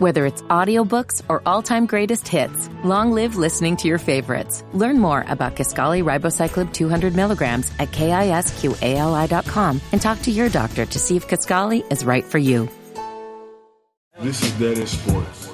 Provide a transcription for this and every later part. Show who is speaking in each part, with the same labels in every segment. Speaker 1: Whether it's audiobooks or all-time greatest hits, long live listening to your favorites. Learn more about Kaskali Ribocyclib 200 milligrams at kisqali.com and talk to your doctor to see if Kaskali is right for you.
Speaker 2: This is Dead in Sports.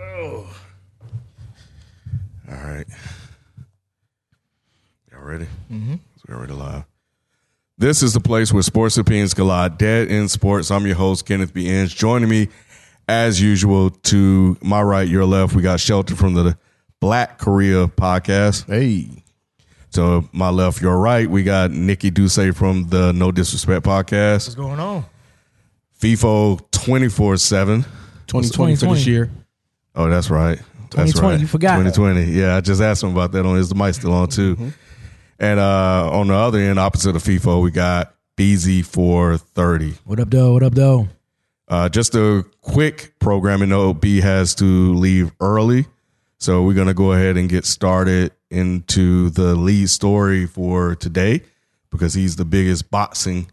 Speaker 2: Oh.
Speaker 3: All right. Y'all ready?
Speaker 4: Mm-hmm.
Speaker 3: We're already live. This is the place where sports opinions collide. Dead in sports. I'm your host, Kenneth B. Inge. Joining me, as usual, to my right, your left, we got Shelter from the Black Korea podcast.
Speaker 4: Hey.
Speaker 3: To my left, your right, we got Nikki Duce from the No Disrespect podcast.
Speaker 4: What's going on?
Speaker 3: FIFO 24 7.
Speaker 4: 2020 for this year.
Speaker 3: Oh, that's right. That's
Speaker 4: 2020,
Speaker 3: right.
Speaker 4: You forgot.
Speaker 3: 2020. Yeah, I just asked him about that. On is the mic still on too? Mm-hmm. And uh, on the other end, opposite of FIFO, we got BZ430.
Speaker 5: What up, though? What up, though?
Speaker 3: Uh, just a quick programming note: B has to leave early, so we're gonna go ahead and get started into the lead story for today because he's the biggest boxing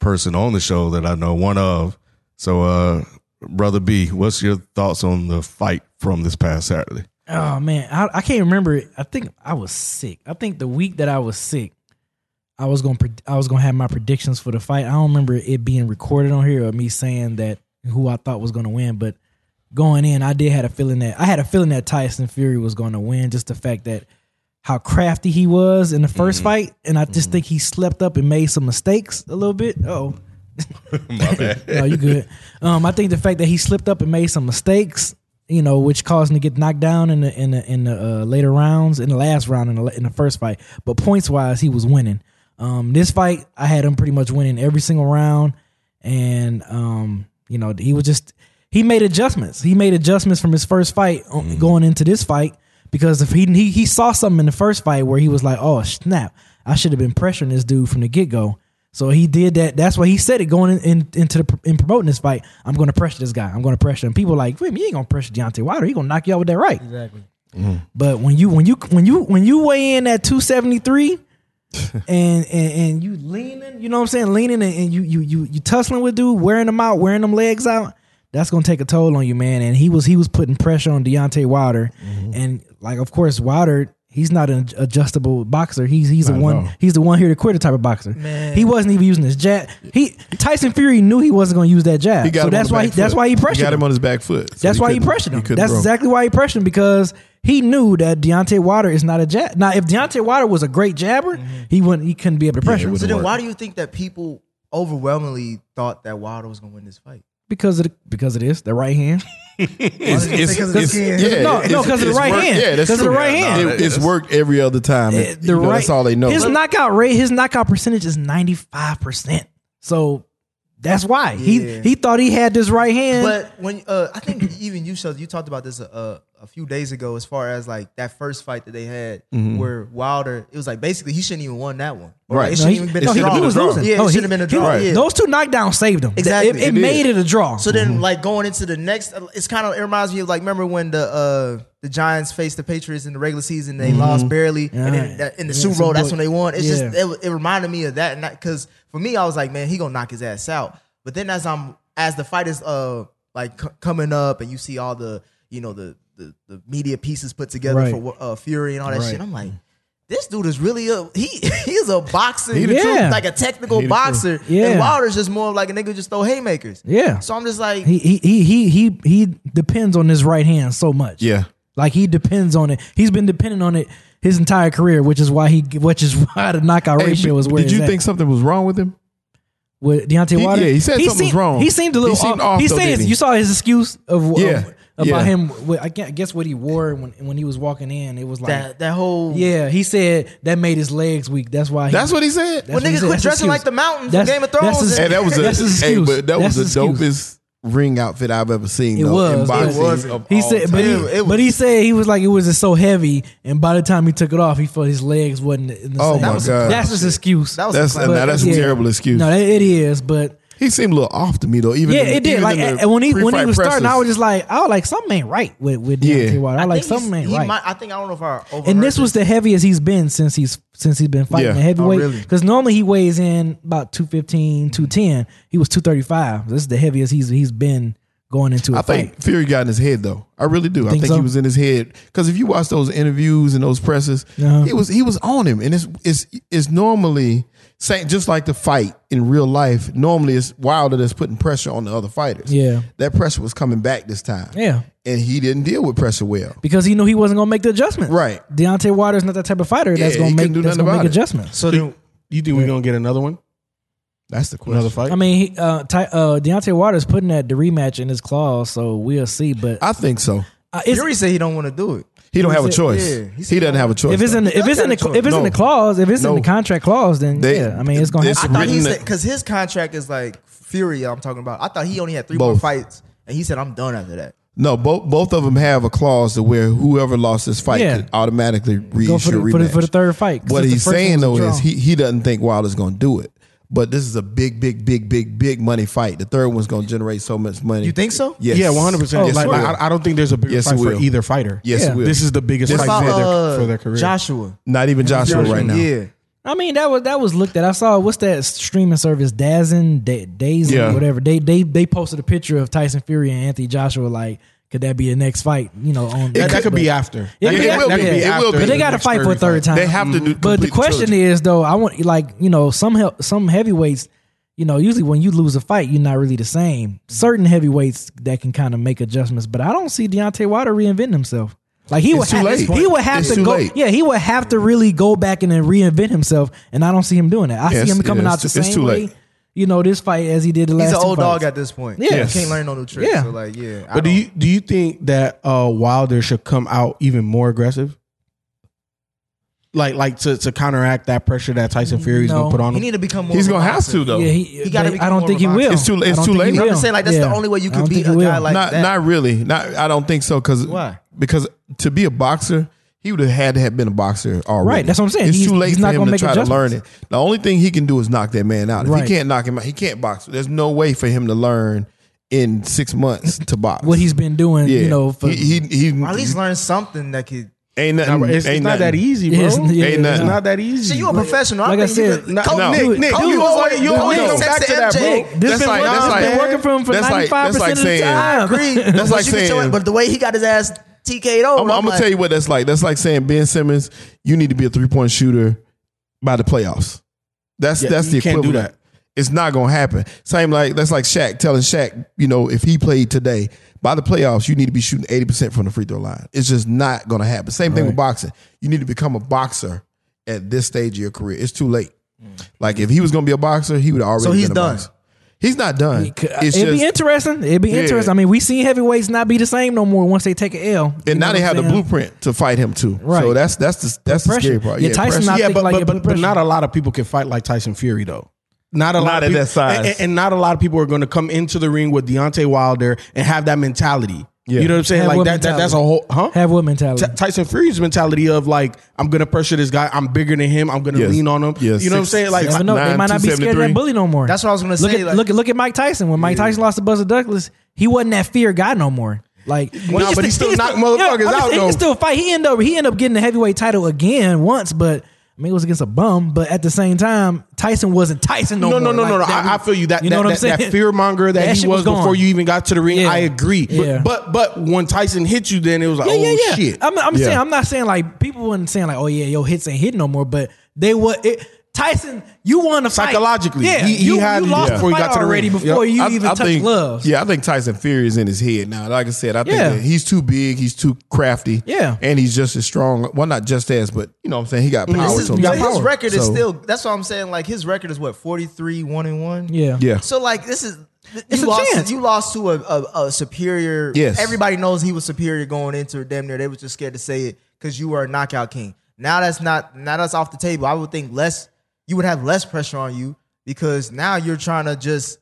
Speaker 3: person on the show that I know one of. So uh, brother B, what's your thoughts on the fight from this past Saturday?
Speaker 5: Oh man, I, I can't remember. It. I think I was sick. I think the week that I was sick, I was gonna I was gonna have my predictions for the fight. I don't remember it being recorded on here or me saying that who I thought was gonna win. But going in, I did had a feeling that I had a feeling that Tyson Fury was gonna win. Just the fact that how crafty he was in the 1st mm-hmm. fight, and I just mm-hmm. think he slept up and made some mistakes a little bit. Oh.
Speaker 3: My bad.
Speaker 5: no, you good. Um, I think the fact that he slipped up and made some mistakes, you know, which caused him to get knocked down in the in the, in the uh, later rounds, in the last round, in the, in the first fight. But points wise, he was winning. Um, this fight, I had him pretty much winning every single round, and um, you know, he was just he made adjustments. He made adjustments from his first fight mm-hmm. going into this fight because if he, he he saw something in the first fight where he was like, oh snap, I should have been pressuring this dude from the get go. So he did that. That's why he said it going in, in, into the in promoting this fight. I'm going to pressure this guy. I'm going to pressure him. People like, wait, you ain't going to pressure Deontay Wilder. He going to knock you out with that right.
Speaker 4: Exactly.
Speaker 5: Mm. But when you when you when you when you weigh in at 273 and, and and you leaning, you know what I'm saying, leaning and, and you you you you tussling with dude, wearing them out, wearing them legs out. That's gonna take a toll on you, man. And he was he was putting pressure on Deontay Wilder, mm-hmm. and like of course Wilder He's not an adjustable boxer. He's he's the one he's the one here to quit type of boxer. Man. He wasn't even using his jab. He Tyson Fury knew he wasn't going to use that jab. so that's why he, that's why he pressured. He
Speaker 3: got him, him on his back foot.
Speaker 5: So that's he why he pressured him. He that's roll. exactly why he pressured him because he knew that Deontay Wilder is not a jab. Now, if Deontay Wilder was a great jabber, mm-hmm. he wouldn't he couldn't be able to pressure. Yeah,
Speaker 6: so then, work. why do you think that people overwhelmingly thought that Wilder was going to win this fight?
Speaker 5: Because of the, because of this, the right hand.
Speaker 3: it's, it's,
Speaker 5: because it's, yeah, no, it's, no, because of the right
Speaker 3: worked,
Speaker 5: hand.
Speaker 3: Yeah, that's
Speaker 5: because of the right
Speaker 3: yeah,
Speaker 5: hand.
Speaker 3: It, it's worked every other time. It, the you know, right, that's all they know.
Speaker 5: His but, knockout rate, his knockout percentage is ninety five percent. So that's why yeah. he he thought he had this right hand.
Speaker 6: But when uh, I think even you showed, you talked about this uh, a few days ago, as far as like that first fight that they had, mm-hmm. where Wilder, it was like basically he shouldn't even won that one.
Speaker 3: Right,
Speaker 6: it shouldn't no, even been
Speaker 5: no,
Speaker 6: a draw.
Speaker 5: He, he was losing.
Speaker 6: Yeah,
Speaker 5: no,
Speaker 6: it should have been a draw.
Speaker 5: He,
Speaker 6: yeah.
Speaker 5: Those two knockdowns saved him.
Speaker 6: Exactly,
Speaker 5: it, it, it made it a draw.
Speaker 6: So then, mm-hmm. like going into the next, it's kind of it reminds me of like remember when the. Uh, the Giants faced the Patriots in the regular season. They mm-hmm. lost barely, yeah. and then that, in the yeah, Super Bowl, that's when they won. It's yeah. just it, it, reminded me of that, because for me, I was like, man, he gonna knock his ass out. But then as I'm as the fight is uh like c- coming up, and you see all the you know the the, the media pieces put together right. for uh, Fury and all that right. shit, I'm like. This dude is really a he. He's a boxer,
Speaker 5: he yeah.
Speaker 6: like a technical he boxer.
Speaker 5: Yeah.
Speaker 6: And Wilder's just more like a nigga just throw haymakers.
Speaker 5: Yeah.
Speaker 6: So I'm just like
Speaker 5: he he he he he, he depends on his right hand so much.
Speaker 3: Yeah.
Speaker 5: Like he depends on it. He's been dependent on it his entire career, which is why he, which is why the knockout hey, ratio was where.
Speaker 4: Did you
Speaker 5: at.
Speaker 4: think something was wrong with him?
Speaker 5: with Deontay
Speaker 7: He-
Speaker 5: Waters.
Speaker 7: yeah, he said something was
Speaker 5: seemed,
Speaker 7: wrong.
Speaker 5: He seemed a little.
Speaker 7: He seemed
Speaker 5: off.
Speaker 7: off
Speaker 5: He
Speaker 7: though,
Speaker 5: said
Speaker 7: didn't he?
Speaker 5: you saw his excuse of, of-
Speaker 7: Yeah,
Speaker 5: about
Speaker 7: yeah.
Speaker 5: him. with- I gue- I guess what he wore and when, when he was walking in, it was like
Speaker 6: That- that whole.
Speaker 5: Yeah, he said that made his legs weak. That's why. He,
Speaker 7: That's what he said?
Speaker 5: That's
Speaker 7: Well,
Speaker 5: what he
Speaker 6: nigga
Speaker 5: said.
Speaker 6: quit
Speaker 5: That's
Speaker 6: dressing
Speaker 5: excuse.
Speaker 6: like the mountain from Game of
Speaker 5: that's
Speaker 6: Thrones.
Speaker 5: his-
Speaker 7: Hey, that was a
Speaker 5: that's his
Speaker 7: hey,
Speaker 5: excuse.
Speaker 7: but that
Speaker 5: That's
Speaker 7: was
Speaker 5: his
Speaker 7: the
Speaker 5: excuse.
Speaker 7: dopest ring outfit I've ever seen.
Speaker 5: It
Speaker 7: though,
Speaker 5: was.
Speaker 7: in boxing
Speaker 5: but-
Speaker 7: of all
Speaker 5: He said, but
Speaker 7: time.
Speaker 5: he, but he said he was like it was just so heavy, and by the time he took it off, he felt his legs wasn't in the
Speaker 7: Oh
Speaker 5: same.
Speaker 7: my
Speaker 5: That was-
Speaker 7: God.
Speaker 5: that's his excuse.
Speaker 6: That was
Speaker 7: that's
Speaker 6: But-
Speaker 7: now that's a
Speaker 5: yeah.
Speaker 7: terrible excuse.
Speaker 5: No, it- it is, but
Speaker 7: he seemed a little off to me though. Even
Speaker 5: yeah,
Speaker 7: in the-
Speaker 5: it did.
Speaker 7: even
Speaker 5: Like
Speaker 7: in the
Speaker 5: and when he when he
Speaker 7: pre-fight
Speaker 5: was starting, I
Speaker 7: presses.
Speaker 5: was just like, I was like, something ain't right with with Deontay
Speaker 7: Yeah.
Speaker 5: Water. I, was like
Speaker 6: think he's-
Speaker 5: something ain't
Speaker 6: he
Speaker 5: right.
Speaker 6: might- I think I don't know if I overheard
Speaker 5: and this was the heaviest he's been since he's since he's been fighting
Speaker 7: Yeah.
Speaker 5: the
Speaker 6: Oh,
Speaker 5: heavyweight
Speaker 6: really?
Speaker 5: because normally he weighs in about 215 210 he was 235 this is the heaviest he's he's been going into a
Speaker 7: I
Speaker 5: fight
Speaker 7: think Fury got in his head though. I really do. I
Speaker 5: Think
Speaker 7: think
Speaker 5: so?
Speaker 7: he was in his head because if you watch those interviews and those presses,
Speaker 5: Uh-huh.
Speaker 7: he was he was on him, and it's it's it's normally same just like the fight in real life. Normally, it's Wilder that's putting pressure on the other fighters.
Speaker 5: Yeah.
Speaker 7: that pressure was coming back this time.
Speaker 5: Yeah.
Speaker 7: and he didn't deal with pressure well.
Speaker 5: because he knew he wasn't gonna make the adjustment
Speaker 7: Right.
Speaker 5: Deontay Water is not that type of fighter that's
Speaker 7: Yeah,
Speaker 5: gonna
Speaker 7: he
Speaker 5: make
Speaker 7: couldn't do
Speaker 5: that's
Speaker 7: nothing
Speaker 5: gonna make
Speaker 7: about it.
Speaker 5: adjustments
Speaker 1: So do you think we're gonna get another one?
Speaker 7: That's the
Speaker 1: Another
Speaker 7: question.
Speaker 1: fight?
Speaker 5: I mean, he, uh, Ty, uh, Deontay Waters putting that the rematch in his claws, so we'll see. But
Speaker 7: I think so.
Speaker 5: uh, it's,
Speaker 6: Fury said he don't want to do it.
Speaker 7: He don't have a
Speaker 5: said-
Speaker 7: choice.
Speaker 6: yeah, he said-
Speaker 7: he doesn't have a choice.
Speaker 5: if it's in
Speaker 7: though.
Speaker 5: the, if it's in the
Speaker 6: He does
Speaker 5: if it's in the
Speaker 7: No.
Speaker 5: clause, if it's in
Speaker 7: No.
Speaker 5: the contract clause, then
Speaker 7: They-
Speaker 5: yeah, I mean, it's gonna
Speaker 7: this
Speaker 5: happen.
Speaker 6: I thought he
Speaker 7: written
Speaker 6: said because his contract is like Fury. I'm talking about. I thought he only had three more
Speaker 7: Both.
Speaker 6: fights, and he said I'm done after that.
Speaker 7: no, both both of them have a clause to where whoever lost this fight
Speaker 5: Yeah.
Speaker 7: could automatically
Speaker 5: Go for
Speaker 7: reissue
Speaker 5: the, for, the,
Speaker 7: rematch.
Speaker 5: for the third fight. 'cause
Speaker 7: What
Speaker 5: the
Speaker 7: he's
Speaker 5: first
Speaker 7: saying
Speaker 5: one was
Speaker 7: though
Speaker 5: a
Speaker 7: is
Speaker 5: draw.
Speaker 7: he he doesn't think Wilder's going to do it. But this is a big, big, big, big, big money fight. The third one's going to generate so much money.
Speaker 6: You think so?
Speaker 7: Yes.
Speaker 1: Yeah, one hundred percent.
Speaker 7: Yes,
Speaker 1: Like,
Speaker 7: it
Speaker 1: like,
Speaker 7: will.
Speaker 1: I, I don't think there's a bigger
Speaker 7: Yes, it
Speaker 1: fight for
Speaker 7: will.
Speaker 1: either fighter.
Speaker 7: Yes,
Speaker 5: Yeah.
Speaker 7: it will.
Speaker 1: this is the biggest
Speaker 6: What about
Speaker 1: fight for
Speaker 6: uh,
Speaker 1: their, for their career.
Speaker 6: Joshua?
Speaker 7: not even Joshua right now.
Speaker 6: Yeah,
Speaker 5: I mean, that was that was looked at. I saw what's that streaming service, Dazn, da- Dazen,
Speaker 7: Yeah.
Speaker 5: whatever. They they they posted a picture of Tyson Fury and Anthony Joshua. Like, could that be the next fight? You know, on
Speaker 1: that, that could be
Speaker 5: but-
Speaker 1: after.
Speaker 5: Yeah,
Speaker 1: that,
Speaker 5: it
Speaker 1: could-
Speaker 5: will
Speaker 1: that
Speaker 5: be.
Speaker 1: could
Speaker 5: It
Speaker 1: after
Speaker 7: will be.
Speaker 1: the
Speaker 5: But they got to
Speaker 1: next
Speaker 5: fight for a
Speaker 1: 30
Speaker 5: third
Speaker 1: fights.
Speaker 5: time.
Speaker 7: They have to do.
Speaker 5: Mm-hmm. But the question is though, I want like you know some hel- some heavyweights. You know, usually when you lose a fight, you're not really the same. Certain heavyweights that can kind of make adjustments, but I don't see Deontay Wilder reinventing himself. Like he would,
Speaker 7: It's too
Speaker 5: have,
Speaker 7: late.
Speaker 5: he would have
Speaker 7: It's
Speaker 5: to
Speaker 7: too
Speaker 5: go.
Speaker 7: late.
Speaker 5: Yeah, he would have to really go back and then reinvent himself, and I don't see him doing that. I
Speaker 7: Yeah,
Speaker 5: see
Speaker 7: it's-
Speaker 5: him coming
Speaker 7: yeah,
Speaker 5: out the
Speaker 7: it's too- it's
Speaker 5: same
Speaker 7: too
Speaker 5: way.
Speaker 7: late.
Speaker 5: You know, this fight as he did the last.
Speaker 6: he's an
Speaker 5: two
Speaker 6: old
Speaker 5: fights.
Speaker 6: dog at this point.
Speaker 5: Yeah.
Speaker 6: he can't learn no new tricks.
Speaker 5: Yeah.
Speaker 6: So like, yeah. I
Speaker 1: But do
Speaker 6: don't-
Speaker 1: you do you think that uh, Wilder should come out even more aggressive? Like like to, to counteract that pressure that Tyson Fury's
Speaker 5: No.
Speaker 1: gonna put on
Speaker 6: He
Speaker 1: him.
Speaker 6: need to become more.
Speaker 7: he's going to have
Speaker 6: though.
Speaker 7: to though.
Speaker 5: Yeah, he.
Speaker 6: He gotta
Speaker 5: but
Speaker 6: become
Speaker 5: I don't
Speaker 6: more
Speaker 5: think he
Speaker 6: refined.
Speaker 5: will.
Speaker 7: It's too-
Speaker 5: I
Speaker 7: it's
Speaker 5: don't
Speaker 7: too
Speaker 5: think he
Speaker 7: late. I'm
Speaker 5: will.
Speaker 6: just saying, like, that's the only way you
Speaker 5: I
Speaker 6: could
Speaker 5: don't
Speaker 6: beat
Speaker 5: think
Speaker 6: a
Speaker 5: he will.
Speaker 6: guy like-
Speaker 7: not
Speaker 6: that.
Speaker 7: not really. Not I don't think so. Because
Speaker 6: Why?
Speaker 7: Because to be a boxer, he would have had to have been a boxer already.
Speaker 5: Right, that's what I'm saying.
Speaker 7: It's
Speaker 5: He's-
Speaker 7: too late
Speaker 5: he's
Speaker 7: for
Speaker 5: not
Speaker 7: him
Speaker 5: gonna
Speaker 7: to
Speaker 5: make
Speaker 7: try to learn it.
Speaker 5: adjustments.
Speaker 7: The only thing he can do is knock that man out. If
Speaker 5: Right.
Speaker 7: he can't knock him out, he can't box. There's no way for him to learn in six months to box.
Speaker 5: What he's been doing,
Speaker 7: yeah.
Speaker 5: you know, for
Speaker 7: he, he, he
Speaker 6: Or at least learn something that could.
Speaker 7: ain't
Speaker 1: Nah,
Speaker 7: nothing.
Speaker 1: bro, it's,
Speaker 7: ain't
Speaker 1: it's not that
Speaker 7: nothing.
Speaker 1: easy,
Speaker 5: Yeah,
Speaker 1: bro.
Speaker 5: it's- yeah,
Speaker 7: Ain't
Speaker 1: It's
Speaker 7: nothing.
Speaker 1: not that easy.
Speaker 6: See, you a professional.
Speaker 5: Like I
Speaker 6: I, think you
Speaker 5: said,
Speaker 6: could-
Speaker 1: No,
Speaker 6: Coach
Speaker 7: no.
Speaker 6: Nick,
Speaker 1: Nick, Nick,
Speaker 6: Coach
Speaker 1: you
Speaker 6: Nick,
Speaker 1: always-
Speaker 6: Coach
Speaker 1: you
Speaker 6: Nick,
Speaker 1: always
Speaker 6: Coach
Speaker 1: back to
Speaker 6: Nick,
Speaker 1: that, bro.
Speaker 6: MJ.
Speaker 5: Nick, this
Speaker 7: That's
Speaker 5: been
Speaker 7: like-
Speaker 5: working-
Speaker 7: that's
Speaker 5: this been
Speaker 7: like-
Speaker 5: working for him for
Speaker 7: that's
Speaker 5: ninety
Speaker 7: like-
Speaker 5: five
Speaker 7: that's
Speaker 5: percent
Speaker 7: like
Speaker 5: of the
Speaker 7: saying-
Speaker 5: time.
Speaker 6: I agree.
Speaker 7: That's
Speaker 6: But
Speaker 7: like
Speaker 6: you can tell
Speaker 7: saying-
Speaker 6: it- but the way he got his ass TK'd over,
Speaker 7: I'm, I'm gonna
Speaker 6: like,
Speaker 7: tell you what that's like. That's like saying Ben Simmons, you need to be a three point shooter by the playoffs. That's
Speaker 1: Yeah,
Speaker 7: that's the
Speaker 1: you can't do
Speaker 7: equivalent.
Speaker 1: that.
Speaker 7: It's not gonna happen. Same like that's like Shaq telling Shaq, you know, if he played today by the playoffs, you need to be shooting eighty percent from the free throw line. It's just not gonna happen. Same thing with boxing. You need to become a boxer at this stage of your career. It's too late. Like if he was gonna be a boxer, he would have already.
Speaker 6: So he's
Speaker 7: been a
Speaker 6: done.
Speaker 7: boxer. He's not done.
Speaker 5: It could- uh,
Speaker 7: It's
Speaker 5: it'd be
Speaker 7: just-
Speaker 5: interesting. It'd be
Speaker 7: Yeah.
Speaker 5: interesting. I mean, we seen heavyweights not be the same no more once they take an L. You
Speaker 7: and
Speaker 5: know
Speaker 7: now they
Speaker 5: what
Speaker 7: have
Speaker 5: I'm
Speaker 7: the
Speaker 5: saying?
Speaker 7: blueprint to fight him too.
Speaker 5: Right.
Speaker 7: So that's that's the that's the
Speaker 5: Pressure.
Speaker 7: scary part.
Speaker 5: Yeah, Tyson not-
Speaker 7: pressure.
Speaker 1: yeah,
Speaker 5: think
Speaker 1: but,
Speaker 5: like
Speaker 1: but,
Speaker 5: your
Speaker 1: but, but
Speaker 5: pressure.
Speaker 1: not a lot of people can fight like Tyson Fury though. Not a lot
Speaker 7: Not
Speaker 1: of
Speaker 7: at
Speaker 1: people,
Speaker 7: that size.
Speaker 1: and- And, and not a lot of people are going to come into the ring with Deontay Wilder and have that mentality.
Speaker 7: Yeah.
Speaker 1: You know what I'm saying?
Speaker 5: Have
Speaker 1: like
Speaker 5: what
Speaker 1: that, that. That's a
Speaker 5: mentality?
Speaker 1: whole huh?
Speaker 5: Have what mentality?
Speaker 1: T- Tyson Fury's mentality of like, I'm gonna pressure this guy. I'm bigger than him. I'm gonna
Speaker 7: Yes.
Speaker 1: lean on him.
Speaker 7: Yes.
Speaker 1: You know what I'm
Speaker 7: Six-
Speaker 1: saying?
Speaker 5: You
Speaker 1: Like,
Speaker 5: never know. They
Speaker 7: 9,
Speaker 5: might not be scared of that
Speaker 7: 273.
Speaker 5: bully no more.
Speaker 6: That's what I was gonna
Speaker 5: look
Speaker 6: say,
Speaker 5: At,
Speaker 6: like-
Speaker 5: look, look at Mike Tyson. When Mike Tyson lost to Buzzer Douglas, he wasn't that fear guy no more. Like,
Speaker 1: Nah,
Speaker 5: can
Speaker 1: but he still
Speaker 5: can
Speaker 1: knock motherfuckers
Speaker 5: I'm just-
Speaker 1: out,
Speaker 5: He
Speaker 1: though.
Speaker 5: can still fight. He end up he end up getting the heavyweight title again once, but I mean it was against a bum. But at the same time, Tyson wasn't Tyson no,
Speaker 1: no,
Speaker 5: more.
Speaker 1: no, no,
Speaker 5: Like,
Speaker 1: no, no.
Speaker 5: that-
Speaker 1: I, I feel you. That
Speaker 5: you know
Speaker 1: that,
Speaker 5: what I'm
Speaker 1: that, that
Speaker 5: saying?
Speaker 1: fear monger that, he
Speaker 5: shit
Speaker 1: was, before
Speaker 5: gone.
Speaker 1: you even got to the ring.
Speaker 5: Yeah.
Speaker 1: I agree. But,
Speaker 5: Yeah.
Speaker 1: but but when Tyson hit you, then it was like,
Speaker 5: yeah,
Speaker 1: oh
Speaker 5: yeah, yeah.
Speaker 1: shit.
Speaker 5: I'm, I'm
Speaker 7: Yeah.
Speaker 5: saying I'm not saying like people wasn't saying like, oh yeah, yo hits ain't hit no more, but they were. It, Tyson, you won the
Speaker 7: Psychologically,
Speaker 5: Fight. Yeah,
Speaker 7: he, he
Speaker 5: you,
Speaker 7: had
Speaker 5: you lost
Speaker 7: yeah.
Speaker 5: the fight already before you even touched
Speaker 7: think,
Speaker 5: gloves.
Speaker 7: Yeah, I think Tyson Fury is in his head now. Like I said, I think
Speaker 5: Yeah.
Speaker 7: that he's too big, he's too crafty,
Speaker 5: Yeah.
Speaker 7: and he's just as strong. Well, not just as, but you know what I'm saying. He got
Speaker 1: This
Speaker 7: power
Speaker 1: is-
Speaker 7: to him.
Speaker 1: his record is
Speaker 7: So-
Speaker 1: still. That's what I'm saying. Like his record is what 43 one and one.
Speaker 5: Yeah.
Speaker 7: Yeah.
Speaker 1: So like this is. th-
Speaker 5: It's
Speaker 1: you
Speaker 5: a
Speaker 1: lost.
Speaker 5: chance.
Speaker 1: You lost to a, a, a superior.
Speaker 7: Yes.
Speaker 1: Everybody knows he was superior going into it. Damn near, they was just scared to say it because you were a knockout king. Now that's not. Now that's off the table. I would think less. You would have less pressure on you because now you're trying to just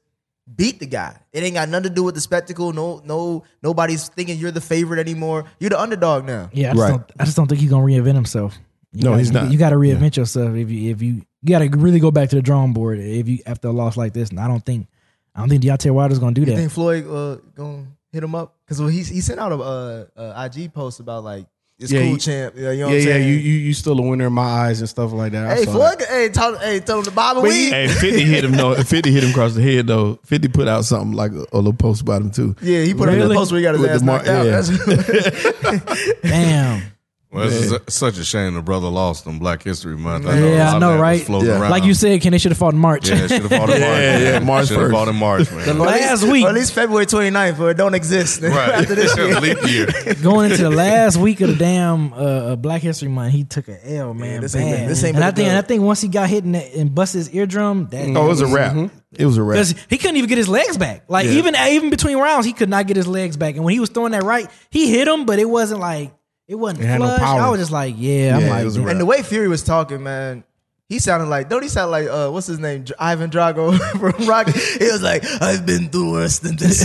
Speaker 1: beat the guy. It ain't got nothing to do with the spectacle. No, no, nobody's thinking you're the favorite anymore. You're the underdog now.
Speaker 5: Yeah, I just, don't, I just don't think he's gonna reinvent himself. You
Speaker 7: No,
Speaker 5: gotta-
Speaker 7: he's
Speaker 5: you-
Speaker 7: not.
Speaker 5: You got to reinvent yourself if you if you you got to really go back to the drawing board if you after a loss like this. And I don't think I don't think Deontay Wilder's gonna do
Speaker 1: You
Speaker 5: that.
Speaker 1: think Floyd uh, gonna hit him up? Because he he sent out a, uh uh IG post about like it's cool,
Speaker 8: you-
Speaker 1: champ. Yeah, you know
Speaker 8: yeah,
Speaker 1: what I'm
Speaker 8: yeah.
Speaker 1: saying.
Speaker 8: You, you you still a winner in my eyes and stuff like that. I
Speaker 1: hey
Speaker 8: saw
Speaker 1: Floyd, hey, tell, hey, tell him to bob and
Speaker 7: But
Speaker 1: weave.
Speaker 7: he- hey, Fifty hit him. No, Fifty hit him across the head though. Fifty put out something like a, a little post about him too.
Speaker 1: Yeah, he put up
Speaker 7: Really?
Speaker 1: the post where he got his
Speaker 7: With
Speaker 1: ass
Speaker 7: the mar-
Speaker 1: knocked out.
Speaker 7: yeah.
Speaker 1: That's-
Speaker 5: Damn.
Speaker 9: Well, it's su- such a shame the brother lost on Black History Month. I know a
Speaker 5: yeah,
Speaker 9: lot
Speaker 5: I
Speaker 9: of that
Speaker 5: know,
Speaker 9: was
Speaker 5: right?
Speaker 9: floating around.
Speaker 5: Like you said, Ken, they should have fought in March.
Speaker 9: yeah, should have bought in March.
Speaker 7: Yeah, yeah, March
Speaker 9: should have
Speaker 7: 1st.
Speaker 9: bought in March,
Speaker 5: the
Speaker 9: man.
Speaker 5: last week,
Speaker 1: Or at least February 29th, or it don't exist.
Speaker 9: right,
Speaker 1: After this
Speaker 9: Should've
Speaker 1: year.
Speaker 9: leap year.
Speaker 5: going into the last week of the damn uh, uh, Black History Month, he took an L, man.
Speaker 1: this ain't
Speaker 5: bad.
Speaker 1: been- this ain't
Speaker 5: and
Speaker 1: been
Speaker 5: I think
Speaker 1: good.
Speaker 5: and I think once he got hit in the, and busted his eardrum, that
Speaker 7: Oh, it
Speaker 1: Mm-hmm.
Speaker 7: was a wrap. It was a wrap.
Speaker 5: Because Mm-hmm. he couldn't even get his legs back. Like
Speaker 7: Yeah.
Speaker 5: even even between rounds, he could not get his legs back. And when he was throwing that right, he hit him, but it wasn't like it wasn't
Speaker 8: It had no
Speaker 5: flush.
Speaker 8: power.
Speaker 5: I was just like, yeah,
Speaker 7: Yeah, it
Speaker 5: I'm
Speaker 7: was
Speaker 5: like,
Speaker 7: a
Speaker 5: man.
Speaker 1: And the way Fury was talking, man, he sounded like don't he sound like uh, what's his name, Dr- Ivan Drago from Rocky? He was like, I've been through worse than this.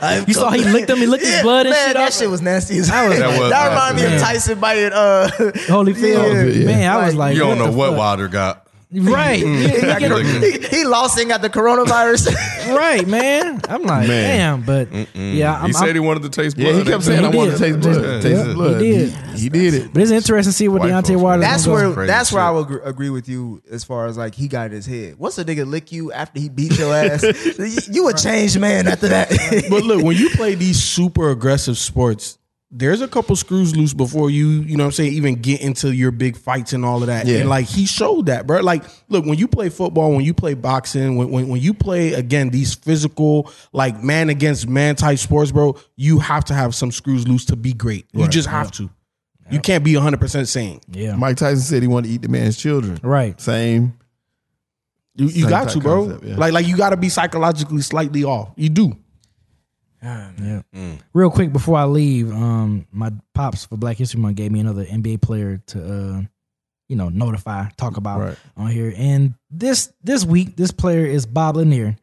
Speaker 1: I've
Speaker 5: You saw he
Speaker 1: come-
Speaker 5: licked him, he licked his blood and
Speaker 1: man,
Speaker 5: shit
Speaker 1: That
Speaker 5: off.
Speaker 1: shit was nasty. As that
Speaker 5: was-
Speaker 9: That was
Speaker 1: that reminded me
Speaker 5: nasty.
Speaker 1: of Tyson biting uh,
Speaker 5: Holyfield,
Speaker 7: Yeah.
Speaker 5: man, I was like,
Speaker 9: You don't know
Speaker 5: the
Speaker 9: what
Speaker 5: fuck?
Speaker 9: Wilder got.
Speaker 5: right?
Speaker 8: Mm.
Speaker 5: Yeah,
Speaker 9: Exactly.
Speaker 1: He, he lost and got the coronavirus.
Speaker 5: right, man. I'm like,
Speaker 7: Man.
Speaker 5: damn, but yeah, I'm,
Speaker 9: he said
Speaker 5: I'm-
Speaker 9: he wanted to taste blood.
Speaker 7: yeah, he kept saying, "I
Speaker 5: He
Speaker 7: want to
Speaker 5: did.
Speaker 7: taste
Speaker 9: Yeah,
Speaker 7: blood." Taste
Speaker 9: yeah,
Speaker 7: blood.
Speaker 5: he did.
Speaker 7: He, he did it.
Speaker 5: But it's interesting to see what
Speaker 9: White
Speaker 5: Deontay
Speaker 9: folks, man.
Speaker 5: Wilder.
Speaker 1: That's
Speaker 9: That's
Speaker 1: where
Speaker 9: crazy
Speaker 1: that's where
Speaker 9: shit.
Speaker 1: I would gr- agree with you as far as like he got in his head. Once a nigga lick you after he beat your ass, you, you a changed man after that.
Speaker 8: but look, when you play these super aggressive sports, there's a couple screws loose before you, you know what I'm saying, even get into your big fights and all of that.
Speaker 7: Yeah.
Speaker 8: And like he showed that, bro. Like, look, when you play football, when you play boxing, when, when when you play again these physical, like man against man type sports, bro, you have to have some screws loose to be great. You just have to. You can't be 100% sane.
Speaker 5: yeah,
Speaker 7: Mike Tyson said he wanted to eat the man's children.
Speaker 5: right.
Speaker 7: Same.
Speaker 8: You, you
Speaker 7: Same
Speaker 8: got
Speaker 7: type
Speaker 8: to, bro.
Speaker 7: concept, yeah.
Speaker 8: Like like you got to be psychologically slightly off. You do. Mm.
Speaker 5: Real quick before I leave, um, my pops for Black History Month gave me another NBA player to, uh, you know, notify, talk about
Speaker 7: Right.
Speaker 5: on here. And this this week, this player is Bob Lanier.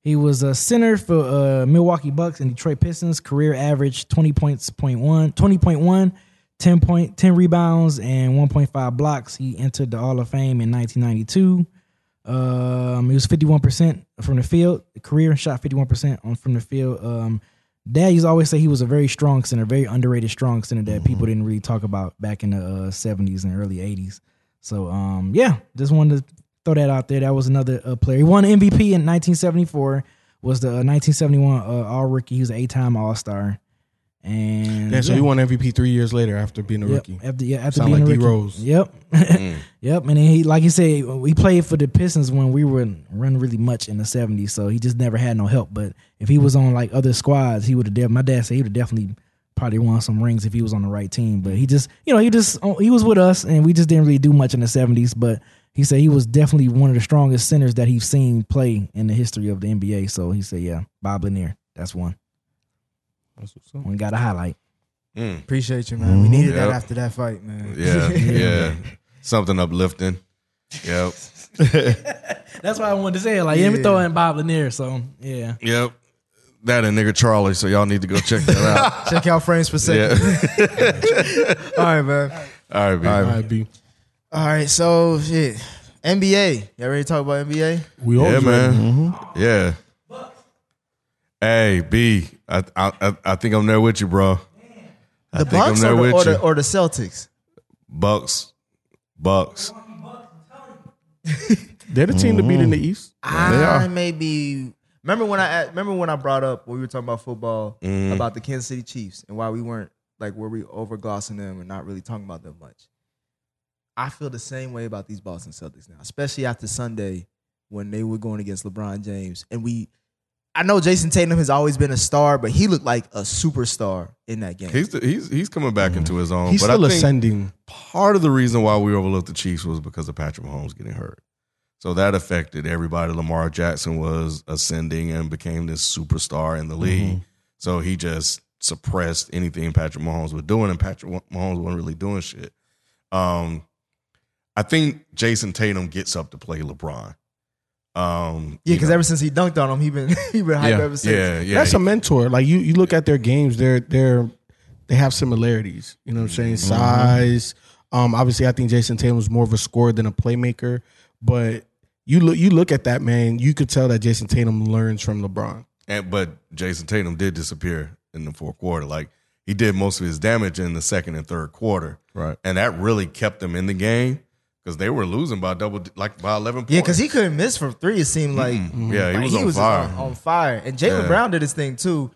Speaker 5: He was a center for uh, Milwaukee Bucks and Detroit Pistons. Career average twenty points point one, 20.1, 10 point ten rebounds and one point five blocks. He entered the Hall of Fame in nineteen ninety two. Um, he was fifty one percent from the field. Career shot fifty one percent on from the field. Um, Dad used to always say he was a very strong center, very underrated strong center that people didn't really talk about back in the uh, seventies and early eighties. So um, yeah, just wanted to throw that out there. That was another uh, player. He won MVP in nineteen seventy four. Was the uh, 1971 uh, All Rookie? He was an eight-time All Star, and
Speaker 8: Yeah, so
Speaker 5: yeah.
Speaker 8: he won MVP three years later after being a
Speaker 5: Yep.
Speaker 8: rookie.
Speaker 5: After, yeah, after
Speaker 8: Sound
Speaker 5: being
Speaker 8: like Mm.
Speaker 5: a rookie.
Speaker 8: D-Rose.
Speaker 5: Yep. yep. And then he, like you said, he played for the Pistons when we were run really much in the '70s, so he just never had no help. But if he was on like other squads, he would have. def- my dad said he would have definitely probably won some rings if he was on the right team. But he just, you know, he just oh, he was with us, and we just didn't really do much in the '70s. But he said he was definitely one of the strongest centers that he's seen play in the history of the NBA. So he said, yeah, Bob Lanier, that's one. We got a highlight.
Speaker 1: Appreciate you, man. We needed that
Speaker 9: Yep.
Speaker 1: after that fight, man.
Speaker 9: Yeah, yeah. Something uplifting. Yep.
Speaker 5: That's why I wanted to say it. Like, yeah. even throwing Bob Lanier. So yeah.
Speaker 9: Yep. That and nigga Charlie, so y'all need to go check that out.
Speaker 1: Check out frames per second.
Speaker 9: yeah.
Speaker 1: All right, man.
Speaker 9: All right, B.
Speaker 7: All right,
Speaker 8: B.
Speaker 1: All right, so shit. NBA. Y'all ready to talk about NBA?
Speaker 8: We all Mm-hmm.
Speaker 9: Yeah, man. Yeah. Hey, B, I, I I- I think I'm there with you, bro. I
Speaker 1: The
Speaker 9: think I'm
Speaker 1: Bucks
Speaker 9: there
Speaker 1: or the,
Speaker 9: with
Speaker 1: or,
Speaker 9: you.
Speaker 1: the, or the Celtics?
Speaker 9: Bucks. Bucks.
Speaker 8: They're the team to beat in the
Speaker 7: Mm-hmm.
Speaker 8: East.
Speaker 1: I may be. Remember when I remember when I brought up when we were talking about football
Speaker 7: Mm-hmm.
Speaker 1: about the Kansas City Chiefs and why we weren't like were we over glossing them and not really talking about them much.
Speaker 5: I feel the same way about these Boston Celtics now, especially after Sunday when they were going against LeBron James. And we, I know Jason Tatum has always been a star, but he looked like a superstar in that game.
Speaker 7: He's the, he's he's coming
Speaker 8: Mm.
Speaker 7: back into his own.
Speaker 1: He's
Speaker 7: but
Speaker 1: still
Speaker 7: I think
Speaker 1: ascending.
Speaker 7: Part of the reason why we overlooked the Chiefs was because of Patrick Mahomes getting hurt. So that affected everybody. Lamar Jackson was ascending and became this superstar in the
Speaker 5: Mm-hmm.
Speaker 7: league. So he just suppressed anything Patrick Mahomes was doing, and Patrick Mahomes wasn't really doing shit. Um, I think Jason Tatum gets up to play LeBron. Um,
Speaker 5: Yeah, because ever since he dunked on him, he been he been hype
Speaker 7: Yeah,
Speaker 5: ever since.
Speaker 7: yeah, yeah.
Speaker 1: That's a mentor. Like you, you look at their games. They're they're they have similarities. You know what I'm saying?
Speaker 7: Mm-hmm.
Speaker 1: Size. Um, obviously, I think Jason Tatum was more of a scorer than a playmaker. But you look you look at that man. You could tell that Jason Tatum learns from LeBron.
Speaker 7: And but Jason Tatum did disappear in the fourth quarter. Like he did most of his damage in the second and third quarter. Right. And that really kept them in the game because they were losing by double like by eleven points.
Speaker 5: Yeah, because he couldn't miss from three. It seemed like
Speaker 1: Mm-hmm.
Speaker 7: Mm-mm. Mm-hmm. Yeah, he
Speaker 5: like,
Speaker 7: was on fire.
Speaker 5: On, on fire, and Jalen
Speaker 7: Yeah.
Speaker 5: Brown did his thing too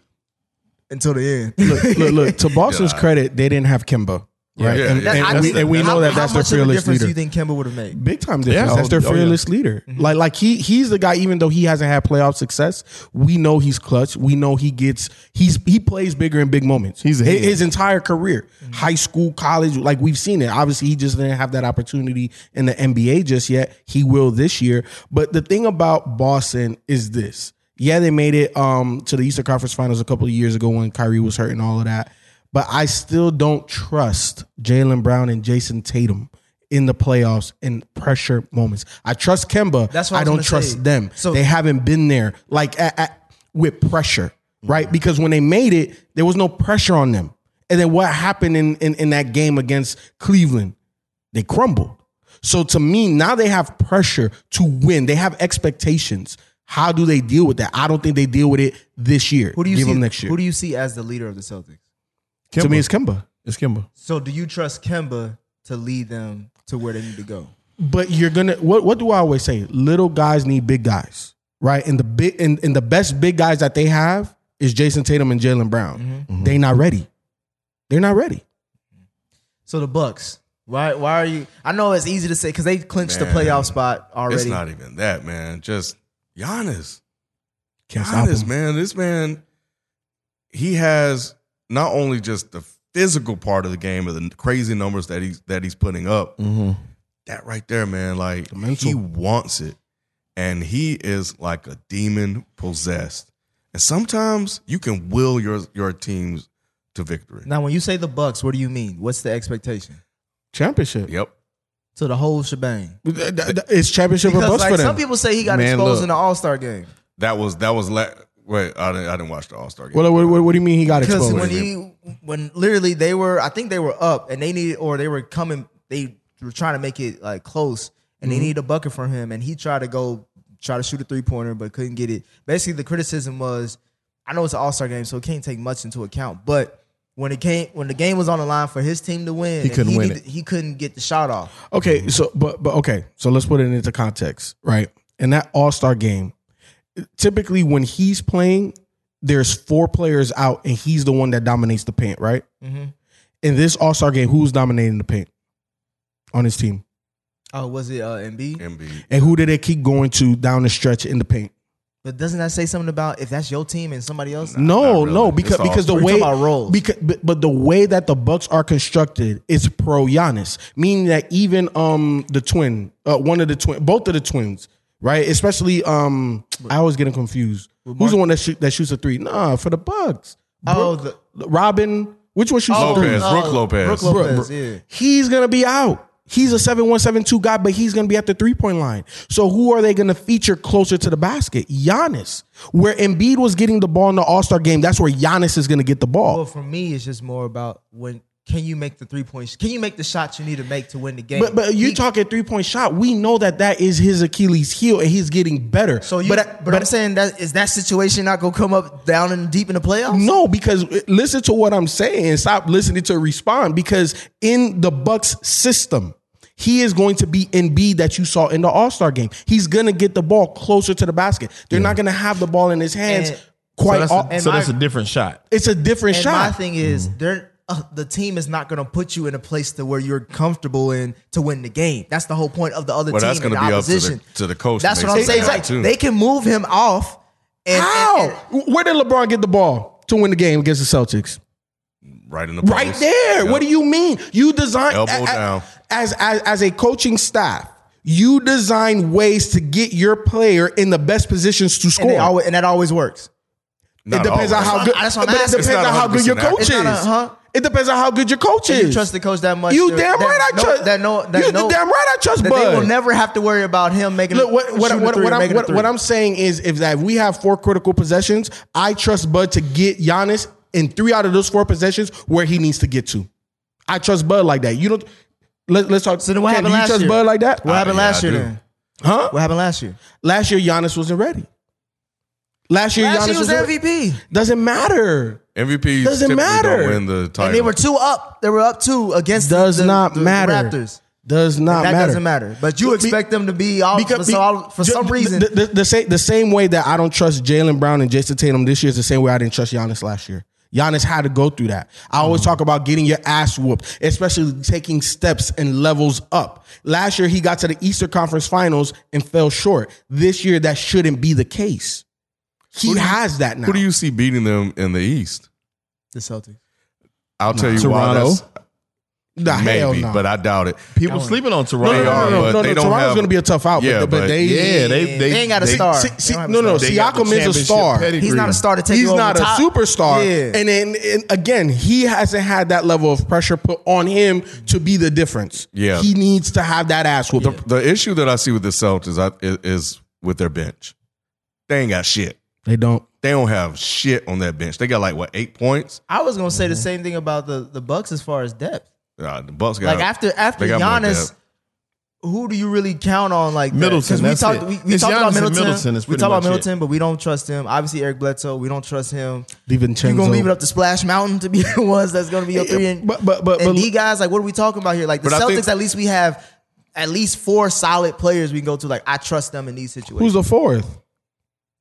Speaker 5: until the end.
Speaker 1: Look, look, look to Boston's credit, they didn't have Kimba. Right,
Speaker 7: Yeah,
Speaker 1: and,
Speaker 7: yeah,
Speaker 1: and
Speaker 7: yeah.
Speaker 1: we, and we know
Speaker 5: How-
Speaker 1: that
Speaker 5: how
Speaker 1: that's their
Speaker 5: much of a
Speaker 1: fearless
Speaker 5: difference
Speaker 1: leader.
Speaker 5: Do you think Kemba would have made?
Speaker 1: Big time difference.
Speaker 7: Yeah,
Speaker 1: That's their
Speaker 7: oh, oh, yeah.
Speaker 1: fearless leader.
Speaker 10: Mm-hmm.
Speaker 1: Like like he he's the guy. Even though he hasn't had playoff success, we know he's clutch. We know he gets he's he plays bigger in big moments. He's
Speaker 10: a
Speaker 1: his,
Speaker 10: head. Mm-hmm.
Speaker 1: entire career, high school, college. Like we've seen it. Obviously, he just didn't have that opportunity in the NBA just yet. He will this year. But the thing about Boston is this. Yeah, they made it um, to the Eastern Conference Finals a couple of years ago when Kyrie was hurt and all of that. But I still don't trust Jalen Brown and Jason Tatum in the playoffs in pressure moments. I trust Kemba.
Speaker 5: That's what I
Speaker 1: I
Speaker 5: was
Speaker 1: don't
Speaker 5: gonna
Speaker 1: trust
Speaker 5: say.
Speaker 1: them.
Speaker 5: So-
Speaker 1: they haven't been there like at, at- with pressure,
Speaker 5: Mm-hmm.
Speaker 1: right? Because when they made it, there was no pressure on them. And then what happened in in, in that game against Cleveland? They crumbled. So to me, now they have pressure to win. They have expectations. How do they deal with that? I don't think they deal with it this year.
Speaker 5: Who do you
Speaker 1: Give
Speaker 5: see?
Speaker 1: them next year?
Speaker 5: Who do you see as the leader of the Celtics?
Speaker 1: to me, it's Kemba.
Speaker 10: It's Kimba.
Speaker 5: So do you trust Kemba to lead them to where they need to go?
Speaker 1: but you're gonna what what do I always say? Little guys need big guys, right? And the big and, and the best big guys that they have is Jason Tatum and Jalen Brown.
Speaker 5: Mm-hmm.
Speaker 1: Mm-hmm. They not ready. They're not ready.
Speaker 5: So the Bucks. Why? Why are you? I know it's easy to say because they clinched the
Speaker 7: Man,
Speaker 5: playoff spot already.
Speaker 7: It's not even that, man. Just Giannis.
Speaker 1: Can't stop
Speaker 7: Giannis,
Speaker 1: him.
Speaker 7: man. This man, he has not only just the physical part of the game, but the crazy numbers that he's that he's putting up.
Speaker 10: Mm-hmm.
Speaker 7: That right there, man. Like
Speaker 1: mental.
Speaker 7: he wants it, and he is like a demon possessed. And sometimes you can will your your teams to victory.
Speaker 5: Now, when you say the Bucks, what do you mean? What's the expectation?
Speaker 1: Championship.
Speaker 7: Yep.
Speaker 5: So the whole shebang.
Speaker 1: Th- th- th- It's championship or
Speaker 5: Because
Speaker 1: bust for
Speaker 5: like
Speaker 1: them.
Speaker 5: some people say he got
Speaker 10: Man,
Speaker 5: exposed
Speaker 10: look.
Speaker 5: in the All Star game
Speaker 7: That was that was la- wait. I didn't, I didn't watch the All Star game.
Speaker 1: what, what, what, what do you mean he got
Speaker 5: because
Speaker 1: exposed?
Speaker 5: when he when literally they were I think they were up and they needed or they were coming they were trying to make it like close and
Speaker 1: Mm-hmm.
Speaker 5: they needed a bucket from him and he tried to go try to shoot a three pointer but couldn't get it. Basically, the criticism was I know it's an All Star game so it can't take much into account, but. When it came, when the game was on the line for his team to win,
Speaker 10: He
Speaker 5: and
Speaker 10: couldn't win
Speaker 5: needed- He couldn't get the shot off.
Speaker 1: Okay, so but but okay, so let's put it into context, right? In that All Star game, typically when he's playing, there's four players out, and he's the one that dominates the paint, right?
Speaker 5: Mm-hmm.
Speaker 1: In this All Star game, who's dominating the paint on his team,
Speaker 5: Oh, was it uh, Embiid?
Speaker 7: Embiid.
Speaker 1: and who did they keep going to down the stretch in the paint?
Speaker 5: But doesn't that say something about if that's your team and somebody else?
Speaker 1: No,
Speaker 7: really.
Speaker 1: no,
Speaker 7: It's
Speaker 1: because
Speaker 7: all-
Speaker 1: because the
Speaker 5: We're talking
Speaker 1: way
Speaker 5: about roles.
Speaker 1: because but, but the way that the Bucks are constructed is pro Giannis, meaning that even um the twin, uh, one of the twin, both of the twins, right? Especially um, I always get them confused. Who's the one that shoot, that shoots a three? Nah, for the Bucks.
Speaker 5: Oh,
Speaker 1: Brook- Robin. Which one shoots
Speaker 7: Oh,
Speaker 1: the three?
Speaker 7: Lopez, Brook Lopez.
Speaker 5: Brook
Speaker 1: Bro-
Speaker 5: Lopez,
Speaker 1: bro-
Speaker 5: yeah.
Speaker 1: He's gonna be out. He's a seven one seven two guy, but he's gonna be at the three point line. So who are they gonna feature closer to the basket? Giannis. Where Embiid was getting the ball in the All Star game, that's where Giannis is gonna get the
Speaker 5: Well,
Speaker 1: ball.
Speaker 5: for me, it's just more about when can you make the three points? Can you make the shots you need to make to win the game?
Speaker 1: But but you
Speaker 5: He-
Speaker 1: talking three point shot. We know that that is his Achilles heel, and he's getting better.
Speaker 5: So you,
Speaker 1: but
Speaker 5: but, I'm saying that is that situation not gonna come up down and deep in the playoffs?
Speaker 1: No, because listen to what I'm saying. Stop listening to respond because in the Bucks system, he is going to be in B that you saw in the All Star game. He's going to get the ball closer to the basket. They're not going to have the ball in his hands
Speaker 5: And-
Speaker 1: quite.
Speaker 10: so that's,
Speaker 1: all,
Speaker 10: a,
Speaker 5: and
Speaker 10: so that's
Speaker 5: my-
Speaker 10: a different shot.
Speaker 1: it's a different
Speaker 5: And my
Speaker 1: shot.
Speaker 5: thing is, they're
Speaker 1: uh, the team is not going to put you in a place to where you're comfortable in to win the game. That's the whole point of the other
Speaker 5: Well,
Speaker 1: team.
Speaker 5: that's
Speaker 1: going to
Speaker 5: be up to the, to the coach. to
Speaker 1: That's
Speaker 5: make
Speaker 1: what I'm
Speaker 5: that
Speaker 1: saying.
Speaker 5: happen,
Speaker 1: Like,
Speaker 5: too.
Speaker 1: they can move him off. And,
Speaker 7: How? Where did LeBron get the ball to win the game against the Celtics?
Speaker 5: right in the
Speaker 7: Right
Speaker 5: post.
Speaker 7: there.
Speaker 5: Yep.
Speaker 7: What do you mean? You design
Speaker 5: Elbow
Speaker 7: a- a-
Speaker 5: down.
Speaker 7: As, as as a coaching staff, you design ways to get your player in the best positions to
Speaker 1: And,
Speaker 7: score.
Speaker 1: they always, and that always works.
Speaker 5: Not
Speaker 7: it depends on
Speaker 5: always.
Speaker 7: how good.
Speaker 1: That's what I'm
Speaker 7: but it
Speaker 1: asking.
Speaker 7: depends
Speaker 5: It's not
Speaker 7: on how good your
Speaker 5: 100%
Speaker 7: coach is.
Speaker 1: It's not a- huh?
Speaker 7: It depends on how good your coach
Speaker 1: If
Speaker 7: is.
Speaker 1: you trust the coach that much?
Speaker 7: You
Speaker 1: there-
Speaker 7: damn
Speaker 1: that
Speaker 7: right I
Speaker 1: no-
Speaker 7: trust-
Speaker 1: That no, that
Speaker 7: You
Speaker 1: no,
Speaker 7: damn right I trust
Speaker 1: That
Speaker 7: Bud.
Speaker 1: they will never have to worry about him making.
Speaker 7: Look, what what,
Speaker 1: shooting a
Speaker 7: what,
Speaker 1: three
Speaker 7: what,
Speaker 1: or
Speaker 7: I'm,
Speaker 1: making a
Speaker 7: what,
Speaker 1: three.
Speaker 7: what I'm saying is if that we have four critical possessions, I trust Bud to get Giannis in three out of those four possessions where he needs to get to. I trust Bud like that. You don't. Let, let's talk.
Speaker 1: So then what
Speaker 7: Ken, do
Speaker 1: happened
Speaker 7: you
Speaker 1: last
Speaker 7: trust
Speaker 1: year?
Speaker 7: Bud like that?
Speaker 1: What happened
Speaker 5: yeah,
Speaker 1: last
Speaker 5: I
Speaker 1: year?
Speaker 5: do.
Speaker 1: Then
Speaker 7: Huh?
Speaker 1: what happened last year?
Speaker 7: Last year Giannis wasn't ready. Last year
Speaker 1: Last
Speaker 7: Giannis
Speaker 1: year was
Speaker 7: wasn't-
Speaker 1: MVP,
Speaker 7: Doesn't matter.
Speaker 5: MVPs
Speaker 7: Doesn't
Speaker 5: typically
Speaker 7: matter.
Speaker 5: Don't win the title.
Speaker 1: and they were two up. They were up two against. the-
Speaker 7: Does
Speaker 1: the,
Speaker 7: not
Speaker 1: the
Speaker 7: matter.
Speaker 1: Raptors.
Speaker 7: Does not
Speaker 1: That
Speaker 7: matter.
Speaker 1: doesn't matter. But you
Speaker 7: Be-
Speaker 1: expect them to be all
Speaker 7: Because-
Speaker 1: for, so all, for
Speaker 7: ju-
Speaker 1: some
Speaker 7: the-
Speaker 1: reason.
Speaker 7: the, the, the same the same way that I don't trust Jalen Brown and Jason Tatum this year is the same way I didn't trust Giannis last year. Giannis had to go through that. I always
Speaker 1: Mm.
Speaker 7: talk about getting your ass whooped, especially taking steps and levels up. Last year he got to the Easter Conference Finals and fell short. This year that shouldn't be the case. He
Speaker 5: Who do you-
Speaker 7: has that now.
Speaker 5: Who do you see beating them in the East?
Speaker 1: the Celtics.
Speaker 5: I'll tell you why.
Speaker 11: Toronto?
Speaker 5: That's,
Speaker 7: the hell
Speaker 5: maybe,
Speaker 7: no.
Speaker 5: but I doubt it.
Speaker 11: People sleeping on
Speaker 7: no,
Speaker 11: Toronto.
Speaker 7: no,
Speaker 5: they
Speaker 7: no,
Speaker 5: are,
Speaker 7: no,
Speaker 5: but
Speaker 7: no,
Speaker 5: they
Speaker 7: no,
Speaker 5: don't
Speaker 7: Toronto's
Speaker 5: have-
Speaker 7: going to be a tough out,
Speaker 5: Yeah,
Speaker 7: but, but
Speaker 5: but-
Speaker 7: they
Speaker 11: Yeah, they they,
Speaker 1: They ain't got a
Speaker 11: they-
Speaker 1: star.
Speaker 7: See,
Speaker 1: They
Speaker 7: see,
Speaker 1: don't have
Speaker 7: no, no.
Speaker 1: a star.
Speaker 11: They got
Speaker 7: Siakam
Speaker 11: the
Speaker 7: is a
Speaker 11: championship
Speaker 7: star.
Speaker 11: pedigree.
Speaker 1: He's not a star to take
Speaker 7: He's
Speaker 1: you over
Speaker 7: not
Speaker 1: the top.
Speaker 7: a superstar.
Speaker 1: Yeah.
Speaker 7: And then and again, he hasn't had that level of pressure put on him to be the difference.
Speaker 5: Yeah.
Speaker 7: He needs to have that ass whooped.
Speaker 5: The issue that I see with the Celtics I, is, is with their bench. They ain't got shit.
Speaker 7: They don't.
Speaker 5: They don't have shit on that bench. They got like what eight points.
Speaker 1: I was gonna
Speaker 7: Mm-hmm.
Speaker 1: say the same thing about the the Bucks as far as depth.
Speaker 5: Uh, the Bucks got
Speaker 1: Like after after
Speaker 5: they got more
Speaker 1: Giannis,
Speaker 5: depth.
Speaker 1: who do you really count on? Like that?
Speaker 11: Middleton,
Speaker 1: 'Cause
Speaker 11: that's
Speaker 1: we talked
Speaker 11: it.
Speaker 1: we, we
Speaker 11: It's
Speaker 1: talked about
Speaker 11: Giannis and
Speaker 1: Middleton.
Speaker 11: Middleton is
Speaker 1: we
Speaker 11: pretty
Speaker 1: talked about
Speaker 11: much it.
Speaker 1: Middleton, but we don't trust him. Obviously, Eric Bledsoe, we don't trust him.
Speaker 7: DiVincenzo.
Speaker 1: You're gonna leave it up to Splash Mountain to be the ones that's gonna be your three and
Speaker 7: But- but- but-
Speaker 1: and
Speaker 7: but-
Speaker 1: D guys. Like, what are we talking about here? Like the
Speaker 5: But I
Speaker 1: Celtics,
Speaker 5: think-
Speaker 1: at least we have at least four solid players we can go to. Like, I trust them in these situations.
Speaker 7: Who's the fourth?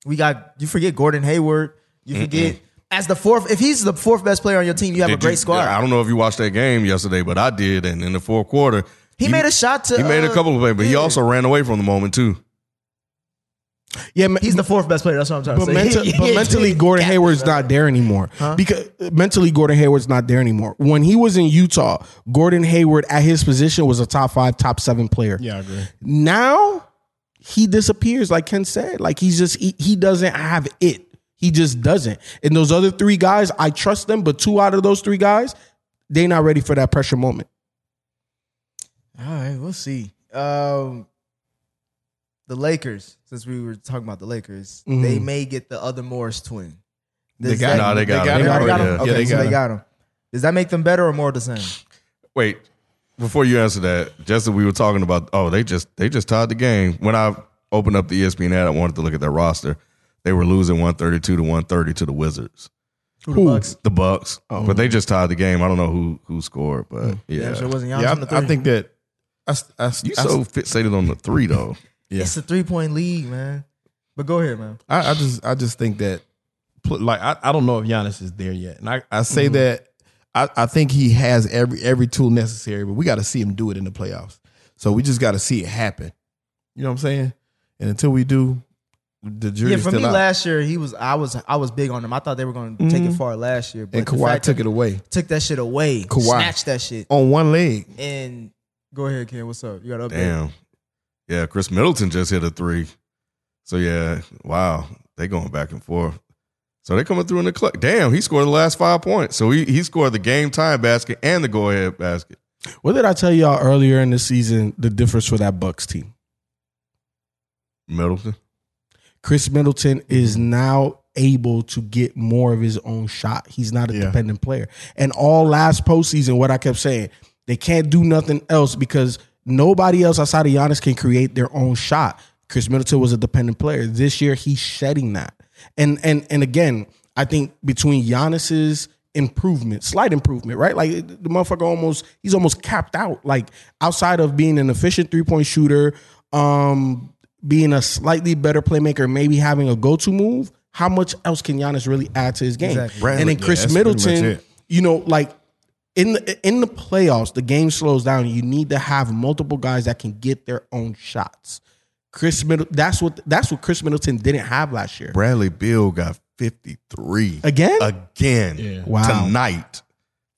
Speaker 1: we got you forget Gordon Hayward. You forget as the fourth. If he's the fourth best player on your team, you have
Speaker 5: Did
Speaker 1: a great
Speaker 5: you-
Speaker 1: squad.
Speaker 5: I don't know if you watched that game yesterday, but I did. And in the fourth quarter,
Speaker 1: He made a shot to,
Speaker 5: He made a
Speaker 1: uh,
Speaker 5: couple of plays, but he
Speaker 1: yeah.
Speaker 5: also ran away from the moment too.
Speaker 7: Yeah, ma-
Speaker 1: He's the fourth best player. That's what I'm trying
Speaker 7: but,
Speaker 1: to say.
Speaker 7: menta-
Speaker 1: Yeah,
Speaker 7: but
Speaker 1: yeah,
Speaker 7: mentally,
Speaker 1: yeah.
Speaker 7: Gordon
Speaker 1: Yeah.
Speaker 7: Hayward's not there anymore. Because mentally, Gordon Hayward's not there anymore. When he was in Utah, Gordon Hayward at his position was a top five, top seven player.
Speaker 11: Yeah, I agree.
Speaker 7: Now he disappears, like Ken said. Like he's just he, he doesn't have it. He just doesn't. And those other three guys, I trust them, but two out of those three guys, they not ready for that pressure moment.
Speaker 1: All right, we'll see. Um, the Lakers, since we were talking about the Lakers,
Speaker 7: Mhm.
Speaker 1: they may get the other Morris twin.
Speaker 11: Mm-hmm. They got
Speaker 5: Nah,
Speaker 11: him.
Speaker 5: they got
Speaker 11: They
Speaker 5: him.
Speaker 1: They already
Speaker 11: him. Oh,
Speaker 1: got him.
Speaker 5: Yeah.
Speaker 1: Okay,
Speaker 11: Yeah, they
Speaker 1: so
Speaker 11: got
Speaker 1: they
Speaker 11: him.
Speaker 1: got him. Does that make them better or more the same?
Speaker 5: Wait, before you answer that, just that we were talking about, oh, they just they just tied the game. When I opened up the E ESPN ad, I wanted to look at their roster. They were losing one thirty two to one thirty to the Wizards.
Speaker 1: Who the Bucks?
Speaker 5: The Bucks,
Speaker 7: Oh,
Speaker 5: but they just tied the game. I don't know who who scored, but yeah,
Speaker 1: Yeah, so it wasn't Giannis
Speaker 11: Yeah,
Speaker 1: on the
Speaker 11: I, I
Speaker 1: three.
Speaker 11: think that. I, s- I s-
Speaker 5: you
Speaker 11: I s-
Speaker 5: so fixated on the three though.
Speaker 11: yeah.
Speaker 1: it's a three point lead, man. But go ahead, man.
Speaker 11: I, I just I just think that pl- like I, I don't know if Giannis is there yet, and I, I say
Speaker 1: Mm-hmm.
Speaker 11: that I, I think he has every every tool necessary, but we got to see him do it in the playoffs. So we just got to see it happen. You know what I'm saying? And until we do, the jury's
Speaker 1: Yeah, for
Speaker 11: still
Speaker 1: me
Speaker 11: out. Mm-hmm.
Speaker 1: last year, he was I was I was big on him. I thought they were going to take it far last year, but
Speaker 11: and
Speaker 1: the
Speaker 11: Kawhi
Speaker 1: fact
Speaker 11: took
Speaker 1: that-
Speaker 11: it away
Speaker 1: took that shit away,
Speaker 11: Kawhi.
Speaker 1: snatched that shit,
Speaker 11: on one leg.
Speaker 1: and go ahead, Ken. What's up? You got to update.
Speaker 5: Damn, yeah, Chris Middleton just hit a three. So yeah, wow, they going back and forth. So they coming through in the clutch. Damn, he scored the last five points. So he, he scored the game time basket and the go ahead basket.
Speaker 7: What did I tell y'all earlier in the season? The difference for that Bucks team.
Speaker 5: Middleton.
Speaker 7: Chris Middleton is now able to get more of his own shot. He's not a
Speaker 11: Yeah.
Speaker 7: dependent player. And all last postseason, what I kept saying, they can't do nothing else because nobody else outside of Giannis can create their own shot. Chris Middleton was a dependent player. This year, he's shedding that. And and and again, I think between Giannis's improvement, slight improvement, right? Like the motherfucker almost he's almost capped out. Like outside of being an efficient three point shooter, um, being a slightly better playmaker, maybe having a go to move. How much else can Giannis really add to his game?
Speaker 1: Exactly.
Speaker 7: and then
Speaker 11: Yeah,
Speaker 7: Chris
Speaker 11: that's pretty much
Speaker 7: Middleton,
Speaker 11: it.
Speaker 7: you know, like in the in the playoffs, the game slows down. You need to have multiple guys that can get their own shots. Chris Middleton, that's what that's what Chris Middleton didn't have last year.
Speaker 5: Bradley Bill got 53
Speaker 7: Again?
Speaker 5: Again.
Speaker 7: Wow.
Speaker 5: Tonight.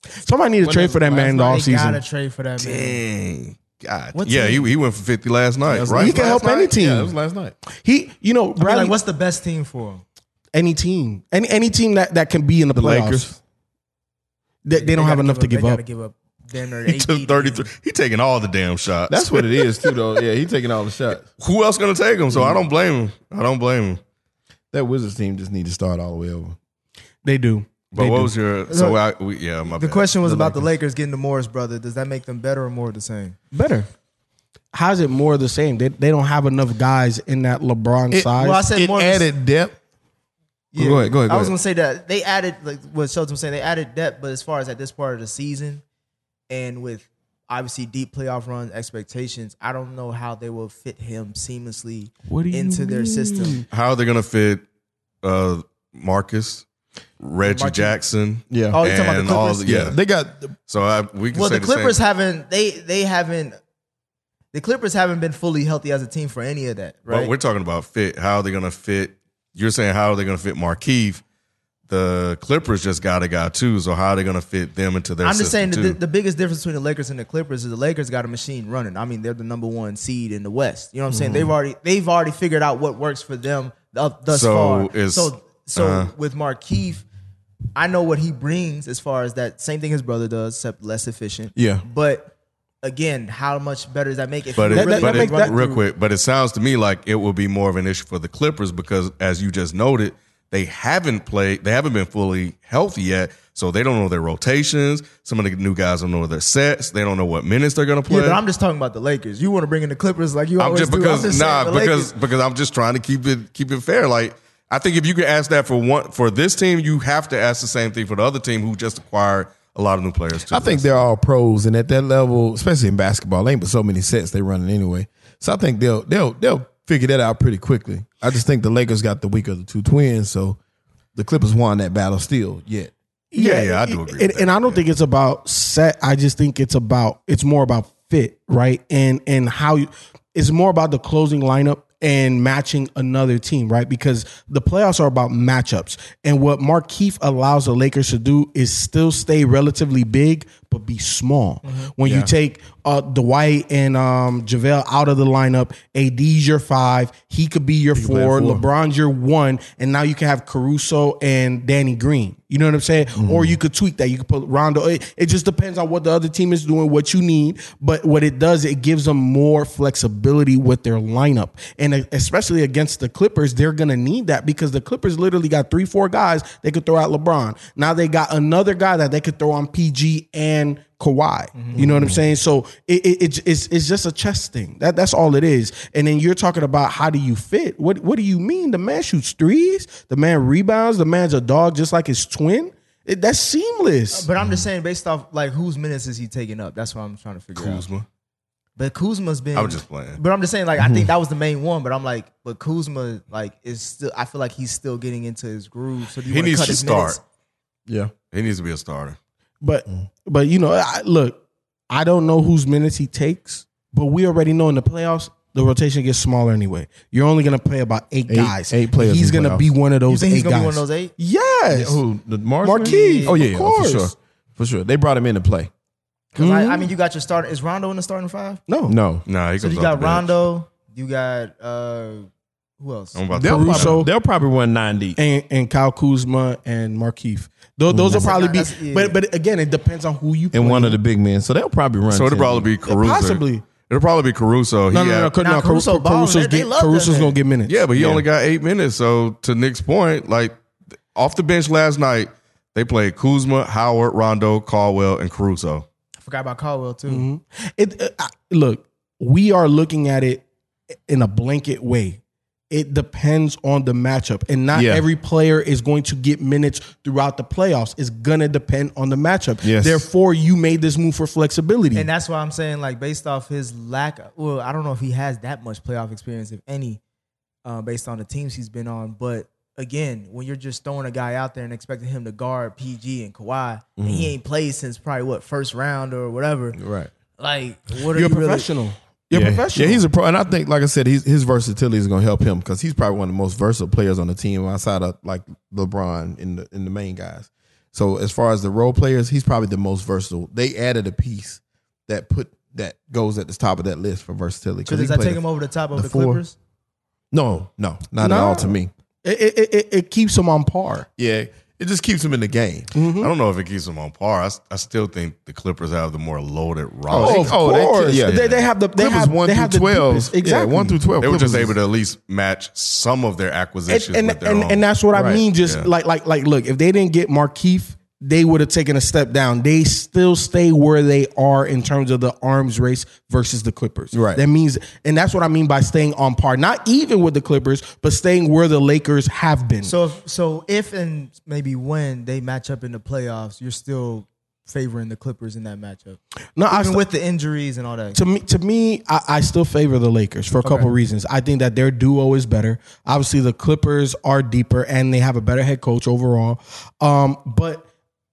Speaker 7: Somebody need to trade for that man in the
Speaker 1: They gotta
Speaker 7: offseason.
Speaker 1: trade for that man.
Speaker 5: Dang. God.
Speaker 1: What
Speaker 5: yeah, he,
Speaker 1: team?
Speaker 5: he went for 50 last night,
Speaker 7: was
Speaker 5: right?
Speaker 7: He can help
Speaker 5: Last
Speaker 7: any
Speaker 5: night?
Speaker 7: team.
Speaker 5: Yeah, it was last night.
Speaker 7: He, you know,
Speaker 1: I mean,
Speaker 7: Oh, Bradley,
Speaker 1: like, what's the best team for him?
Speaker 7: any team, any any team that, that can be in the,
Speaker 5: The
Speaker 7: playoffs,
Speaker 5: Lakers.
Speaker 7: They, they don't
Speaker 1: gotta
Speaker 7: have enough
Speaker 1: give
Speaker 7: to give
Speaker 1: they
Speaker 7: up.
Speaker 1: gotta give up. Damn near
Speaker 5: He took
Speaker 1: 80.
Speaker 5: 33. He taking all the damn shots.
Speaker 6: That's what it is too, though. Yeah, he taking all the shots.
Speaker 5: Who else going to take him? So I don't blame him. I don't blame him.
Speaker 6: That Wizards team just need to start all the way over.
Speaker 7: They do.
Speaker 5: But
Speaker 7: They
Speaker 5: what
Speaker 7: do.
Speaker 5: was your so I we, yeah my
Speaker 1: The
Speaker 5: bad.
Speaker 1: question was
Speaker 5: The
Speaker 1: about the
Speaker 5: Lakers.
Speaker 1: Lakers getting the Morris brother. Does that make them better or more of the same?
Speaker 7: better? How's it more of the same? They, they don't have enough guys in that LeBron
Speaker 1: It-
Speaker 7: size.
Speaker 1: well, I said
Speaker 7: it
Speaker 1: more of the-
Speaker 7: added depth.
Speaker 1: Yeah.
Speaker 5: Go ahead, go ahead, go
Speaker 1: I was
Speaker 5: ahead.
Speaker 1: gonna say that they added like what Shelton was saying. They added depth, but as far as at this part of the season, and with obviously deep playoff runs expectations, I don't know how they will fit him seamlessly into their system.
Speaker 5: How are they going to fit uh, Marcus, Reggie
Speaker 1: Marcus-
Speaker 5: Jackson?
Speaker 6: Yeah.
Speaker 1: Oh, you're talking about
Speaker 5: and
Speaker 1: the
Speaker 5: all
Speaker 1: Clippers?
Speaker 5: the- yeah.
Speaker 6: They got
Speaker 5: so I, we can
Speaker 1: Well,
Speaker 5: say
Speaker 1: the Clippers
Speaker 5: same.
Speaker 1: haven't they they haven't the Clippers haven't been fully healthy as a team for any of that, right?
Speaker 5: But we're talking about fit. How are they going to fit? You're saying how are they going to fit Markeith? The Clippers just got a guy too. So how are they going to fit them into their?
Speaker 1: I'm just saying
Speaker 5: system,
Speaker 1: that the,
Speaker 5: too?
Speaker 1: the biggest difference between the Lakers and the Clippers is the Lakers got a machine running. I mean, they're the number one seed in the West. You know what I'm saying?
Speaker 5: Mhm.
Speaker 1: They've already they've already figured out what works for them up thus
Speaker 5: So
Speaker 1: far.
Speaker 5: is-
Speaker 1: so so
Speaker 5: uh-huh.
Speaker 1: with Markeith, I know what he brings as far as that same thing his brother does, except less efficient.
Speaker 5: Yeah.
Speaker 1: But again, how much better does that make if
Speaker 5: But,
Speaker 1: he
Speaker 5: it,
Speaker 1: really
Speaker 5: but
Speaker 1: can
Speaker 5: it-
Speaker 1: run
Speaker 5: real
Speaker 1: through-
Speaker 5: quick, but it sounds to me like it will be more of an issue for the Clippers because, as you just noted, they haven't played, they haven't been fully healthy yet, so they don't know their rotations. Some of the new guys don't know their sets. They don't know what minutes they're going to
Speaker 1: Yeah,
Speaker 5: play.
Speaker 1: but I'm just talking about the Lakers. You want to bring in the Clippers like you
Speaker 5: I'm
Speaker 1: always
Speaker 5: just
Speaker 1: do.
Speaker 5: because
Speaker 1: I'm just
Speaker 5: nah
Speaker 1: saying the
Speaker 5: because
Speaker 1: Lakers.
Speaker 5: because I'm just trying to keep it keep it fair. Like I think if you can ask that for one for this team, you have to ask the same thing for the other team who just acquired a lot of new players. Too.
Speaker 11: I think they're all pros, and at that level, especially in basketball, they ain't but so many sets they running anyway. So I think they'll they'll they'll figure that out pretty quickly. I just think the Lakers got the weaker of the two twins, so the Clippers won that battle still yet.
Speaker 5: Yeah, yeah, I do agree with
Speaker 7: And, and I don't think it's about set. I just think it's about it's more about fit, right? And and how you, it's more about the closing lineup and matching another team, right? Because the playoffs are about matchups. And what Markeith allows the Lakers to do is still stay relatively big but be small. When you
Speaker 11: Yeah.
Speaker 7: take uh Dwight and um JaVale out of the lineup, AD's your five, he could be your
Speaker 11: play four.
Speaker 7: four, LeBron's your one, and now you can have Caruso and Danny Green. You know what I'm saying? Or you could tweak that. You could put Rondo. It, it just depends on what the other team is doing, what you need. But what it does, it gives them more flexibility with their lineup. And e- especially against the Clippers, they're going to need that because the Clippers literally got three, four guys they could throw out LeBron. Now they got another guy that they could throw on PG and Kawhi. You know what I'm saying? So it, it, it's, it's it's just a chess thing. That that's all it is. And then you're talking about how do you fit? What what do you mean? The man shoots threes. The man rebounds. The man's a dog, just like his twin. It, that's seamless.
Speaker 1: But I'm just saying, based off like whose minutes is he taking up? That's what I'm trying to figure out.
Speaker 5: Kuzma.
Speaker 1: But Kuzma's been.
Speaker 5: I was just playing.
Speaker 1: But I'm just saying, like I think that was the main one. But I'm like, but Kuzma, like, is still. I feel like he's still getting into his groove. So do you
Speaker 5: He
Speaker 1: wanna
Speaker 5: needs
Speaker 1: cut
Speaker 5: to
Speaker 1: his
Speaker 5: start.
Speaker 1: minutes?
Speaker 11: Yeah,
Speaker 5: he needs to be a starter.
Speaker 7: But but you know, I, look, I don't know whose minutes he takes, but we already know in the playoffs. The rotation gets smaller anyway. You're only gonna play about eight,
Speaker 11: Eight-
Speaker 7: guys.
Speaker 11: eight players
Speaker 7: He's
Speaker 11: in the
Speaker 7: gonna be
Speaker 11: playoffs.
Speaker 7: one of
Speaker 11: You
Speaker 7: those
Speaker 1: think he's
Speaker 7: eight
Speaker 1: gonna be
Speaker 7: guys.
Speaker 1: one of those eight?
Speaker 7: Yes.
Speaker 11: Yeah, who the Mars
Speaker 7: Marquise,
Speaker 11: Oh yeah,
Speaker 7: of
Speaker 11: yeah, for sure,
Speaker 7: course.
Speaker 11: for sure. They brought him in to play.
Speaker 1: 'Cause I, I mean, you got your starter. Is Rondo in the starting five?
Speaker 7: No,
Speaker 11: No,
Speaker 5: Nah, he
Speaker 1: So
Speaker 5: comes
Speaker 1: you
Speaker 5: off
Speaker 1: got
Speaker 5: the bench.
Speaker 1: Rondo. You got uh, who else?
Speaker 5: I'm about
Speaker 11: they'll
Speaker 5: to
Speaker 11: probably, they'll probably win nine deep. Mm-hmm.
Speaker 7: and, and Kyle Kuzma and Markeith. Those, those will probably be,
Speaker 1: That's- yeah.
Speaker 7: but but again, it depends on who you play.
Speaker 11: And one of the big men, so they'll probably run.
Speaker 5: So it'll
Speaker 11: 10
Speaker 5: probably be
Speaker 11: deep.
Speaker 5: Caruso.
Speaker 7: Possibly.
Speaker 5: It'll probably be
Speaker 7: no,
Speaker 5: Caruso. He
Speaker 7: no, no, no,
Speaker 5: had-
Speaker 7: Caruso, no,
Speaker 1: Nah,
Speaker 7: Caruso,
Speaker 1: Caruso balling.
Speaker 7: Caruso's,
Speaker 1: They- they
Speaker 7: get-
Speaker 1: love that
Speaker 7: Caruso's
Speaker 1: man.
Speaker 7: gonna get minutes.
Speaker 5: Yeah, but he only got eight minutes. So to Nick's point, like th- off the bench last night, they played Kuzma, Howard, Rondo, Caldwell, and Caruso.
Speaker 1: I forgot about Caldwell too.
Speaker 7: Mhm. It uh, I- look, we are looking at it in a blanket way. It depends on the matchup, and not
Speaker 11: Yeah.
Speaker 7: every player is going to get minutes throughout the playoffs. It's gonna depend on the matchup.
Speaker 11: Yes.
Speaker 7: Therefore, you made this move for flexibility.
Speaker 1: And that's why I'm saying, like, based off his lack, well, I don't know if he has that much playoff experience, if any, uh, based on the teams he's been on, but again, when you're just throwing a guy out there and expecting him to guard PG and Kawhi, and
Speaker 7: Mm-hmm.
Speaker 1: he ain't played since probably what first round or whatever.
Speaker 6: Right.
Speaker 1: Like, what are
Speaker 7: You're
Speaker 1: you
Speaker 7: a professional.
Speaker 1: Really,
Speaker 6: yeah. Yeah, he's a pro, and I think, like I said, he's, his versatility is going to help him because he's probably one of the most versatile players on the team outside of like LeBron and the, and the main guys. So as far as the role players, he's probably the most versatile. They added a piece that put that goes at the top of that list for versatility.
Speaker 1: So does
Speaker 6: he
Speaker 1: that
Speaker 6: played
Speaker 1: take him over the top of
Speaker 6: the
Speaker 1: the,
Speaker 6: four.
Speaker 1: Clippers?
Speaker 6: No, no, not at
Speaker 7: No.
Speaker 6: all to me.
Speaker 7: It, it, it, it keeps him on par.
Speaker 6: Yeah, it just keeps him in the game.
Speaker 7: Mm-hmm.
Speaker 5: I don't know if it keeps them on par. I, s- I still think the Clippers have the more
Speaker 6: Oh,
Speaker 5: loaded roster.
Speaker 6: they- oh, they- yeah.
Speaker 7: They, they have the they
Speaker 6: Clippers
Speaker 7: have,
Speaker 6: one
Speaker 7: they
Speaker 6: through
Speaker 7: have the
Speaker 6: 12.
Speaker 7: deepest-
Speaker 6: Yeah,
Speaker 7: exactly
Speaker 6: one through 12.
Speaker 5: They were just
Speaker 6: Clippers
Speaker 5: able to at least match some of their
Speaker 7: And
Speaker 5: acquisitions
Speaker 7: and,
Speaker 5: with their
Speaker 7: and,
Speaker 5: own.
Speaker 7: and that's what I mean. Just
Speaker 5: Yeah.
Speaker 7: like like like look, if they didn't get Markeith, they would have taken a step down. They still stay where they are in terms of the arms race versus the Clippers.
Speaker 6: Right.
Speaker 7: That means, and that's what I mean by staying on par, not even with the Clippers, but staying where the Lakers have been.
Speaker 1: So if, so if and maybe when they match up in the playoffs, you're still favoring the Clippers in that matchup.
Speaker 7: No, I
Speaker 1: even
Speaker 7: st-
Speaker 1: with the injuries and all that.
Speaker 7: To me, to me, I, I still favor the Lakers for a couple reasons. I think that their duo is better. Obviously, the Clippers are deeper and they have a better head coach overall. Um, but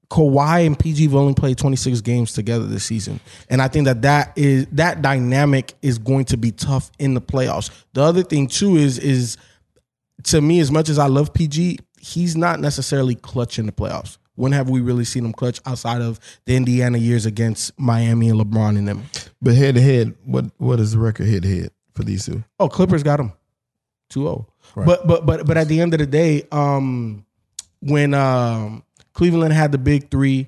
Speaker 7: Kawhi and PG have only played 26 games together this season, and I think that that is that dynamic is going to be tough in the playoffs. The other thing too is is to me, as much as I love PG, he's not necessarily clutch in the playoffs. When have we really seen him clutch outside of the Indiana years against Miami and LeBron and them?
Speaker 6: But head to head, what what is the record head to head for these two?
Speaker 7: Oh, Clippers got him 2-0. But but but but at the end of the day, um when um Cleveland had the big 3,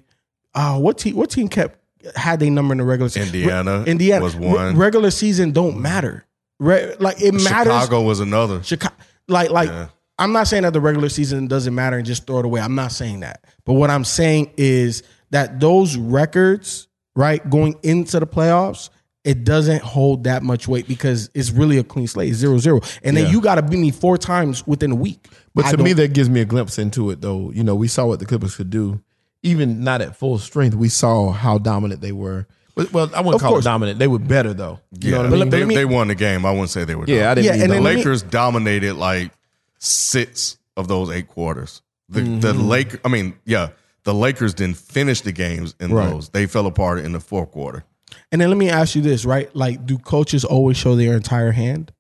Speaker 7: uh what team what team kept had they number in the regular season?
Speaker 5: Indiana
Speaker 7: Indiana
Speaker 5: was
Speaker 7: Re-
Speaker 5: one.
Speaker 7: regular season don't matter. Re- like it matters
Speaker 5: Chicago was another.
Speaker 7: Chicago, like like
Speaker 5: Yeah.
Speaker 7: I'm not saying that the regular season doesn't matter and just throw it away. I'm not saying that. But what I'm saying is that those records, right, going into the playoffs, it doesn't hold that much weight because it's really a clean slate, it's zero zero, and
Speaker 6: Yeah.
Speaker 7: then you got to beat me four times within a week.
Speaker 6: But
Speaker 7: I
Speaker 6: to
Speaker 7: don't-
Speaker 6: me, that gives me a glimpse into it, though. You know, we saw what the Clippers could do, even not at full strength. We saw how dominant they were. But, well, I wouldn't
Speaker 7: Of
Speaker 6: call
Speaker 7: course.
Speaker 6: it dominant. They were better, though. You
Speaker 5: yeah,
Speaker 6: know what I mean?
Speaker 5: they, they won the game. I wouldn't say they were.
Speaker 6: Yeah, I
Speaker 5: dominant.
Speaker 6: didn't Yeah, mean and
Speaker 5: the
Speaker 6: then
Speaker 7: let me-
Speaker 5: Lakers dominated like six of those eight quarters. The the
Speaker 6: Mm-hmm.
Speaker 5: Laker, I mean, yeah, the Lakers didn't finish the games in
Speaker 6: Right.
Speaker 5: those. They fell apart in the fourth quarter.
Speaker 7: and then let me ask you this, right? Like, do coaches always show their entire hand,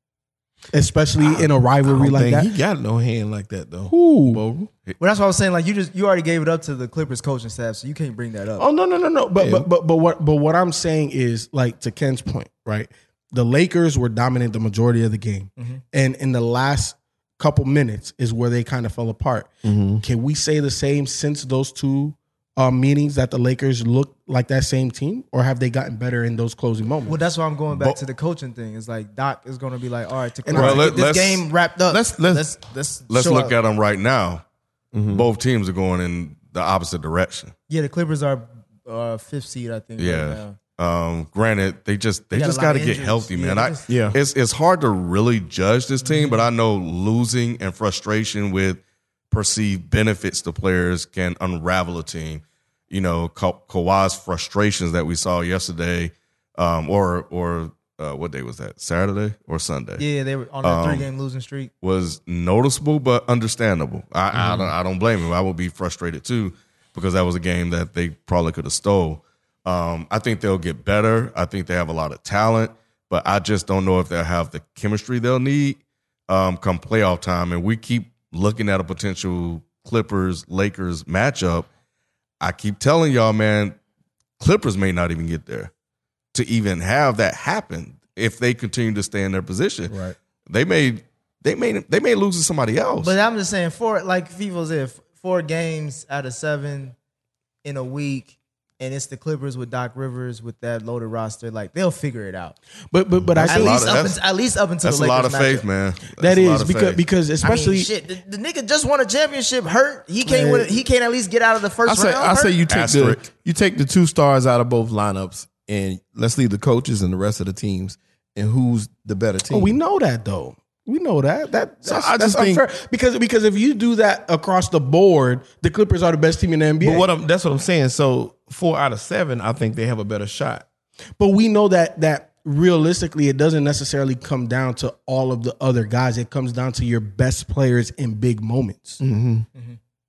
Speaker 7: especially in a rivalry like that?
Speaker 6: He got no hand like that, though.
Speaker 7: Ooh.
Speaker 6: Bogle.
Speaker 1: Well, that's what I was saying. Like you just you already gave it up to the Clippers coaching staff, so you can't bring that up.
Speaker 7: Oh no no no no. But
Speaker 6: Yeah.
Speaker 7: but but but what but what I'm saying is like to Ken's point, right? The Lakers were dominant the majority of the game, and in the last couple minutes is where they kind of fell apart. Can we say the same since those two uh, meetings that the Lakers look like that same team, or have they gotten better in those closing moments?
Speaker 1: Well, that's why I'm going back
Speaker 5: But-
Speaker 1: to the coaching thing. It's like Doc is going to be like, all right, to
Speaker 7: And
Speaker 1: Kawhi,
Speaker 7: well,
Speaker 1: to
Speaker 5: let-
Speaker 1: get this
Speaker 5: let's-
Speaker 1: game wrapped up.
Speaker 6: let's- let's-
Speaker 1: let's
Speaker 5: Let's
Speaker 1: show
Speaker 5: look
Speaker 1: out.
Speaker 5: at them right now. Both teams are going in the opposite direction.
Speaker 1: yeah. The Clippers are uh, fifth seed, I think. right
Speaker 5: Yeah.
Speaker 1: now.
Speaker 5: Um, granted, they just they
Speaker 1: They got
Speaker 5: just
Speaker 1: a lot
Speaker 5: got to
Speaker 1: of
Speaker 5: get
Speaker 1: injuries.
Speaker 5: healthy, man.
Speaker 1: Yeah,
Speaker 5: I,
Speaker 1: they just- Mm-hmm.
Speaker 6: Yeah.
Speaker 5: it's it's hard to really judge this team, but I know losing and frustration with perceived benefits to players can unravel a team. You know, Ka- Kawhi's frustrations that we saw yesterday, um, or or uh, what day was that? Saturday or Sunday?
Speaker 1: yeah. They were on a
Speaker 5: Um,
Speaker 1: three game losing streak.
Speaker 5: was noticeable but understandable. I, I, don't, I don't blame him. I would be frustrated too because that was a game that they probably could have stole. Um, I think they'll get better. I think they have a lot of talent, but I just don't know if they'll have the chemistry they'll need um, come playoff time. And we keep looking at a potential Clippers Lakers matchup. I keep telling y'all, man, Clippers may not even get there to even have that happen if they continue to stay in their position.
Speaker 6: Right.
Speaker 5: They may they may they may lose to somebody else.
Speaker 1: But I'm just saying, four like FIFO said, four games out of seven in a week, and it's the Clippers with Doc Rivers with that loaded roster. Like they'll figure it out.
Speaker 7: but but but I
Speaker 1: At
Speaker 7: think
Speaker 5: lot
Speaker 1: least,
Speaker 5: of-
Speaker 1: up,
Speaker 5: that's-
Speaker 1: until, at least up until
Speaker 5: that's
Speaker 1: the
Speaker 5: a lot of
Speaker 1: Lakers
Speaker 5: faith,
Speaker 1: matchup.
Speaker 5: man.
Speaker 7: that
Speaker 5: That's a lot
Speaker 7: is
Speaker 5: of
Speaker 7: because
Speaker 5: faith.
Speaker 7: because
Speaker 1: I mean,
Speaker 7: especially
Speaker 1: shit, the, the nigga just won a championship. Hurt, he can't.
Speaker 7: Man.
Speaker 1: Win, he can't at least get out of the first
Speaker 6: I say,
Speaker 1: round.
Speaker 6: I say,
Speaker 1: hurt?
Speaker 6: you take the
Speaker 5: Asterisk.
Speaker 6: you take the two stars out of both lineups, and let's leave the coaches and the rest of the teams, and who's the better team?
Speaker 7: Oh, we know that though. We know that. That that's,
Speaker 6: I
Speaker 7: that's
Speaker 6: just think-
Speaker 7: unfair because because if you do that across the board, the Clippers are the best team in the NBA.
Speaker 6: But what I'm that's what I'm saying. So four out of seven, I think they have a better shot.
Speaker 7: But we know that that realistically, it doesn't necessarily come down to all of the other guys. It comes down to your best players in big moments.
Speaker 11: Mm-hmm.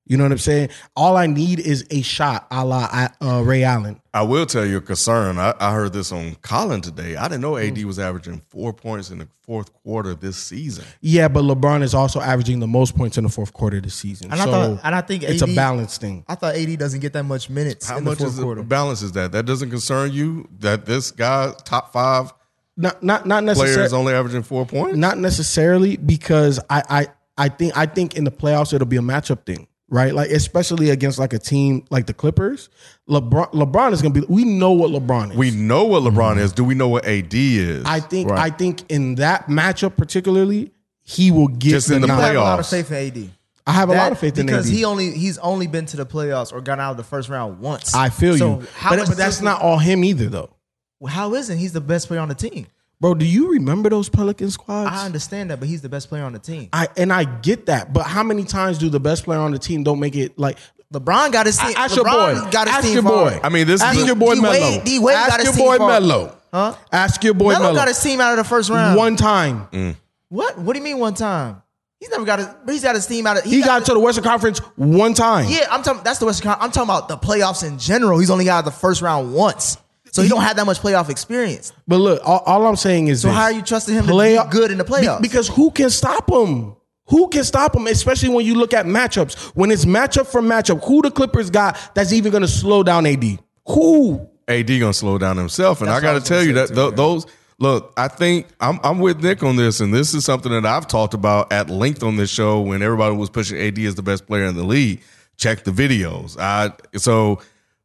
Speaker 7: You know what I'm saying? All I need is a shot, a la uh, Ray Allen.
Speaker 5: I will tell you a concern. I, I heard this on Colin today. I didn't know AD was averaging four points in the fourth quarter this season.
Speaker 7: Yeah, but LeBron is also averaging the most points in the fourth quarter this season.
Speaker 1: And
Speaker 7: so
Speaker 1: I thought, and I think
Speaker 7: it's
Speaker 1: AD
Speaker 7: a balance thing.
Speaker 1: I thought AD doesn't get that much minutes.
Speaker 5: How
Speaker 1: in
Speaker 5: much
Speaker 1: the fourth
Speaker 5: is
Speaker 1: quarter.
Speaker 5: the balance is that? That doesn't concern you that this guy top five
Speaker 7: not not not
Speaker 5: player is
Speaker 7: necessarily
Speaker 5: only averaging four points.
Speaker 7: Not necessarily because I, I I think I think in the playoffs it'll be a matchup thing, right? Like especially against like a team like the Clippers. LeBron LeBron is gonna be. We know what LeBron is.
Speaker 5: We know what LeBron is. Do we know what AD is?
Speaker 7: I think I think in that matchup particularly, he will get
Speaker 5: Just in the
Speaker 7: nod.
Speaker 1: I have a lot of faith in AD.
Speaker 7: I have a lot of faith in
Speaker 1: because
Speaker 7: AD.
Speaker 1: he only he's only been to the playoffs or gotten out of the first round once.
Speaker 7: I feel
Speaker 1: So
Speaker 7: you,
Speaker 1: How
Speaker 7: but,
Speaker 1: much
Speaker 7: but that's
Speaker 1: difference-
Speaker 7: not all him either, though.
Speaker 1: Well, how isn't he's the best player on the team?
Speaker 7: Bro, do you remember those Pelican squads?
Speaker 1: I understand that, but he's the best player on the team.
Speaker 7: I and I get that, but how many times do the best player on the team don't make it? Like
Speaker 1: LeBron got his team.
Speaker 7: Ask
Speaker 1: LeBron
Speaker 7: your boy.
Speaker 1: got his
Speaker 7: ask
Speaker 1: team
Speaker 7: your
Speaker 1: far.
Speaker 7: boy.
Speaker 5: I mean, this
Speaker 7: ask
Speaker 5: is-
Speaker 7: your boy
Speaker 1: D Wade-
Speaker 7: Mello.
Speaker 1: D Wade
Speaker 7: ask
Speaker 1: got
Speaker 7: your
Speaker 1: his
Speaker 7: boy
Speaker 1: team far.
Speaker 7: Mello.
Speaker 1: Huh?
Speaker 7: Ask your boy
Speaker 1: Melo,
Speaker 7: Mello.
Speaker 1: got his team out of the first round.
Speaker 7: One time,
Speaker 1: What? What do you mean one time? He's never got his. but He's got his team out of.
Speaker 7: he, got, to the Western Conference one time.
Speaker 1: Yeah, I'm talking. That's the Western Conference. I'm talking about the playoffs in general. He's only got out of the first round once, so he don't have that much playoff experience.
Speaker 7: But look, all, all I'm saying is
Speaker 1: So
Speaker 7: this.
Speaker 1: how are you trusting him to
Speaker 7: Playoff-
Speaker 1: be good in the playoffs?
Speaker 7: Be- because who can stop him? Who can stop him? Especially when you look at matchups. When it's matchup for matchup, who the Clippers got that's even going to slow down AD? Who?
Speaker 5: AD gonna slow down himself, and
Speaker 1: That's
Speaker 5: I
Speaker 1: what I
Speaker 5: gotta
Speaker 1: was gonna
Speaker 5: tell you
Speaker 1: say
Speaker 5: that
Speaker 1: too,
Speaker 5: tho-
Speaker 1: yeah.
Speaker 5: those look. I think I'm I'm with Nick on this, and this is something that I've talked about at length on this show when everybody was pushing AD as the best player in the league. Check the videos. I so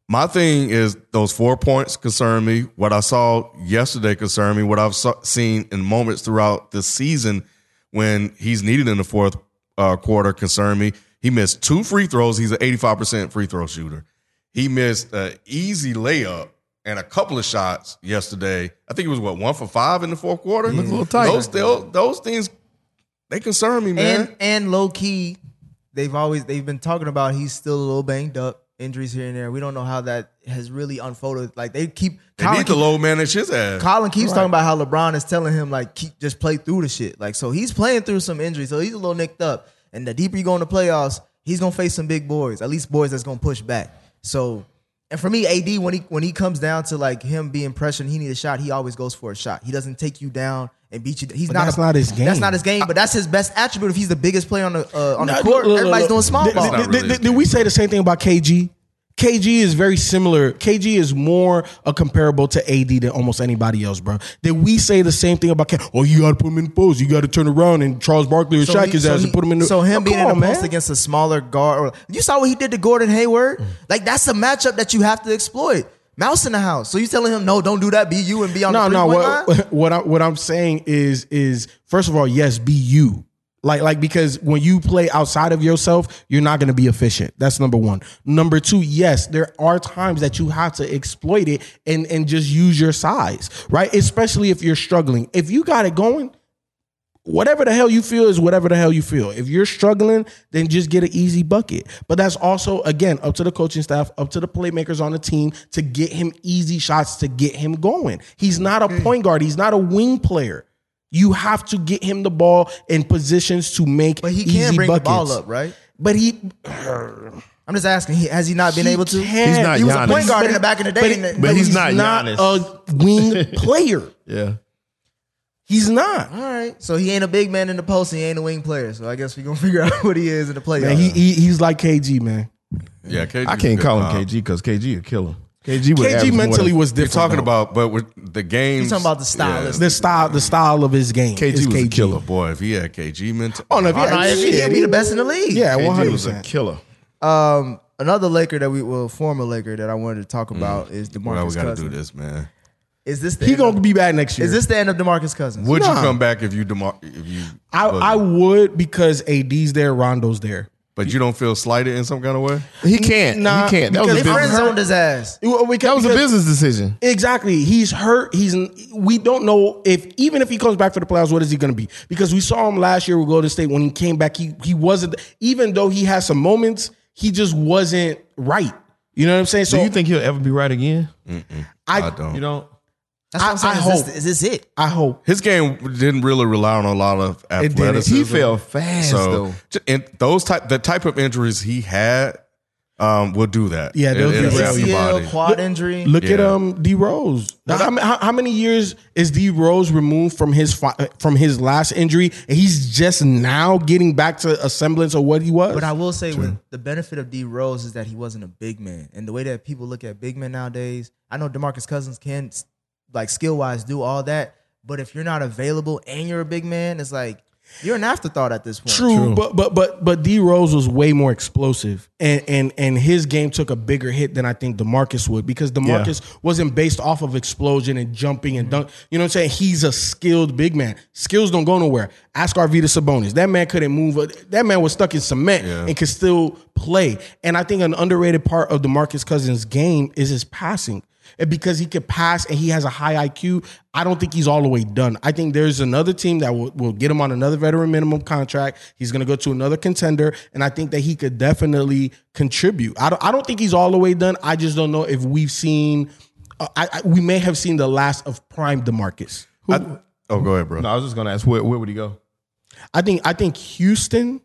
Speaker 5: my thing is those four points concern me. What I saw yesterday concern me. What I've saw, seen in moments throughout the season when he's needed in the fourth uh, quarter concern me. He missed two free throws. He's an 85% free throw shooter. He missed an easy layup and a couple of shots yesterday. I think it was what one for five in the fourth quarter.
Speaker 11: Looked a little tight.
Speaker 5: Those those- those things they concern me, man.
Speaker 1: and and low key, they've always they've been talking about he's still a little banged up, injuries here and there. We don't know how that has really unfolded. Like they keep
Speaker 5: they need to low manage his ass.
Speaker 1: Colin keeps talking about how LeBron is telling him like keep just play through the shit. Like so he's playing through some injuries, so he's a little nicked up. And the deeper you go in the playoffs, he's gonna face some big boys, at least boys that's gonna push back. So and for me, AD when he when he comes down to like him being pressured, he need a shot. He always goes for a shot. He doesn't take you down and beat you. He's
Speaker 7: But
Speaker 1: not.
Speaker 7: that's
Speaker 1: a-
Speaker 7: not his
Speaker 1: That's
Speaker 7: game.
Speaker 1: not his game. But that's his best attribute. If he's the biggest player on the uh, on
Speaker 7: Nah,
Speaker 1: the court,
Speaker 7: look, look,
Speaker 1: everybody's
Speaker 7: look.
Speaker 1: doing small
Speaker 7: Did- did-
Speaker 1: ball.
Speaker 5: It's not
Speaker 7: did-
Speaker 5: really
Speaker 7: did-
Speaker 5: his
Speaker 7: did we say the same thing about KG? KG is very similar. KG is more a comparable to AD than almost anybody else, bro. Did we say the same thing about KG? Oh, you got to put him in the post. You got to turn around and Charles Barkley or Shaq
Speaker 1: he-
Speaker 7: his ass
Speaker 1: he-
Speaker 7: and put him in the
Speaker 1: so him
Speaker 7: Oh,
Speaker 1: being
Speaker 7: come
Speaker 1: in the
Speaker 7: on, man.
Speaker 1: post
Speaker 7: Mm.
Speaker 1: against a smaller guard. Or, you saw what he did to Gordon Hayward. Like that's a matchup that you have to exploit. Mouse in the house. So you telling him no, don't do that. Be you and be on
Speaker 7: no,
Speaker 1: the
Speaker 7: no.
Speaker 1: three-point line?
Speaker 7: What what, I, what I'm saying is is first of all, yes, be you. Like like because when you play outside of yourself, you're not going to be efficient. That's number one. Number two, yes, there are times that you have to exploit it and and just use your size, right? Especially if you're struggling. If you got it going. Whatever the hell you feel is whatever the hell you feel. If you're struggling, then just get an easy bucket. But that's also, again, up to the coaching staff, up to the playmakers on the team to get him easy shots to get him going. He's not a point guard, he's not a wing player. You have to get him the ball in positions to make
Speaker 1: But he
Speaker 7: easy
Speaker 1: can bring
Speaker 7: buckets.
Speaker 1: the ball up, right?
Speaker 7: But he
Speaker 1: I'm just asking. He, has he not been
Speaker 7: he
Speaker 1: able to?
Speaker 7: can.
Speaker 11: He's not
Speaker 1: He was a
Speaker 11: Giannis.
Speaker 1: point guard
Speaker 7: But
Speaker 1: in the
Speaker 7: he-
Speaker 1: back in the day.
Speaker 7: but he-
Speaker 1: and the-
Speaker 11: But he's not Giannis.
Speaker 7: a wing player.
Speaker 11: Yeah.
Speaker 7: He's not.
Speaker 1: all right. So he ain't a big man in the post. And he ain't a wing player. So I guess we gonna figure out what he is in the playoffs.
Speaker 7: Man, he, he he's like KG, man.
Speaker 5: Yeah, KG
Speaker 11: I can't call him KG because KG would kill him. KG would average
Speaker 7: KG
Speaker 11: more
Speaker 7: mentally
Speaker 11: than-
Speaker 7: was
Speaker 5: You're
Speaker 7: different.
Speaker 5: talking
Speaker 7: though.
Speaker 5: about, but with the games.
Speaker 1: He's talking about the style.
Speaker 5: Yeah.
Speaker 7: the style, the style of his game.
Speaker 11: KG
Speaker 7: is
Speaker 11: was a killer.
Speaker 5: Boy, if he had KG mental.
Speaker 7: Oh no, if he had-
Speaker 1: Nah,
Speaker 7: yeah,
Speaker 1: he'll be the best in the league.
Speaker 7: Yeah, one
Speaker 11: KG
Speaker 7: hundred
Speaker 11: was a
Speaker 7: percent.
Speaker 11: killer.
Speaker 1: Um, another Laker that we well, former Laker that I wanted to talk about is Demarcus
Speaker 5: Mm. Well, we gotta do
Speaker 1: Cousins.
Speaker 5: this, man.
Speaker 1: Is this the
Speaker 7: He
Speaker 1: end of-
Speaker 7: gonna be back next year.
Speaker 1: Is this the end of Demarcus Cousins?
Speaker 5: Would you
Speaker 7: Nah.
Speaker 5: come back if you demar- if you?
Speaker 7: I,
Speaker 5: but,
Speaker 7: I would because AD's there, Rondo's there.
Speaker 5: but you don't feel slighted in some kind of way.
Speaker 11: He can't.
Speaker 7: Nah,
Speaker 11: he
Speaker 5: Oh,
Speaker 11: can't. That was, a
Speaker 1: They
Speaker 7: because
Speaker 11: business,
Speaker 1: friend zoned his ass.
Speaker 7: Well, we-
Speaker 11: that was a
Speaker 7: because-
Speaker 11: business decision.
Speaker 7: Exactly. He's hurt. He's we don't know if even if he comes back for the playoffs, what is he going to be? Because we saw him last year with Golden State when he came back. He he wasn't even though he had some moments, he just wasn't right. You know what I'm saying? So
Speaker 11: Do you think he'll ever be right again?
Speaker 7: I,
Speaker 5: I don't.
Speaker 11: You don't.
Speaker 1: That's what I'm saying.
Speaker 5: I
Speaker 1: is, This, is this it?
Speaker 7: I hope
Speaker 5: his game didn't really rely on a lot of
Speaker 1: It didn't.
Speaker 5: athleticism.
Speaker 1: He fell fast,
Speaker 5: so, though. And those type the type of injuries he had um, will do that.
Speaker 7: Yeah, they'll
Speaker 5: It-
Speaker 7: do
Speaker 5: it'll
Speaker 7: that.
Speaker 5: affect your
Speaker 1: ACL,
Speaker 5: body.
Speaker 1: quad injury.
Speaker 7: Look at
Speaker 5: Yeah.
Speaker 7: um D Rose. How, how- how many years is D Rose removed from his fi- from his last injury? And he's just now getting back to a semblance of what he was.
Speaker 1: But I will say, with the benefit of D Rose is that he wasn't a big man, and the way that people look at big men nowadays, I know Demarcus Cousins can, like skill wise, do all that. But if you're not available and you're a big man, it's like you're an afterthought at this point.
Speaker 7: True, but but but but D Rose was way more explosive, and and and his game took a bigger hit than I think Demarcus would because Demarcus wasn't based off of explosion and jumping and dunk. You know what I'm saying? He's a skilled big man. Skills don't go nowhere. Ask Arvita Sabonis. That man couldn't move. a- That man was stuck in cement and could still play. And I think an underrated part of Demarcus Cousins' game is his passing. And because he could pass and he has a high IQ, I don't think he's all the way done. I think there's another team that will, will get him on another veteran minimum contract. He's going to go to another contender, and I think that he could definitely contribute. I don't, I don't think he's all the way done. I just don't know if we've seen, uh, I, I, we may have seen the last of prime Demarcus.
Speaker 5: I, oh, go ahead, bro.
Speaker 6: No, I was just gonna ask where, where would he go?
Speaker 7: I think I think Houston.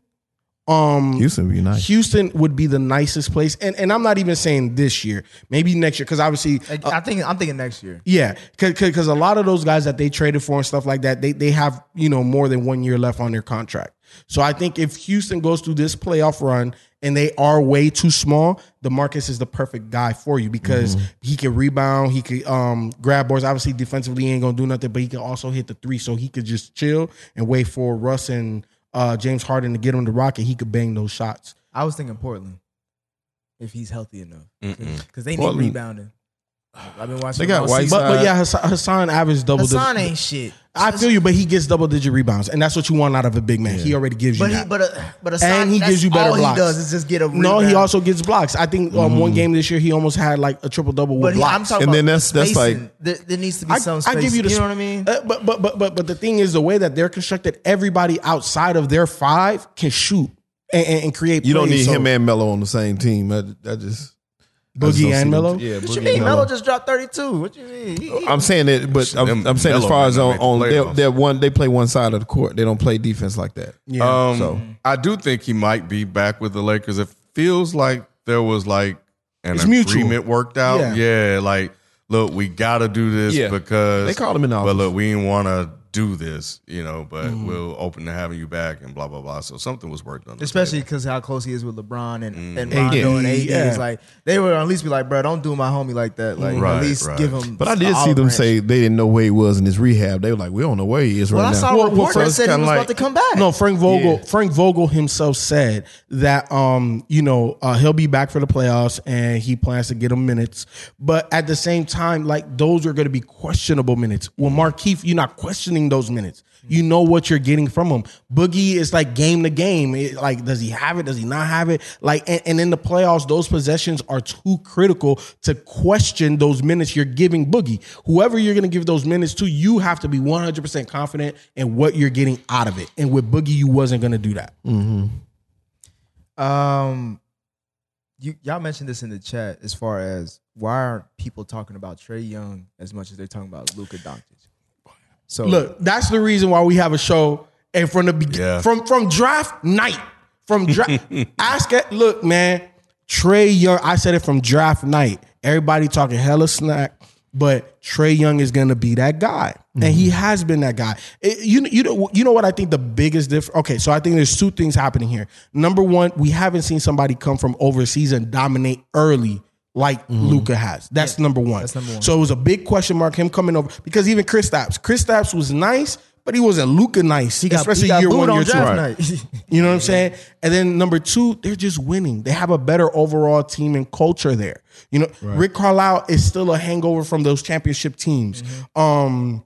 Speaker 7: Um,
Speaker 6: Houston would be nice.
Speaker 7: Houston would be the nicest place, and and I'm not even saying this year, maybe next year, because obviously
Speaker 1: Like, I think I'm thinking next year.
Speaker 7: Yeah, because a lot of those guys that they traded for and stuff like that, they they have you know more than one year left on their contract. So I think if Houston goes through this playoff run and they are way too small, DeMarcus is the perfect guy for you because he can rebound, he could um, grab boards. Obviously, defensively, he ain't gonna do nothing, but he can also hit the three, so he could just chill and wait for Russ and uh, James Harden to get on the rocket. He could bang those shots.
Speaker 1: I was thinking Portland, if he's healthy enough,
Speaker 7: Mm-mm.
Speaker 1: because they
Speaker 7: Portland-
Speaker 1: need rebounding. I've been watching.
Speaker 7: They got
Speaker 1: them all
Speaker 7: Whiteside.
Speaker 1: season.
Speaker 7: But, but yeah, Hassan, Hassan averaged double
Speaker 1: Hassan
Speaker 7: digit-
Speaker 1: ain't shit.
Speaker 7: I feel you, but he gets double digit rebounds, and that's what you want out of a big man. He already gives you
Speaker 1: But he,
Speaker 7: that.
Speaker 1: but uh, but Hassan,
Speaker 7: and he
Speaker 1: that's
Speaker 7: gives you better
Speaker 1: all
Speaker 7: blocks.
Speaker 1: He does is just get a
Speaker 7: no. He
Speaker 1: rebound.
Speaker 7: also gets blocks. I think um, one
Speaker 1: Mm.
Speaker 6: Mm-hmm.
Speaker 7: game this year he almost had like a triple double with
Speaker 1: But he,
Speaker 7: blocks.
Speaker 1: I'm talking about spacing. there, there needs to be some spacing. you know what I mean?
Speaker 7: Uh, but but but but but the thing is, the way that they're constructed, everybody outside of their five can shoot and, and, and create.
Speaker 6: You don't
Speaker 7: plays,
Speaker 6: need
Speaker 7: so-
Speaker 6: him and Melo on the same team. I, I just I just don't
Speaker 7: Boogie
Speaker 6: see
Speaker 7: and
Speaker 6: them-
Speaker 7: Melo?
Speaker 6: Yeah,
Speaker 1: What you
Speaker 6: Boogie
Speaker 1: mean?
Speaker 6: and
Speaker 1: Melo
Speaker 6: Melo.
Speaker 1: just dropped 32. What you mean? He- he-
Speaker 6: I'm saying that, but I'm, I'm saying as
Speaker 5: Melo
Speaker 6: far
Speaker 5: might
Speaker 6: as
Speaker 5: not
Speaker 6: on,
Speaker 5: make the
Speaker 6: on they're,
Speaker 5: playoffs.
Speaker 6: they're one, they play one side of the court. They don't play defense like that.
Speaker 5: Um,
Speaker 6: so
Speaker 5: I do think he might be back with the Lakers. It feels like there was like an
Speaker 6: It's
Speaker 5: agreement
Speaker 6: mutual.
Speaker 5: worked out. Yeah.
Speaker 6: Yeah.
Speaker 5: like look, we got to do this
Speaker 6: Yeah.
Speaker 5: because
Speaker 6: They called him in the
Speaker 5: But
Speaker 6: office.
Speaker 5: look, we didn't want to do this, you know. But we'll open to having you back and blah blah blah. So something was worked on.
Speaker 1: Especially because how close he is with LeBron and, and
Speaker 5: Mm.
Speaker 1: Rondo and
Speaker 5: AD,
Speaker 1: AD.
Speaker 5: yeah.
Speaker 1: It's like they would at least be like, bro, don't do my homie like that. Like
Speaker 6: Right,
Speaker 1: at least
Speaker 6: right.
Speaker 1: give him.
Speaker 6: But I did
Speaker 1: an
Speaker 6: see
Speaker 1: olive
Speaker 6: them
Speaker 1: branch.
Speaker 6: say they didn't know where he was in his rehab. They were like, we don't know where he is
Speaker 1: Well,
Speaker 6: right
Speaker 1: I
Speaker 6: now.
Speaker 1: saw a report that said he was about to come back.
Speaker 7: No, Frank Vogel. Frank Vogel himself said that um, you know uh, he'll be back for the playoffs and he plans to get him minutes. But at the same time, like those are going to be questionable minutes. Well, Markeith, you're not questioning those minutes. You know what you're getting from him. Boogie is like game to game. It- like, does he have it? Does he not have it? Like, and, and in the playoffs, those possessions are too critical to question those minutes you're giving Boogie. Whoever you're going to give those minutes to, you have to be 100% confident in what you're getting out of it. And with Boogie, you wasn't going to do that.
Speaker 6: Mm-hmm.
Speaker 1: Um, you y'all mentioned this in the chat as far as why aren't people talking about Trey Young as much as they're talking about Luka Doncic? So
Speaker 7: Look, that's the reason why we have a show. And from the beginning,
Speaker 1: Yeah.
Speaker 7: from from draft night, from draft, ask it. Look, man, Trey Young. I said it from draft night. Everybody talking hella snack, but Trey Young is gonna be that guy, and he
Speaker 1: Mm-hmm.
Speaker 7: has been that guy. It- you you know you know what I think the biggest difference. Okay, so I think there's two things happening here. Number one, we haven't seen somebody come from overseas and dominate early like
Speaker 1: Mm-hmm.
Speaker 7: Luca has. That's number one. That's number one. So it was a big question mark him coming over because even Chris Stapps, Chris Stapps was nice, but he wasn't Luca nice.
Speaker 1: He got-
Speaker 7: especially
Speaker 1: he got
Speaker 7: year
Speaker 1: booed
Speaker 7: one,
Speaker 1: on
Speaker 7: year two.
Speaker 1: draft night.
Speaker 7: you know what I'm saying? And then number two, they're just winning. They have a better overall team and culture there. You know, Rick Carlisle is still a hangover from those championship
Speaker 5: Mm-hmm.
Speaker 7: teams. Um,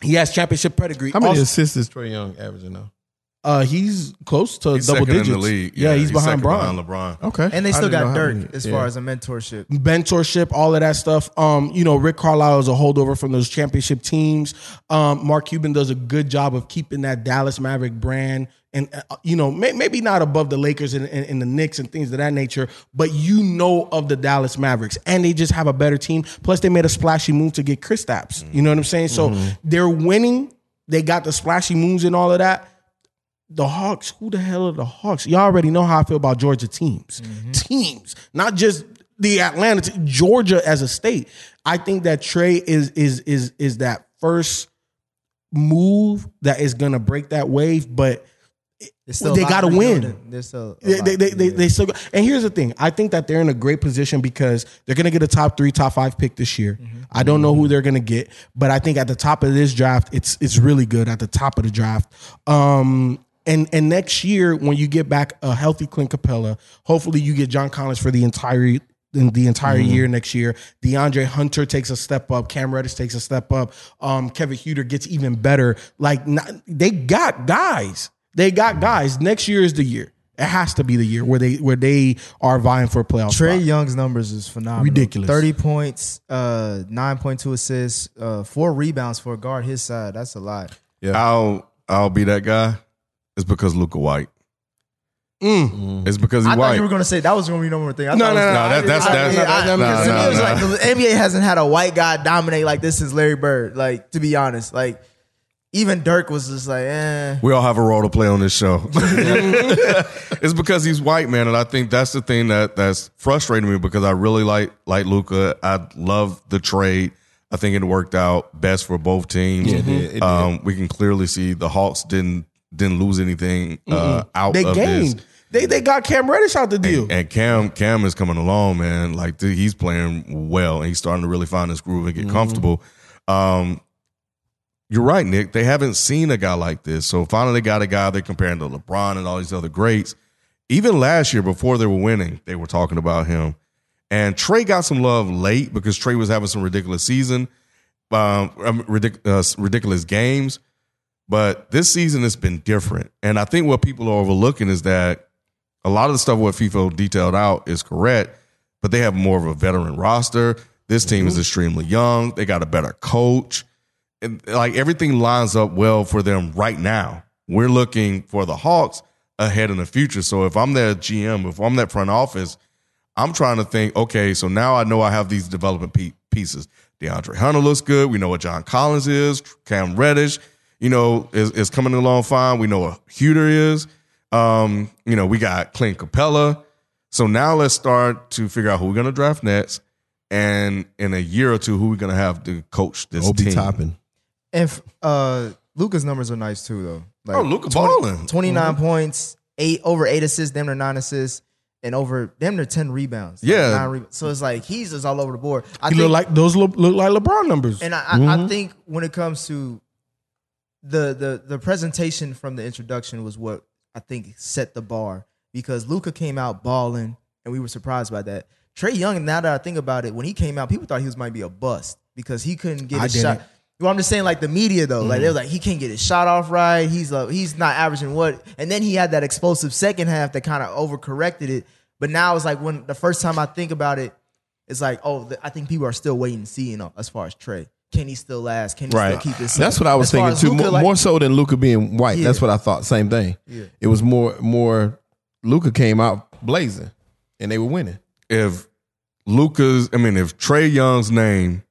Speaker 7: he has championship pedigree.
Speaker 6: How many
Speaker 7: Also-
Speaker 6: assists is Trey Young averaging now?
Speaker 7: Uh, he's close to
Speaker 5: He's
Speaker 7: double
Speaker 5: second in the
Speaker 7: digits.
Speaker 5: league.
Speaker 7: Yeah,
Speaker 5: Yeah,
Speaker 7: he's,
Speaker 5: he's
Speaker 7: behind Bron.
Speaker 5: second behind LeBron.
Speaker 11: Okay.
Speaker 1: And they
Speaker 11: I
Speaker 1: still
Speaker 11: didn't
Speaker 1: got
Speaker 11: know how
Speaker 1: Dirk
Speaker 11: many-
Speaker 1: as
Speaker 11: yeah.
Speaker 1: far as a mentorship.
Speaker 7: mentorship, all of that stuff. Um, you know, Rick Carlisle is a holdover from those championship teams. Um, Mark Cuban does a good job of keeping that Dallas Maverick brand, and uh, you know, may, maybe not above the Lakers and, and, and the Knicks and things of that nature, but you know of the Dallas Mavericks, and they just have a better team. Plus, they made a splashy move to get Kristaps. You know what I'm saying? So they're winning. They got the splashy moves and all of that the Hawks, who the hell are the Hawks? Y'all already know how I feel about Georgia teams. Teams, not just the Atlanta, te- Georgia as a state. I think that Trey is is is is that first move that is gonna break that wave, but
Speaker 1: There's still a
Speaker 7: they
Speaker 1: lot
Speaker 7: gotta
Speaker 1: in the
Speaker 7: win.
Speaker 1: building. There's still a
Speaker 7: They,
Speaker 1: lot.
Speaker 7: they, they, they, they still go. And here's the thing. I think that they're in a great position because they're going to get a top three, top five pick this year.
Speaker 1: Mm-hmm.
Speaker 7: I don't know who they're going to get, but I think at the top of this draft, it's it's really good at the top of the draft. Um, and and next year when you get back a healthy Clint Capella, hopefully you get John Collins for the entire the the entire
Speaker 1: Mm-hmm.
Speaker 7: year next year. DeAndre Hunter takes a step up. Cam Reddish takes a step up. Um, Kevin Huter gets even better. Like not, they got guys. They got guys. Next year is the year. It has to be the year where they where they are vying for a playoff.
Speaker 1: Trey
Speaker 7: spot.
Speaker 1: Young's numbers is phenomenal.
Speaker 7: Ridiculous.
Speaker 1: Thirty points, uh, nine point two assists, uh, four rebounds for a guard his side. That's a lot.
Speaker 5: Yeah. I'll I'll be that guy. It's because Luca White.
Speaker 6: Mm.
Speaker 5: It's because
Speaker 1: I
Speaker 5: he's
Speaker 1: thought
Speaker 5: white.
Speaker 1: you were gonna say that was gonna be number one thing. I
Speaker 5: No,
Speaker 1: thought
Speaker 5: no,
Speaker 1: it was-
Speaker 5: no, no, that- that's-
Speaker 1: I-
Speaker 5: that's-
Speaker 1: I- I-
Speaker 5: no, no,
Speaker 1: because to me, it was
Speaker 5: no,
Speaker 1: like,
Speaker 5: no.
Speaker 1: the NBA hasn't had a white guy dominate like this since Larry Bird. Like to be honest, like even Dirk was just like, eh.
Speaker 5: we all have a role to play on this show. Mm-hmm. it's because he's white, man, and I think that's the thing that that's frustrating me because I really like like Luca. I love the trade. I think it worked out best for both teams.
Speaker 6: Yeah, it did. It did.
Speaker 5: Um, we can clearly see the Hawks didn't didn't lose anything uh,
Speaker 7: Mm-mm.
Speaker 5: out
Speaker 7: They
Speaker 5: of this.
Speaker 7: gained. They they got Cam Reddish out the deal.
Speaker 5: And Cam Cam is coming along, man. Like dude, he's playing well, and he's starting to really find his groove and get comfortable. Um, you're right, Nick. They haven't seen a guy like this, so finally they got a guy they're comparing to LeBron and all these other greats. Even last year, before they were winning, they were talking about him. And Trey got some love late because Trey was having some ridiculous season, um, um, ridic- uh, ridiculous games. But this season has been different. And I think what people are overlooking is that a lot of the stuff what FIFA detailed out is correct, but they have more of a veteran roster. This team is extremely young. They got a better coach. And like everything lines up well for them right now. We're looking for the Hawks ahead in the future. So if I'm their GM, if I'm that front office, I'm trying to think, okay, so now I know I have these development pe- pieces. DeAndre Hunter looks good. We know what John Collins is. Cam Reddish, you know, is, is coming along fine. We know what Huter is. Um, you know, we got Clint Capella. So now let's start to figure out who we're going to draft next. And in a year or two, who we're going to have to coach this
Speaker 6: Obi
Speaker 5: team.
Speaker 6: Toppin.
Speaker 1: And f- uh, Luca's numbers are nice too, though. Like,
Speaker 5: Oh, Luka
Speaker 1: 20
Speaker 5: ballin'.
Speaker 1: 29 points, eight over eight assists, damn near nine assists, and over damn near ten rebounds.
Speaker 5: Yeah.
Speaker 1: nine rebounds. So it's like he's just all over the board. I
Speaker 7: he look like those look, look like LeBron numbers.
Speaker 1: And I, I,
Speaker 7: Mm-hmm.
Speaker 1: I think when it comes to the the the presentation from the introduction was what I think set the bar because Luca came out balling and we were surprised by that. Trey Young, now that I think about it, when he came out, people thought he was might be a bust because he couldn't get
Speaker 7: I
Speaker 1: his
Speaker 7: didn't. Mm-hmm.
Speaker 1: shot. Well, I'm just saying, like the media though, like they were like he can't get his shot off right. He's uh, he's not averaging what, and then he had that explosive second half that kind of overcorrected it. But now it's like when the first time I think about it, it's like, oh, th- I think people are still waiting and seeing uh, as far as Trey. Can he still last? Can he
Speaker 6: Right.
Speaker 1: still keep this?
Speaker 6: That's what I was
Speaker 1: As far
Speaker 6: thinking
Speaker 1: as
Speaker 6: too.
Speaker 1: Luka,
Speaker 6: more,
Speaker 1: like-
Speaker 6: more so than Luca being white.
Speaker 1: Yeah.
Speaker 6: That's what I thought. Same thing.
Speaker 1: Yeah.
Speaker 6: It was more more Luca came out blazing and they were winning.
Speaker 5: If Luca's, I mean, if Trey Young's name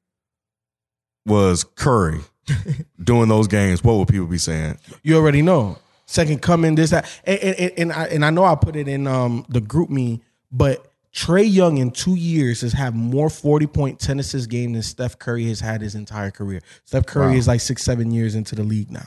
Speaker 5: was Curry doing those games, what would people be saying?
Speaker 7: You already know. Second coming, this that, and and, and, and I and I know I put it in um the group me, but Trey Young in two years has had more forty point ten assist game than Steph Curry has had his entire career. Steph Curry
Speaker 6: Wow.
Speaker 7: is like six seven years into the league now.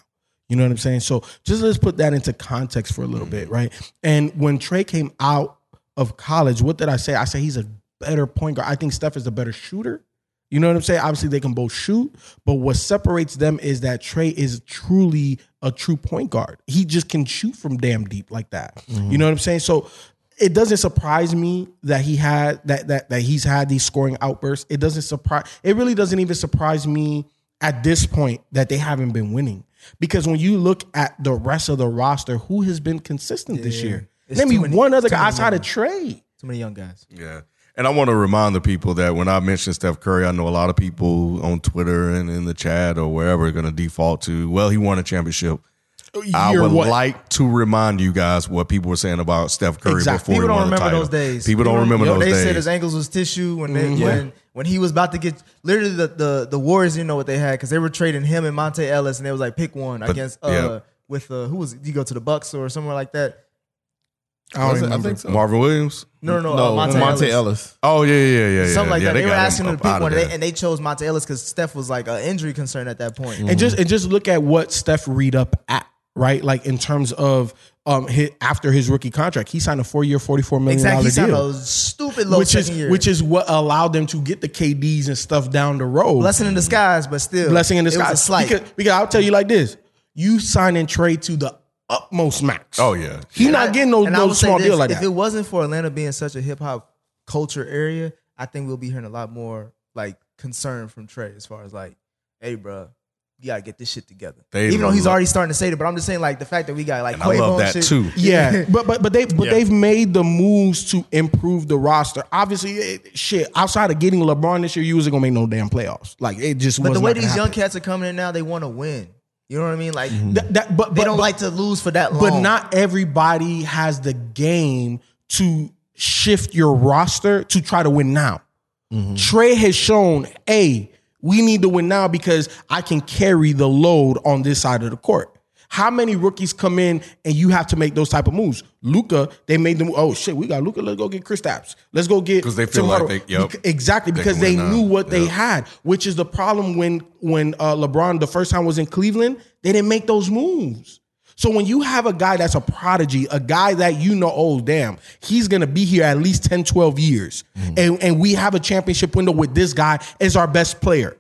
Speaker 7: You know what I'm saying? So just let's put that into context for a little bit, right? And when Trey came out of college, what did I say? I said he's a better point guard. I think Steph is a better shooter. You know what I'm saying? Obviously, they can both shoot, but what separates them is that Trey is truly a true point guard. He just can shoot from damn deep like that. You know what I'm saying? So it doesn't surprise me that he had that that that he's had these scoring outbursts. It doesn't surprise. It really doesn't even surprise me at this point that they haven't been winning. Because when you look at the rest of the roster, who has been consistent this year? Name me one other guy outside of Trey.
Speaker 1: Too many young guys.
Speaker 5: Yeah. And I want to remind the people that when I mention Steph Curry, I know a lot of people on Twitter and in the chat or wherever are going to default to, well, he won a championship. I
Speaker 7: Year
Speaker 5: would
Speaker 7: what?
Speaker 5: like to remind you guys what people were saying about Steph Curry
Speaker 1: Exactly. People
Speaker 5: before he
Speaker 1: don't
Speaker 5: won the
Speaker 1: remember
Speaker 5: title.
Speaker 1: those days.
Speaker 5: People don't remember
Speaker 1: Yo,
Speaker 5: those
Speaker 1: they
Speaker 5: days.
Speaker 1: said his ankles was tissue when they
Speaker 5: Mhm. Yeah.
Speaker 1: when when he was about to get literally the the, the Warriors didn't know what they had because they were trading him and Monte Ellis and they was like pick one
Speaker 5: But-
Speaker 1: against uh
Speaker 5: yeah.
Speaker 1: with uh who was you go to the Bucks or somewhere like that.
Speaker 5: I
Speaker 1: Was it-
Speaker 5: remember. Marvin Williams?
Speaker 1: No, no, no, uh, Monte Ellis.
Speaker 5: Oh, yeah, yeah, yeah, yeah.
Speaker 1: Something like
Speaker 5: yeah,
Speaker 1: that. They, were
Speaker 5: got him
Speaker 1: asking him to
Speaker 5: up out
Speaker 1: pick
Speaker 5: of
Speaker 1: one, and they,
Speaker 5: there.
Speaker 1: and they chose Monte Ellis because Steph was like an injury concern at that point.
Speaker 7: and just and just look at what Steph read up at right, like in terms of um his, after his rookie contract, he signed a four year, forty four million
Speaker 1: exactly,
Speaker 7: dollar
Speaker 1: he signed
Speaker 7: deal,
Speaker 1: a stupid low
Speaker 7: which is
Speaker 1: second year,
Speaker 7: which is what allowed them to get the KDs and stuff down the road.
Speaker 1: blessing in disguise, but still
Speaker 7: blessing in
Speaker 1: it was a
Speaker 7: disguise.
Speaker 1: slight.
Speaker 7: Because, because I'll tell you like this: you sign and trade to the utmost max.
Speaker 5: Oh, yeah.
Speaker 7: he's
Speaker 1: And
Speaker 7: not
Speaker 1: I-
Speaker 7: getting no,
Speaker 1: and I
Speaker 7: no
Speaker 1: will say
Speaker 7: small
Speaker 1: this,
Speaker 7: deal like
Speaker 1: if
Speaker 7: that.
Speaker 1: it wasn't for Atlanta being such a hip hop culture area, I think we'll be hearing a lot more like concern from Trey as far as like, hey, bro, you gotta get this shit together.
Speaker 5: They
Speaker 1: Even though he's
Speaker 5: love-
Speaker 1: already starting to say it, but I'm just saying like the fact that we got like
Speaker 5: And I love
Speaker 1: Quavo and
Speaker 5: that,
Speaker 1: shit.
Speaker 5: too.
Speaker 7: Yeah, but but but they but
Speaker 5: Yeah.
Speaker 7: they've made the moves to improve the roster. Obviously, it, shit outside of getting LeBron this year, you wasn't gonna make no damn playoffs. Like it just.
Speaker 1: but
Speaker 7: was
Speaker 1: the way
Speaker 7: not gonna
Speaker 1: these young
Speaker 7: happen.
Speaker 1: cats are coming in now, they want to win. You know what I mean? Like
Speaker 7: That- that- but,
Speaker 1: they
Speaker 7: but-
Speaker 1: don't
Speaker 7: but-
Speaker 1: like to lose for that long.
Speaker 7: But not everybody has the game to shift your roster to try to win now.
Speaker 5: Mm-hmm.
Speaker 7: Trey has shown, hey, we need to win now because I can carry the load on this side of the court. How many rookies come in and you have to make those type of moves? Luca, they made them. Oh shit, we got Luca. Let's go get Chris Stapps. Let's go get
Speaker 5: 'Cause they feel like
Speaker 7: Tim Hardaway.
Speaker 5: they- yep.
Speaker 7: Bec- exactly
Speaker 5: They
Speaker 7: because
Speaker 5: can
Speaker 7: they
Speaker 5: win now.
Speaker 7: knew what they
Speaker 5: Yep.
Speaker 7: had, which is the problem when when uh, LeBron the first time was in Cleveland, they didn't make those moves. So when you have a guy that's a prodigy, a guy that you know, oh damn, he's gonna be here at least 10, 12 years, and, and we have a championship window with this guy as our best player.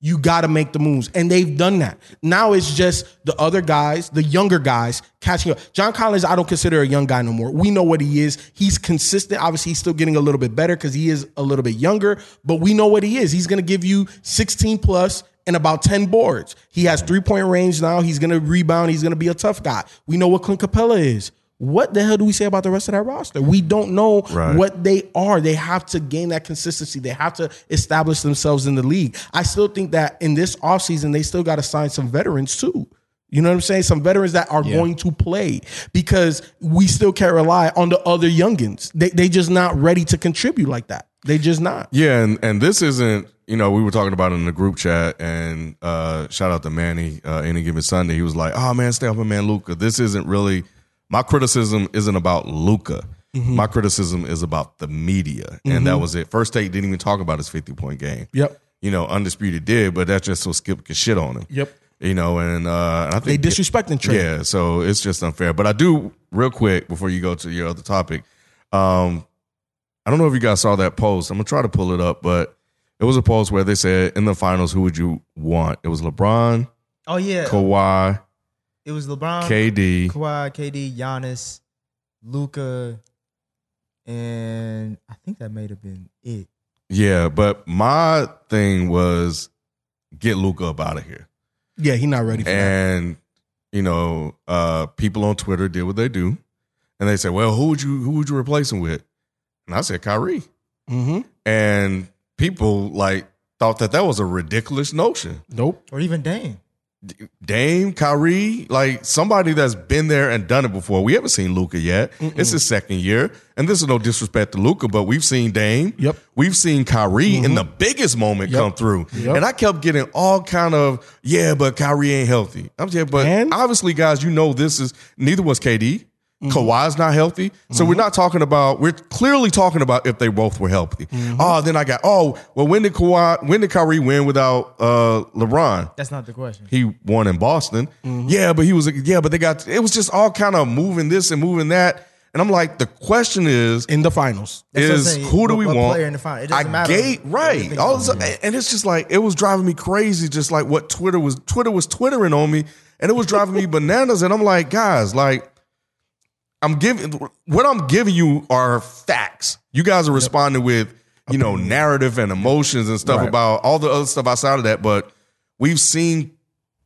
Speaker 7: You gotta make the moves. And they've done that. Now it's just the other guys, the younger guys, catching up. John Collins, I don't consider a young guy no more. We know what he is. He's consistent. Obviously, he's still getting a little bit better because he is a little bit younger, but we know what he is. He's gonna give you 16 plus and about 10 boards. He has three point range now. He's going to rebound. He's going to be a tough guy. We know what Clint Capella is. What the hell do we say about the rest of that roster? We don't know
Speaker 5: Right.
Speaker 7: what they are. They have to gain that consistency. They have to establish themselves in the league. I still think that in this offseason, they still got to sign some veterans too. You know what I'm saying? Some veterans that are going to play because we still can't rely on the other youngins. They they just not ready to contribute like that. They just not.
Speaker 5: Yeah, and, and this isn't, you know, we were talking about it in the group chat, and uh, shout out to Manny, uh, any given Sunday. He was like, oh man, stay up and man, Luca. This isn't really, my criticism isn't about Luca.
Speaker 7: Mm-hmm.
Speaker 5: My criticism is about the media. And that
Speaker 7: Mhm.
Speaker 5: was it. First State didn't even talk about his 50 point game.
Speaker 7: Yep.
Speaker 5: You know, Undisputed did, but that's just so Skip could shit on him.
Speaker 7: Yep.
Speaker 5: You know, and, uh, and I think
Speaker 7: They disrespecting Trey.
Speaker 5: Yeah, so it's just unfair. But I do real quick before you go to your other topic. Um, I don't know if you guys saw that post. I'm gonna try to pull it up, but it was a post where they said in the finals, who would you want? It was LeBron,
Speaker 1: oh yeah,
Speaker 5: Kawhi,
Speaker 1: it was LeBron,
Speaker 5: KD.
Speaker 1: Kawhi, KD, Giannis, Luca, and I think that may have been it.
Speaker 5: Yeah, but my thing was get Luca up out of here.
Speaker 7: Yeah, he's not ready for that.
Speaker 5: And you know, uh, people on Twitter did what they do, and they said, "Well, who would you who would you replace him with?" And I said, "Kyrie."
Speaker 7: Mm-hmm.
Speaker 5: And people like thought that that was a ridiculous notion.
Speaker 7: Nope.
Speaker 1: Or even Dame.
Speaker 5: Dame, Kyrie, like somebody that's been there and done it before. We haven't seen Luca yet. It's his second year, and this is no disrespect to Luca, but we've seen Dame. Yep, we've seen Kyrie in the biggest moment come through,
Speaker 7: Mm-hmm. Yep.
Speaker 5: and I kept getting all kind of yeah, but Kyrie ain't healthy. I'm saying, but obviously, guys, you know this is neither was KD.
Speaker 7: Mm-hmm.
Speaker 5: Kawhi's not healthy. So we're not talking about, we're clearly talking about if they both were healthy.
Speaker 7: Mm-hmm.
Speaker 5: Oh, then I got, oh, well, when did Kawhi, when did Kyrie win without uh LeBron?
Speaker 1: That's not the question.
Speaker 5: he won in Boston.
Speaker 7: Mm-hmm.
Speaker 5: Yeah, but he was yeah, but they got it was just all kind of moving this and moving that. And I'm like, the question is
Speaker 7: in the finals
Speaker 1: That's what I'm
Speaker 5: is
Speaker 1: saying.
Speaker 5: who do
Speaker 1: What-
Speaker 5: we
Speaker 1: what
Speaker 5: want?
Speaker 1: player in the final? It doesn't
Speaker 5: I
Speaker 1: matter.
Speaker 5: gate right. All of a sudden- and it's just like it was driving me crazy. Just like what Twitter was Twitter was twittering on me, and it was driving me bananas. And I'm like, guys, like I'm giving what I'm giving you are facts. You guys are responding with you know narrative and emotions and stuff
Speaker 7: Right.
Speaker 5: about all the other stuff outside of that, but we've seen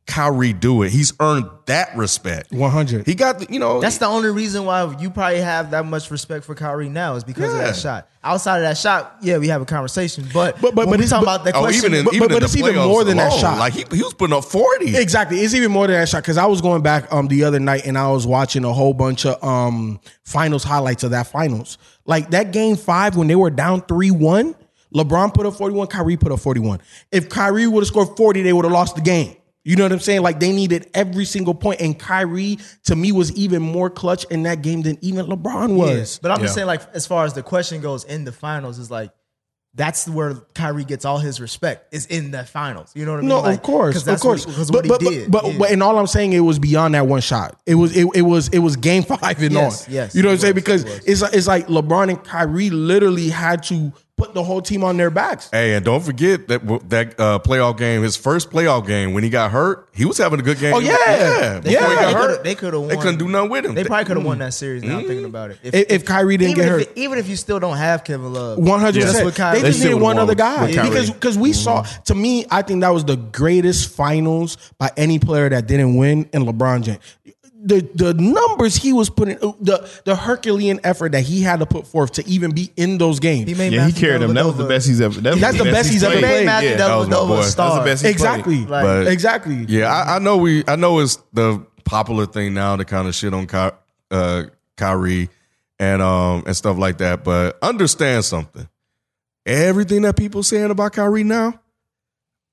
Speaker 5: Kyrie do it. He's earned that respect.
Speaker 7: 100.
Speaker 5: He got, the, you know.
Speaker 1: That's the only reason why you probably have that much respect for Kyrie now is because of
Speaker 5: Yeah.
Speaker 1: that shot. Outside of that shot, yeah, we have a conversation. But
Speaker 7: But- but-
Speaker 1: when
Speaker 7: but
Speaker 1: we
Speaker 7: it's-
Speaker 1: talking
Speaker 7: but-
Speaker 1: about that
Speaker 5: Oh,
Speaker 1: question.
Speaker 5: even in,
Speaker 7: but-
Speaker 5: even
Speaker 7: but
Speaker 5: in
Speaker 7: it's
Speaker 5: the
Speaker 7: even
Speaker 5: playoffs
Speaker 7: more than that
Speaker 5: alone,
Speaker 7: shot.
Speaker 5: Like he, he was putting up forty.
Speaker 7: Exactly. It's even more than that shot because I was going back um the other night and I was watching a whole bunch of um finals highlights of that finals. Like that game five when they were down three one, LeBron put up forty one, Kyrie put up forty one. If Kyrie would have scored forty, they would have lost the game. You know what I'm saying? Like they needed every single point, and Kyrie to me was even more clutch in that game than even LeBron
Speaker 1: Yeah,
Speaker 7: was.
Speaker 1: But I'm just saying, like, as far as the question goes, in the finals is like. That's where Kyrie gets all his respect is in the finals. You know what I mean?
Speaker 7: No,
Speaker 1: Like,
Speaker 7: of course,
Speaker 1: 'cause
Speaker 7: of
Speaker 1: that's what
Speaker 7: course.
Speaker 1: he- 'cause
Speaker 7: but,
Speaker 1: what he
Speaker 7: but,
Speaker 1: did,
Speaker 7: but,
Speaker 1: yeah.
Speaker 7: but and all I'm saying, it was beyond that one shot. It was it, it was it was game five and
Speaker 1: Yes,
Speaker 7: on.
Speaker 1: yes,
Speaker 7: you know what
Speaker 1: it
Speaker 7: I'm saying?
Speaker 1: was,
Speaker 7: Because
Speaker 1: it was.
Speaker 7: it's like- it's like LeBron and Kyrie literally had to put the whole team on their backs.
Speaker 5: Hey, and don't forget that that uh, playoff game, his first playoff game when he got hurt, he was having a good game.
Speaker 7: Oh, yeah.
Speaker 5: yeah.
Speaker 1: They
Speaker 5: before
Speaker 1: could've- they
Speaker 5: he got
Speaker 1: could've-
Speaker 5: hurt,
Speaker 1: They could have won.
Speaker 5: They couldn't do nothing with him.
Speaker 1: They probably could have won
Speaker 5: Mm.
Speaker 1: that series. Now I'm thinking about it.
Speaker 7: If- if Kyrie didn't
Speaker 1: even
Speaker 7: get
Speaker 1: if, even if you still don't have Kevin Love,
Speaker 7: One hundred
Speaker 1: that's what
Speaker 7: percent.
Speaker 1: Kyrie-
Speaker 7: They just
Speaker 1: still
Speaker 7: needed
Speaker 1: would've
Speaker 7: one
Speaker 1: won
Speaker 7: other
Speaker 1: with-
Speaker 7: guy
Speaker 1: with Kyrie.
Speaker 7: because because we saw. To me, I think that was the greatest finals by any player that didn't win and LeBron James. The the numbers he was putting uh, the the Herculean effort that he had to put forth to even be in those games.
Speaker 1: He made
Speaker 6: Yeah, he
Speaker 1: Matthew
Speaker 6: carried him. That was
Speaker 1: Dellavedova-
Speaker 6: the best he's ever. That was
Speaker 7: That's the best he's ever played.
Speaker 1: Matthew
Speaker 6: Yeah, that was my
Speaker 1: Dellavedova
Speaker 6: boy.
Speaker 1: a
Speaker 6: That's
Speaker 1: star.
Speaker 6: the best he's played.
Speaker 7: Exactly.
Speaker 1: Like-
Speaker 5: But-
Speaker 7: exactly.
Speaker 5: Yeah, I, I know we. I know it's the popular thing now to kind of shit on Ky, uh, Kyrie and um and stuff like that. But understand something. Everything that people saying about Kyrie now,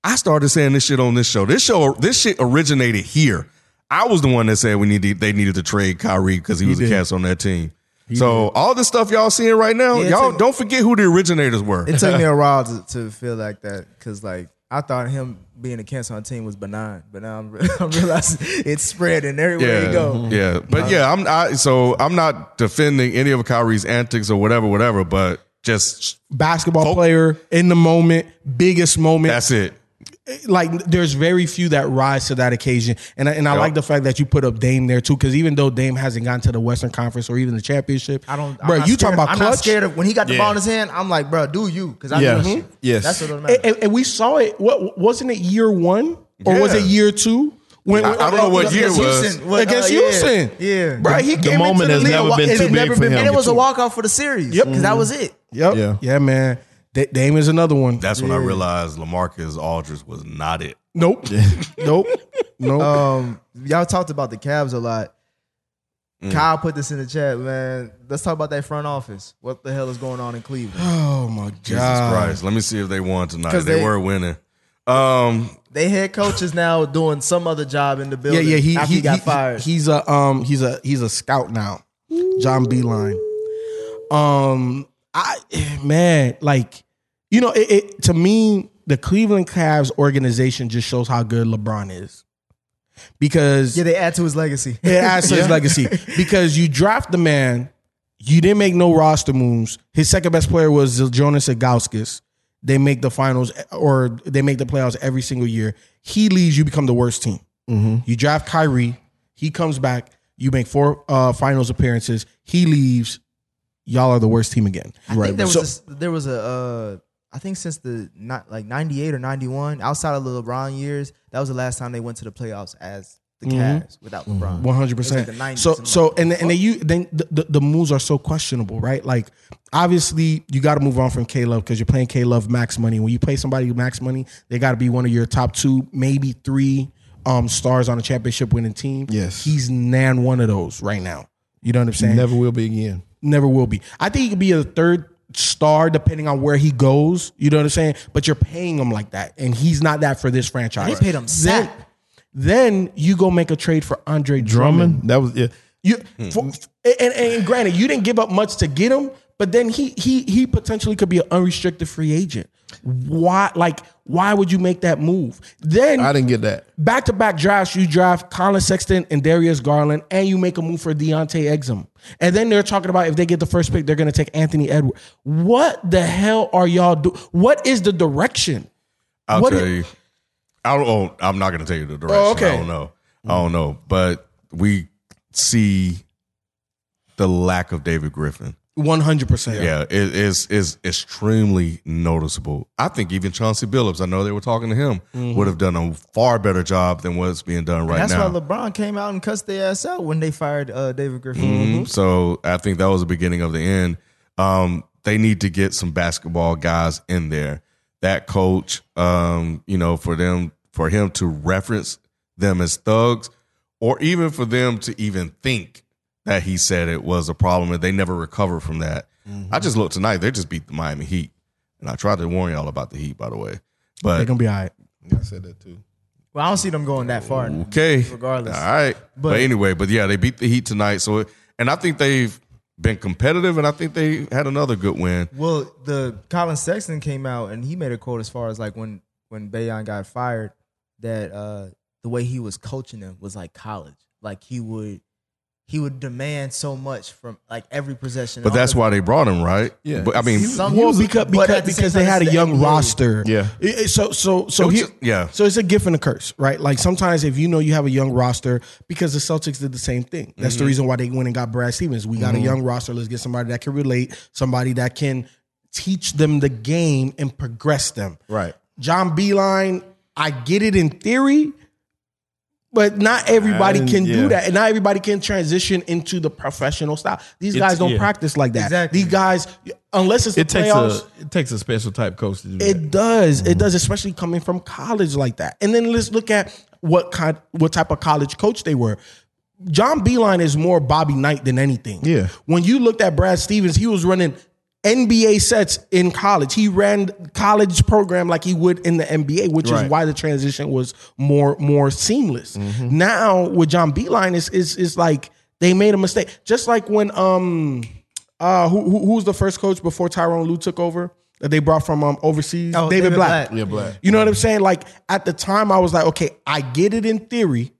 Speaker 5: I started saying this shit on this show. This show, this shit originated here. I was the one that said we need to- they needed to trade Kyrie because he was a cast on that team. so all the stuff y'all seeing right now,
Speaker 1: Yeah, it
Speaker 5: y'all
Speaker 1: took-
Speaker 5: don't forget who the originators were.
Speaker 1: It took me a while to, to feel like that because like I thought him being a cancer on the team was benign, but now I'm, re- I'm realizing it's spreading everywhere
Speaker 5: yeah, Mm-hmm.
Speaker 1: you
Speaker 7: Mm-hmm.
Speaker 1: go.
Speaker 5: Yeah, but yeah, I'm I, so I'm not defending any of Kyrie's antics or whatever, whatever. But just
Speaker 7: Basketball player in the moment, biggest moment. Eh,
Speaker 5: that's it.
Speaker 7: like there's very few that rise to that occasion, and I, and I
Speaker 5: Yep.
Speaker 7: like the fact that you put up Dame there too, because even though Dame hasn't gotten to the Western Conference or even the championship,
Speaker 1: I don't. I'm
Speaker 7: Bro,
Speaker 1: not
Speaker 7: you
Speaker 1: scared-
Speaker 7: talking about
Speaker 1: I'm
Speaker 7: clutch? Mm-hmm.
Speaker 1: not scared of when he got the
Speaker 6: Yeah.
Speaker 1: ball in his hand. I'm like, bro, do you? Because I
Speaker 6: Yeah.
Speaker 1: know that
Speaker 6: Mhm.
Speaker 1: shit.
Speaker 6: Yes.
Speaker 1: that's what matters.
Speaker 7: and, and- and we saw it. What wasn't it year one or was it
Speaker 5: Yeah.
Speaker 7: year two? When,
Speaker 5: I- I don't know what year it was.
Speaker 1: What-
Speaker 7: against
Speaker 1: uh, yeah.
Speaker 7: Houston.
Speaker 1: Yeah.
Speaker 7: bro, he
Speaker 6: The
Speaker 7: came
Speaker 6: moment
Speaker 7: into the
Speaker 6: has
Speaker 7: league.
Speaker 6: never
Speaker 7: Wa-
Speaker 6: been
Speaker 7: it's
Speaker 6: too big
Speaker 7: never
Speaker 6: for
Speaker 7: been-
Speaker 6: him.
Speaker 1: and it was a walk off for the series.
Speaker 7: Yep.
Speaker 1: because that was it.
Speaker 7: Yep. Yeah.
Speaker 6: Yeah.
Speaker 7: man. Da- Dame is another one.
Speaker 5: That's when I realized Lamarcus Aldridge was not it.
Speaker 7: nope. nope. Nope.
Speaker 1: Um, y'all talked about the Cavs a lot. Kyle put this in the chat, man. Let's talk about that front office. What the hell is going on in Cleveland?
Speaker 7: oh my god.
Speaker 5: Jesus Christ! Let me see if they won tonight.
Speaker 1: 'Cause
Speaker 5: They,
Speaker 1: they-
Speaker 5: were winning. Um,
Speaker 1: they head coach is now doing some other job in the
Speaker 7: Yeah,
Speaker 1: building.
Speaker 7: yeah. He,
Speaker 1: after
Speaker 7: he,
Speaker 1: he, got
Speaker 7: he-
Speaker 1: fired.
Speaker 7: He's a um. He's a he's a scout now. John Beeline. Um, I man, like you know, it, it to me the Cleveland Cavs organization just shows how good LeBron is because
Speaker 1: yeah, they add to his legacy.
Speaker 7: it adds to his legacy because you draft the man, you didn't make no roster moves. His second best player was Jonas Agauskas. They make the finals or they make the playoffs every single year. He leaves, you become the worst team. You draft Kyrie, he comes back, you make four uh, finals appearances. He leaves, y'all are the worst team again.
Speaker 1: I think there was
Speaker 7: So-
Speaker 1: this- there was a uh, I think since the not like ninety eight or ninety one outside of the LeBron years that was the last time they went to the playoffs as the
Speaker 7: Mhm.
Speaker 1: Cavs without LeBron.
Speaker 7: One hundred
Speaker 1: It was
Speaker 7: percent.
Speaker 1: like the 90s.
Speaker 7: So
Speaker 1: I'm like,
Speaker 7: so and and then you then the, the, the moves are so questionable, right? Like obviously you got to move on from K Love because you're playing K Love max money. When you play somebody with max money, they got to be one of your top two, maybe three um stars on a championship winning team.
Speaker 6: Yes.
Speaker 7: he's nan one of those right now. You know what I'm saying?
Speaker 6: Never will be again.
Speaker 7: never will be. I think he could be a third star depending on where he goes. You know what I'm saying? But you're paying him like that, and he's not that for this franchise.
Speaker 1: They paid him
Speaker 7: Then,
Speaker 1: sack.
Speaker 7: then you go make a trade for Andre Drummond.
Speaker 6: Drummond. That was yeah.
Speaker 7: You for, and, and granted, you didn't give up much to get him, but then he he he potentially could be an unrestricted free agent. Why like why would you make that move?
Speaker 6: I
Speaker 7: Then
Speaker 6: didn't get that.
Speaker 7: back to back drafts, you draft Colin Sexton and Darius Garland, and you make a move for Deontay Exum. And then they're talking about if they get the first pick, they're gonna take Anthony Edwards. What the hell are y'all do? What is the direction?
Speaker 5: I'll
Speaker 7: What
Speaker 5: tell
Speaker 7: i-
Speaker 5: you. I don't. Oh, I'm not going to tell you the direction.
Speaker 7: okay.
Speaker 5: I don't know. I don't know. But we see the lack of David Griffin.
Speaker 7: One hundred percent.
Speaker 5: Yeah, it is is extremely noticeable. I think even Chauncey Billups, I know they were talking to him,
Speaker 1: Mhm.
Speaker 5: would have done a far better job than what's being done right
Speaker 1: that's
Speaker 5: now.
Speaker 1: why LeBron came out and cussed their ass out when they fired uh, David Griffin.
Speaker 7: Mm-hmm.
Speaker 5: Mhm. So I think that was the beginning of the end. Um, they need to get some basketball guys in there. That coach, um, you know, for them for him to reference them as thugs, or even for them to even think that he said it was a problem and they never recovered from that. I just looked tonight; they just beat the Miami Heat, and I tried to warn y'all about the Heat, by the way. But
Speaker 7: They're gonna be all right.
Speaker 6: I said that too.
Speaker 1: Well, I don't see them going that far.
Speaker 5: Okay.
Speaker 1: Regardless.
Speaker 5: All right. But,
Speaker 1: But-
Speaker 5: anyway, but yeah, they beat the Heat tonight. So, it, and I think they've been competitive, and I think they had another good win.
Speaker 1: Well, the Colin Sexton came out and he made a quote as far as like when when Bayon got fired that uh the way he was coaching them was like college. Like he would he would demand so much from like every possession.
Speaker 5: But that's why they brought him, right?
Speaker 1: Yeah.
Speaker 5: But I mean,
Speaker 1: Some-
Speaker 7: Well,
Speaker 1: He was-
Speaker 7: because
Speaker 1: but
Speaker 7: because,
Speaker 1: at the same
Speaker 7: because
Speaker 1: time,
Speaker 7: they had
Speaker 1: it's
Speaker 7: a
Speaker 1: the
Speaker 7: young
Speaker 1: NBA.
Speaker 7: roster.
Speaker 5: Yeah.
Speaker 7: It- it- so so so
Speaker 5: It was
Speaker 7: here-
Speaker 5: ju- yeah.
Speaker 7: So it's a gift and a curse, right? Like sometimes if you know you have a young roster, because the Celtics did the same thing. That's the
Speaker 5: Mhm.
Speaker 7: reason why they went and got Brad Stevens. We got
Speaker 5: Mhm.
Speaker 7: a young roster. Let's get somebody that can relate, somebody that can teach them the game and progress them.
Speaker 6: Right.
Speaker 7: John Beeline, I get it in theory, but not everybody
Speaker 6: And-
Speaker 7: can
Speaker 6: yeah.
Speaker 7: do that. And not everybody can transition into the professional style. These
Speaker 6: It's-
Speaker 7: guys don't
Speaker 6: yeah.
Speaker 7: practice like that. These guys, unless it's the
Speaker 6: It takes
Speaker 7: playoffs,
Speaker 6: a Mm-hmm. it takes a special type coach to do that.
Speaker 7: it does. It does, especially coming from college like that. And then let's look at what kind what type of college coach they were. John Beeline is more Bobby Knight than anything. Yeah. When you looked at Brad Stevens, he was running NBA sets in college. He ran college program like he would in the NBA, which
Speaker 6: Right.
Speaker 7: is why the transition was more more seamless. Now with John Beeline is is is like they made a mistake. Just like when um uh who, who who was the first coach before Tyrone Lue took over that they brought from um overseas?
Speaker 1: Oh,
Speaker 7: David,
Speaker 1: David
Speaker 7: Black.
Speaker 1: Black. Yeah, Black.
Speaker 7: You know what I'm saying? Like at the time I was like, okay, I get it in theory.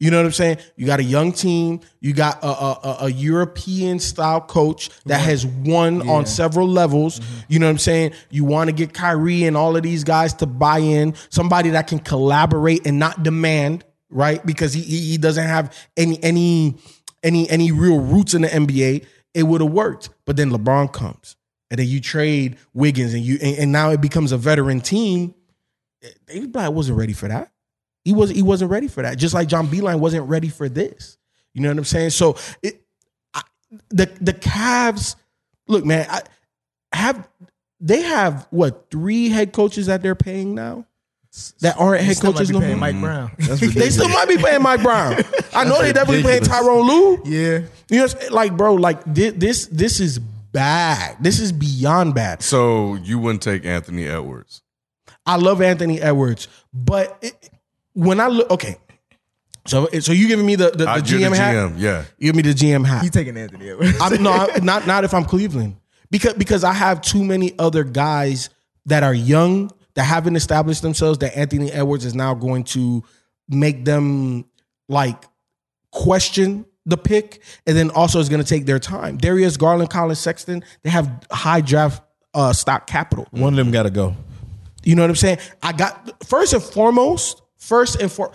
Speaker 7: You know what I'm saying? You got a young team. You got a, a, a- a European style coach that has won on several levels. You know what I'm saying? You want to get Kyrie and all of these guys to buy in. Somebody that can collaborate and not demand, right? Because he he, he doesn't have any any any any real roots in the NBA. It would have worked, but then LeBron comes, and then you trade Wiggins, and you and, and now it becomes a veteran team. David Black wasn't ready for that. He was he wasn't ready for that. Just like John Beeline wasn't ready for this. You know what I'm saying? So it, I, the the Cavs, look, man, I have they have what three head coaches that they're paying now that aren't
Speaker 1: They
Speaker 7: head
Speaker 1: still might
Speaker 7: coaches
Speaker 1: be
Speaker 7: no more.
Speaker 1: paying Mike
Speaker 5: Mm-hmm.
Speaker 1: Brown. That's
Speaker 7: they still
Speaker 1: ridiculous.
Speaker 7: might be paying Mike Brown. I know
Speaker 1: That's
Speaker 7: they definitely paying
Speaker 1: ridiculous.
Speaker 7: Tyrone Lue.
Speaker 1: Yeah.
Speaker 7: You know, what I'm saying? like bro, like thi- this this is bad. This is beyond bad.
Speaker 5: So you wouldn't take Anthony Edwards.
Speaker 7: I love Anthony Edwards, but it, when I look, okay, so so you giving me the the, the
Speaker 5: I- you're
Speaker 7: GM hat?
Speaker 5: GM, yeah.
Speaker 7: You Give me the GM hat.
Speaker 1: He taking Anthony Edwards.
Speaker 7: I'm no, I- not not if I'm Cleveland because because I have too many other guys that are young that haven't established themselves that Anthony Edwards is now going to make them like question the pick and then also is going to take their time. Darius Garland, Colin Sexton, they have high draft uh, stock capital.
Speaker 6: One of them got to go.
Speaker 7: You know what I'm saying? I got first and foremost, first and for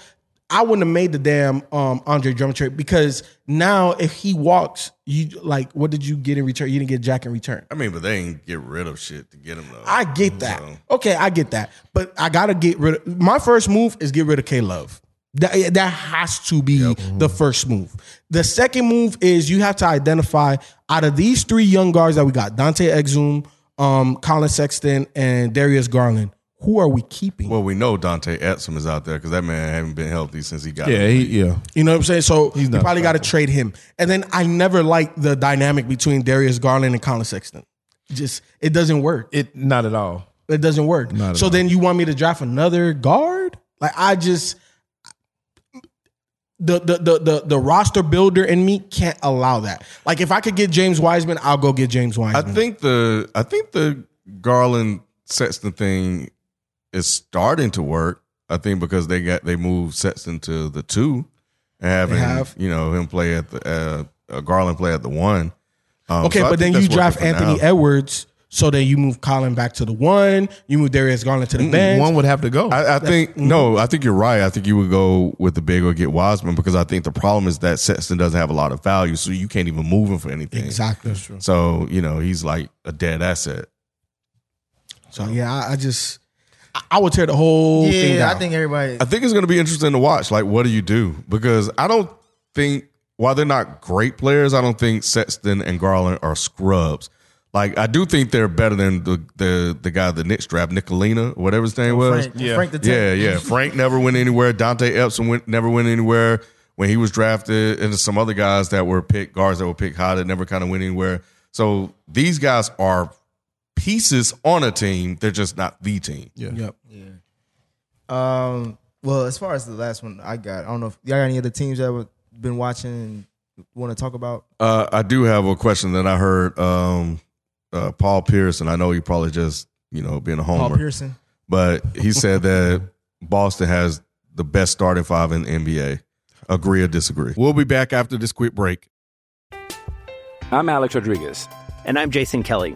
Speaker 7: I wouldn't have made the damn um, Andre Drummond trade because now if he walks, you like what did you get in return? You didn't get Jack in return.
Speaker 5: I mean, but they ain't get rid of shit to get him though.
Speaker 7: I get that. Okay, I get that. But I gotta get rid of my first move is get rid of K Love. That that has to be the first move. The second move is you have to identify out of these three young guards that we got, Dante Exum, um, Colin Sexton, and Darius Garland, who are we keeping?
Speaker 5: Well, we know Dante Exum is out there because that man haven't been healthy since he got.
Speaker 7: Yeah,
Speaker 5: in the league.
Speaker 6: yeah.
Speaker 7: You know what I'm saying? So you
Speaker 5: not
Speaker 7: probably got to trade him. And then I never liked the dynamic between Darius Garland and Colin Sexton. Just it doesn't work.
Speaker 6: It not at all.
Speaker 7: It doesn't work.
Speaker 6: Not at
Speaker 7: so
Speaker 6: all.
Speaker 7: then you want me to draft another guard? Like I just the the the the, the roster builder in me can't allow that. Like if I could get James Wiseman, I'll go get James
Speaker 5: I
Speaker 7: Wiseman.
Speaker 5: think the I think the Garland Sexton thing is starting to work. I think because they got they moved Sexton to the two, and having
Speaker 7: have.
Speaker 5: you know him play at the uh, uh, Garland play at the one. Um,
Speaker 7: okay,
Speaker 5: so I
Speaker 7: but
Speaker 5: think
Speaker 7: then you
Speaker 5: that's
Speaker 7: draft
Speaker 5: working for
Speaker 7: Anthony
Speaker 5: now.
Speaker 7: Edwards So then you move Colin back to the one. You move Darius Garland to the bench. mm-hmm.
Speaker 6: One would have to go.
Speaker 5: I, I think no. I think you're right. I think you would go with the big or get Wiseman because I think the problem is that Sexton doesn't have a lot of value, so you can't even move him for anything.
Speaker 7: Exactly. That's true.
Speaker 5: So you know he's like a dead asset.
Speaker 7: So yeah, I, I just I- I would tear the whole thing
Speaker 1: Yeah,
Speaker 7: down.
Speaker 1: I think everybody.
Speaker 5: I think it's going to be interesting to watch. Like, what do you do? Because I don't think while they're not great players, I don't think Sexton and Garland are scrubs. Like, I do think they're better than the the the guy the Knicks draft, Nicolina, whatever his name was.
Speaker 1: Oh, Frank- Yeah. Frank the Tank.
Speaker 5: yeah, yeah. Frank never went anywhere. Dante Epps went, never went anywhere when he was drafted, and some other guys that were picked guards that were picked high that never kind of went anywhere. So these guys are pieces on a team. They're just not the team.
Speaker 6: Yeah.
Speaker 7: Yep.
Speaker 1: Um. Well, as far as the last one I got, I don't know if y'all got any other teams that have been watching and want to talk about.
Speaker 5: Uh, I do have a question that I heard um, uh, Paul Pierce, and I know he probably just you know being a homer.
Speaker 1: Paul Pearson.
Speaker 5: but he said that Boston has the best starting five in the NBA. Agree or disagree? We'll be back after this quick break.
Speaker 12: I'm Alex Rodriguez.
Speaker 13: And I'm Jason Kelly.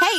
Speaker 14: Hey,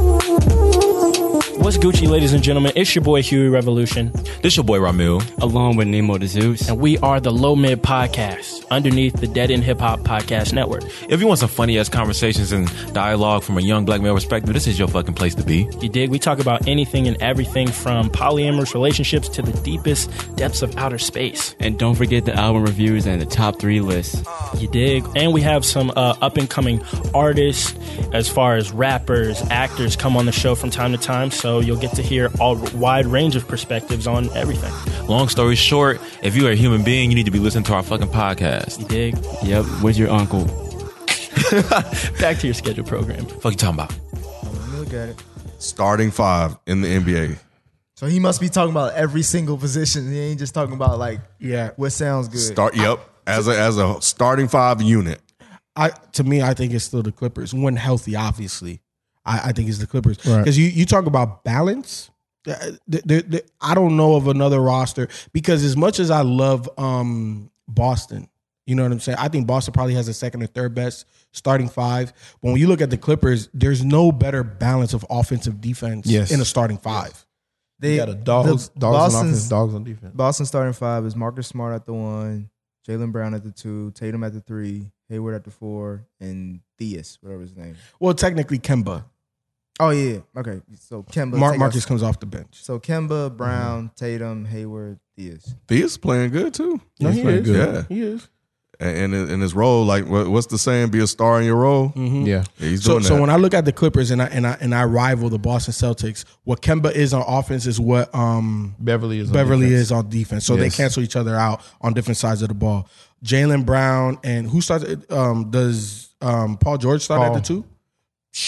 Speaker 15: What's Gucci, ladies and gentlemen? It's your boy Huey Revolution. This your boy Ramil, along with Nemo the Zeus, and we are the Low Mid Podcast, underneath the Dead End Hip Hop Podcast Network.
Speaker 16: If you want some funny ass conversations and dialogue from a young black male perspective, this is your fucking place to be.
Speaker 15: You dig? We talk about anything and everything from polyamorous relationships to the deepest depths of outer space.
Speaker 17: And don't forget the album reviews and the top three lists.
Speaker 15: You dig? And we have some uh, up and coming artists, as far as rappers, actors, come on the show from time to time. So you'll get to hear a wide range of perspectives on everything.
Speaker 16: Long story short, if you are a human being, you need to be listening to our fucking podcast. You
Speaker 15: dig?
Speaker 16: Yep. With your uncle.
Speaker 15: Back to your schedule program.
Speaker 16: Fuck you talking about?
Speaker 1: Let me look at it.
Speaker 5: Starting five in the NBA.
Speaker 1: So he must be talking about every single position. He ain't just talking about like
Speaker 7: yeah
Speaker 1: what sounds good.
Speaker 5: Start. Yep. As a as a starting five unit.
Speaker 7: I to me, I think it's still the Clippers when healthy. Obviously, I, I think it's the Clippers because
Speaker 11: Right.
Speaker 7: you you talk about balance. Uh, th- th- th- I don't know of another roster because as much as I love um, Boston, you know what I'm saying. I think Boston probably has the second or third best starting five. But when you look at the Clippers, there's no better balance of offensive defense
Speaker 11: Yes.
Speaker 7: in a starting five.
Speaker 1: They
Speaker 7: You got a dogs-
Speaker 1: the-
Speaker 7: dogs on offense,
Speaker 1: Boston's-
Speaker 7: dogs on defense.
Speaker 1: Boston starting five is Marcus Smart at the one, Jalen Brown at the two, Tatum at the three, Hayward at the four, and Theus, whatever his name.
Speaker 7: Well, technically Kemba,
Speaker 1: Oh yeah, okay. So Kemba,
Speaker 7: Mar-
Speaker 1: take
Speaker 7: Marcus Mm-hmm. comes off the bench.
Speaker 1: So Kemba, Brown, Tatum, Hayward, Theus.
Speaker 5: Thea's playing good too.
Speaker 1: No,
Speaker 5: He's
Speaker 1: he
Speaker 5: playing
Speaker 1: is.
Speaker 5: good.
Speaker 1: He is.
Speaker 5: And and in his role, like what, what's the saying? Be a star in your role.
Speaker 7: Mhm.
Speaker 11: Yeah.
Speaker 5: He's
Speaker 7: so,
Speaker 5: doing
Speaker 7: so
Speaker 5: that.
Speaker 7: when I look at the Clippers and I and I and I rival the Boston Celtics, what Kemba is on offense is what um
Speaker 11: Beverly is on
Speaker 7: Beverly
Speaker 11: defense.
Speaker 7: is on defense. So they
Speaker 11: Yes.
Speaker 7: cancel each other out on different sides of the ball. Jalen Brown and who starts? Um, does um Paul George start at
Speaker 11: Paul.
Speaker 7: the two?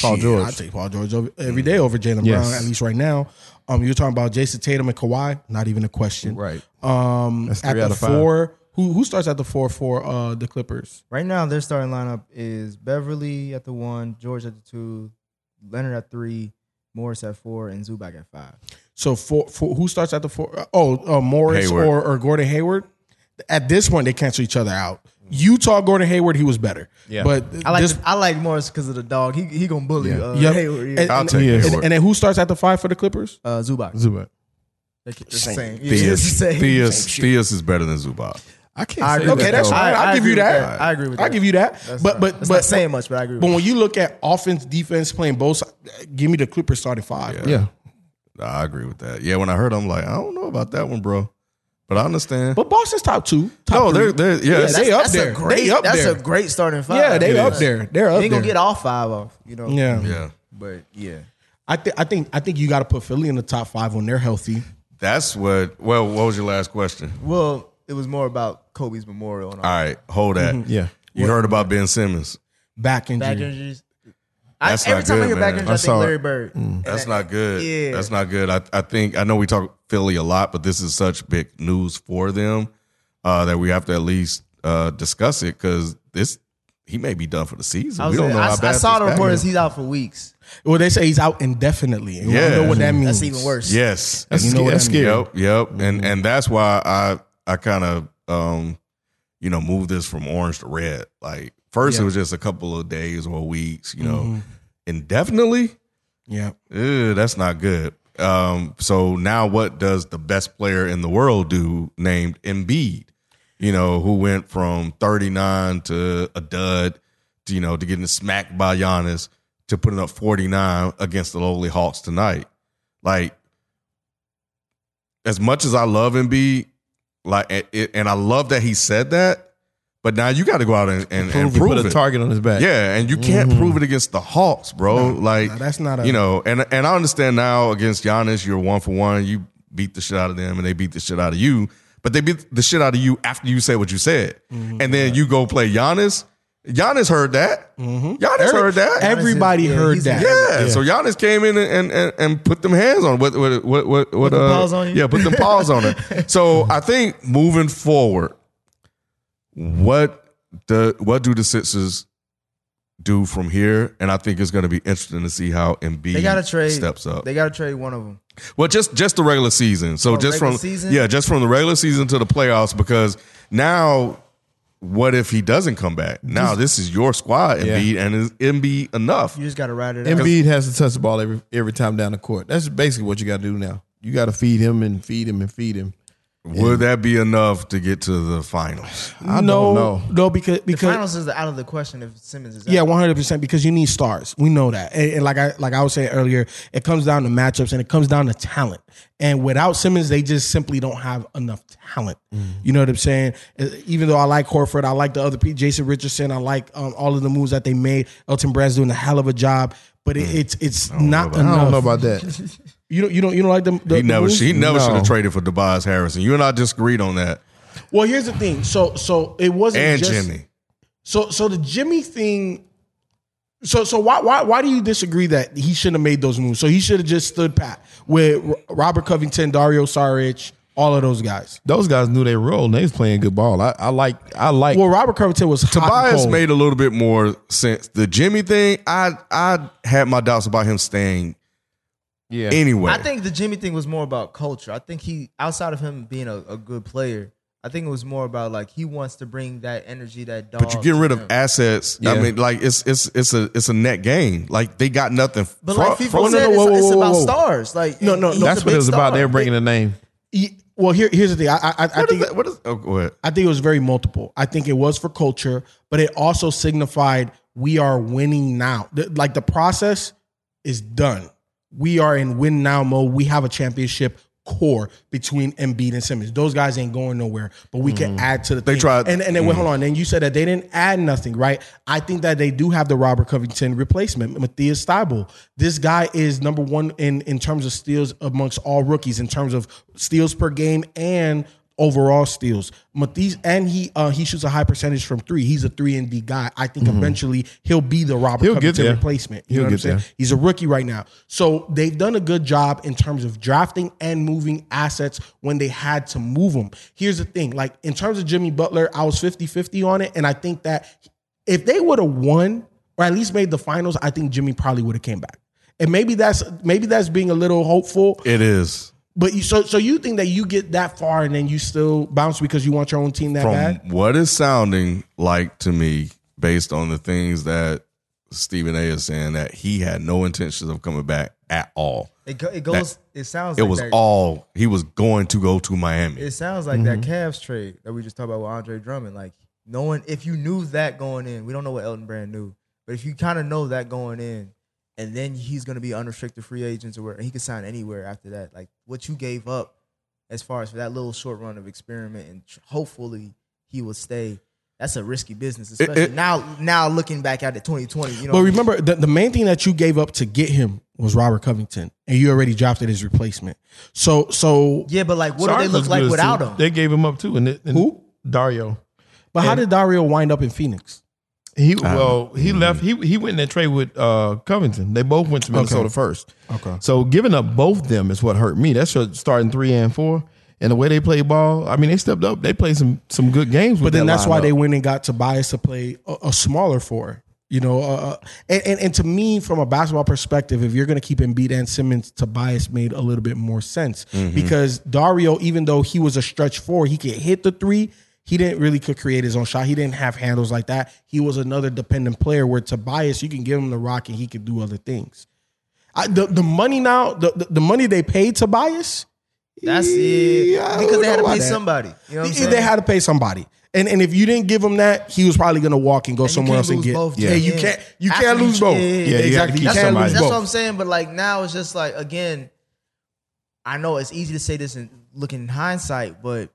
Speaker 11: Paul
Speaker 7: Shit,
Speaker 11: George.
Speaker 7: I take Paul George over, every day over Jalen
Speaker 11: Yes.
Speaker 7: Brown at least right now. Um, you're talking about Jason Tatum and Kawhi. Not even a question.
Speaker 6: Right.
Speaker 7: Um,
Speaker 6: That's
Speaker 7: at
Speaker 6: three
Speaker 7: the
Speaker 6: out of five.
Speaker 7: four, who who starts at the four for uh the Clippers?
Speaker 1: Right now, their starting lineup is Beverly at the one, George at the two, Leonard at three, Morris at four, and Zubac at five.
Speaker 7: So for, for who starts at the four? Oh, uh, Morris
Speaker 1: Hayward.
Speaker 7: or, or Gordon Hayward. At this point, they cancel each other out. Utah Gordon Hayward, he was better. But
Speaker 1: I like
Speaker 7: this,
Speaker 1: I like Morris because of the dog. He he gonna bully. Uh,
Speaker 7: Yep.
Speaker 1: Hayward, yeah.
Speaker 7: And, and- and, and then who starts at the five for the Clippers?
Speaker 1: Uh, Zubac.
Speaker 5: Zubac.
Speaker 1: They keep- it's the same. Yeah, it's the
Speaker 5: Theus,
Speaker 1: same.
Speaker 5: Theus,
Speaker 1: Same shit.
Speaker 5: Theus is better than Zubac. I can't.
Speaker 1: I
Speaker 5: say
Speaker 1: agree
Speaker 5: that,
Speaker 1: with
Speaker 7: Okay, that's
Speaker 5: though.
Speaker 7: fine. I'll give
Speaker 1: agree
Speaker 7: you
Speaker 1: with
Speaker 7: that.
Speaker 1: that. I agree with
Speaker 7: I'll
Speaker 1: that.
Speaker 7: give you that.
Speaker 1: That's
Speaker 7: but
Speaker 1: not-
Speaker 7: but
Speaker 1: that's
Speaker 7: but
Speaker 1: not saying much, but I agree with
Speaker 7: But
Speaker 1: that.
Speaker 7: when you look at offense, defense, playing both, si- give me the Clippers starting five. bro.
Speaker 5: Nah, I agree with that. Yeah, when I heard, it, I'm like, I don't know about that one, bro. But I understand.
Speaker 7: But Boston's top two. Top
Speaker 5: no,
Speaker 7: three.
Speaker 5: they're they're
Speaker 7: Yeah,
Speaker 5: yeah,
Speaker 7: that's- They up
Speaker 1: that's a
Speaker 7: there.
Speaker 1: great-
Speaker 7: They up
Speaker 1: that's
Speaker 7: there.
Speaker 1: a great starting five.
Speaker 7: Yeah, they
Speaker 1: It
Speaker 7: up
Speaker 1: is.
Speaker 7: there. They're up
Speaker 1: They ain't gonna
Speaker 7: there.
Speaker 1: get all five off. You know.
Speaker 7: Yeah.
Speaker 5: Yeah.
Speaker 1: But yeah.
Speaker 7: I think I think I think you got to put Philly in the top five when they're healthy.
Speaker 5: That's what. Well, what was your last question?
Speaker 1: Well, it was more about Kobe's memorial. And all
Speaker 5: All right, hold that.
Speaker 1: Mhm.
Speaker 5: Mm-hmm, Yeah, you heard about Ben Simmons.
Speaker 7: Back injury.
Speaker 1: back injuries. I,
Speaker 5: That's
Speaker 1: every
Speaker 5: not
Speaker 1: time I
Speaker 5: good,
Speaker 1: hear back
Speaker 5: man.
Speaker 1: injuries,
Speaker 5: I
Speaker 1: I, think
Speaker 5: saw it. Mm.
Speaker 1: Larry Bird. And
Speaker 5: That's
Speaker 1: I-
Speaker 5: not good.
Speaker 1: Yeah.
Speaker 5: That's not good. I, I think I know we talk Philly a lot, but this is such big news for them uh, that we have to at least uh, discuss it because this he may be done for the season.
Speaker 1: I,
Speaker 5: we
Speaker 1: was
Speaker 5: don't
Speaker 1: saying,
Speaker 5: know
Speaker 1: I,
Speaker 5: how
Speaker 1: I
Speaker 5: bad
Speaker 1: saw the
Speaker 5: this back
Speaker 1: reports.
Speaker 5: is.
Speaker 1: He's out for weeks.
Speaker 7: Well, they say he's out indefinitely. And
Speaker 5: Yeah,
Speaker 7: We don't know what that means.
Speaker 1: That's even worse.
Speaker 5: Yes,
Speaker 7: That's You know what that scary. Mm-hmm. means.
Speaker 5: Yep, yep. And and that's why I I kind of um you know moved this from orange to red. Like first it
Speaker 7: Yeah.
Speaker 5: was just a couple of days or weeks, you know,
Speaker 7: Mhm.
Speaker 5: indefinitely.
Speaker 7: Yeah.
Speaker 5: Ew, that's not good. Um, so now what does the best player in the world do named Embiid? You know, who went from 39 to a dud, to, you know, to getting smacked by Giannis to putting up 49 against the lowly Hawks tonight. Like, as much as I love Embiid, like, and- it, and I love that he said that, but now you got to go out and, and,
Speaker 6: Prove
Speaker 5: and
Speaker 6: it,
Speaker 5: prove
Speaker 6: put a
Speaker 5: it.
Speaker 6: target on his back.
Speaker 5: Yeah, and you can't
Speaker 7: Mm-hmm.
Speaker 6: Mhm.
Speaker 5: prove it against the Hawks, bro. like
Speaker 7: no, that's not a-
Speaker 5: you know. And and I understand now against Giannis, you're one for one. You beat the shit out of them, and they beat the shit out of you. But they beat the shit out of you after you said what you said,
Speaker 7: Mm-hmm.
Speaker 5: and then you go play Giannis. Giannis heard that. Giannis
Speaker 7: Mm-hmm. Every-
Speaker 5: heard that.
Speaker 7: everybody Yeah, heard he's- that.
Speaker 5: Yeah.
Speaker 7: Yeah.
Speaker 5: So Giannis came in and, and and put them hands on what what what what what
Speaker 7: them
Speaker 5: uh,
Speaker 7: paws on you?
Speaker 5: yeah, put them paws on it. So I think moving forward, what the what do the Sixers do from here? And I think it's going to be interesting to see how Embiid
Speaker 1: They got to trade.
Speaker 5: steps up.
Speaker 1: They got to trade one of them.
Speaker 5: well, just just the regular season. So
Speaker 1: Oh,
Speaker 5: just
Speaker 1: regular
Speaker 5: from
Speaker 1: season?
Speaker 5: yeah, just from the regular season to the playoffs. Because now, what if he doesn't come back? Now this is your squad,
Speaker 6: Yeah.
Speaker 5: Embiid, and is Embiid enough?
Speaker 1: You just got to ride it out.
Speaker 6: Embiid has to touch the ball every every time down the court. That's basically what you got to do now. You got to feed him and feed him and feed him.
Speaker 5: Would that be enough to get to the finals?
Speaker 6: I don't
Speaker 7: no,
Speaker 6: know.
Speaker 7: No, because
Speaker 1: The
Speaker 7: because
Speaker 1: finals is out of the question if Simmons is out.
Speaker 7: Yeah, one hundred percent. Because you need stars. We know that. And, and like I like I was saying earlier, it comes down to matchups and it comes down to talent. And without Simmons, they just simply don't have enough talent.
Speaker 5: Mm.
Speaker 7: You know what I'm saying? Uh, Even though I like Horford, I like the other people, Jason Richardson, I like um, all of the moves that they made. Elton Brand's doing a hell of a job, but it, it's it's not
Speaker 5: about- Mm. I
Speaker 7: enough.
Speaker 5: don't know
Speaker 6: about that.
Speaker 7: You don't you don't you don't like them. The,
Speaker 5: he
Speaker 7: the
Speaker 5: never
Speaker 7: moves?
Speaker 5: he never should have traded for Tobias Harrison. You and I disagreed on that.
Speaker 7: Well, here's the thing. So so it wasn't
Speaker 5: And
Speaker 7: just,
Speaker 5: Jimmy.
Speaker 7: So so the Jimmy thing. So so why why why do you disagree that he shouldn't have made those moves? So he should have just stood pat with Ro- Robert Covington, Dario Saric, all of those guys.
Speaker 6: Those guys knew their role. and They was playing good ball. I, I like I like
Speaker 7: Well, Robert Covington was hot and
Speaker 5: Tobias
Speaker 7: cold.
Speaker 5: made a little bit more sense. The Jimmy thing, I I had my doubts about him staying.
Speaker 6: Yeah.
Speaker 5: Anyway,
Speaker 1: I think the Jimmy thing was more about culture. I think he, outside of him being a, a good player, I think it was more about like he wants to bring that energy, that dog.
Speaker 5: but you're getting rid of assets. I
Speaker 6: Yeah.
Speaker 5: mean, like it's it's it's a it's a net gain. Like they got nothing.
Speaker 1: But
Speaker 5: from-
Speaker 1: like FIFA
Speaker 5: from-
Speaker 1: said, it's, it's about stars. Like
Speaker 7: No, no,
Speaker 1: he's
Speaker 7: no.
Speaker 1: a
Speaker 6: that's what
Speaker 1: big
Speaker 6: it was about.
Speaker 1: star.
Speaker 6: They're bringing the name.
Speaker 7: He- well, here here's the thing. I I, I I think
Speaker 5: What is? Oh, go ahead.
Speaker 7: I think it was very multiple. I think it was for culture, but it also signified we are winning now. The- like the process is done. We are in win now mode. We have a championship core between Embiid and Simmons. Those guys ain't going nowhere, but we can add to the
Speaker 5: Mm. They
Speaker 7: thing.
Speaker 5: tried-
Speaker 7: And and then wait,
Speaker 5: Mhm.
Speaker 7: hold on. And you said that they didn't add nothing, right? I think that they do have the Robert Covington replacement, Matthias Steibel. This guy is number one in in terms of steals amongst all rookies in terms of steals per game and overall steals. Matisse and he uh, he shoots a high percentage from three. He's a three and D guy. I think
Speaker 5: Mm-hmm.
Speaker 6: Mhm.
Speaker 7: eventually he'll be the Robert
Speaker 6: He'll get
Speaker 7: Covington
Speaker 6: there.
Speaker 7: replacement. You
Speaker 6: He'll
Speaker 7: know what I'm
Speaker 6: get
Speaker 7: saying?
Speaker 6: there.
Speaker 7: He's a rookie right now. So they've done a good job in terms of drafting and moving assets when they had to move them. Here's the thing like, in terms of Jimmy Butler, I was 50 50 on it. And I think that if they would have won or at least made the finals, I think Jimmy probably would have came back. And maybe that's maybe that's being a little hopeful.
Speaker 5: It is
Speaker 7: But you so so you think that you get that far and then you still bounce because you want your own team that
Speaker 5: from
Speaker 7: bad?
Speaker 5: what is sounding like to me, based on the things that Stephen A. is saying, that he had no intentions of coming back at all.
Speaker 1: It, go, it goes. it sounds.
Speaker 5: It
Speaker 1: like
Speaker 5: was
Speaker 1: that-
Speaker 5: all he was going to go to Miami.
Speaker 1: It sounds like that Cavs trade that we just talked about with Andre Drummond. Like knowing if you knew that going in, we don't know what Elton Brand knew, but if you kind of know that going in, and then he's going to be unrestricted free agents or where and he could sign anywhere after that. Like what you gave up as far as for that little short run of experiment, and tr- hopefully he will stay. That's a risky business,
Speaker 7: it-
Speaker 1: especially now. Now looking back at the 2020, you
Speaker 7: but
Speaker 1: know. what I mean?
Speaker 7: remember, the, the main thing that you gave up to get him was Robert Covington, and you already drafted his replacement. So, so
Speaker 1: yeah, but like,
Speaker 6: Sarge was good, too. They gave him up too. And, it- and
Speaker 7: Who?
Speaker 6: Dario.
Speaker 7: But how
Speaker 6: And-
Speaker 7: did Dario wind up in Phoenix?
Speaker 6: He well, he left. He he went in that trade with uh, Covington. They both went to
Speaker 7: Okay.
Speaker 6: Minnesota first.
Speaker 7: Okay.
Speaker 6: So giving up both them is what hurt me. That's your starting three and four. And the way they played ball, I mean, they stepped up. They played some some good games. With
Speaker 7: But then
Speaker 6: that
Speaker 7: that's why
Speaker 6: lineup.
Speaker 7: they went and got Tobias to play a, a smaller four. You know, uh, and, and and to me, from a basketball perspective, if you're going to keep Embiid and Simmons, Tobias made a little bit more sense
Speaker 6: Mm-hmm.
Speaker 5: Mhm.
Speaker 7: because Dario, even though he was a stretch four, he could hit the three. He didn't really could create his own shot. He didn't have handles like that. He was another dependent player. Where Tobias, you can give him the rock and he could do other things. I, the the money now, the, the the money they paid Tobias,
Speaker 1: That's it.
Speaker 7: Yeah, I
Speaker 1: because
Speaker 7: don't
Speaker 1: they had to
Speaker 7: know
Speaker 1: pay
Speaker 7: about that.
Speaker 1: somebody. You know what I'm
Speaker 7: They-
Speaker 1: saying?
Speaker 7: They had to pay somebody. And and if you didn't give him that, he was probably gonna walk and go somewhere else and get. yeah, you can't you can't lose both. exactly. You
Speaker 1: that's
Speaker 7: can't
Speaker 1: what,
Speaker 7: lose
Speaker 1: that's what
Speaker 7: both.
Speaker 1: I'm saying. But like now, it's just like again. I know it's easy to say this and looking in hindsight, but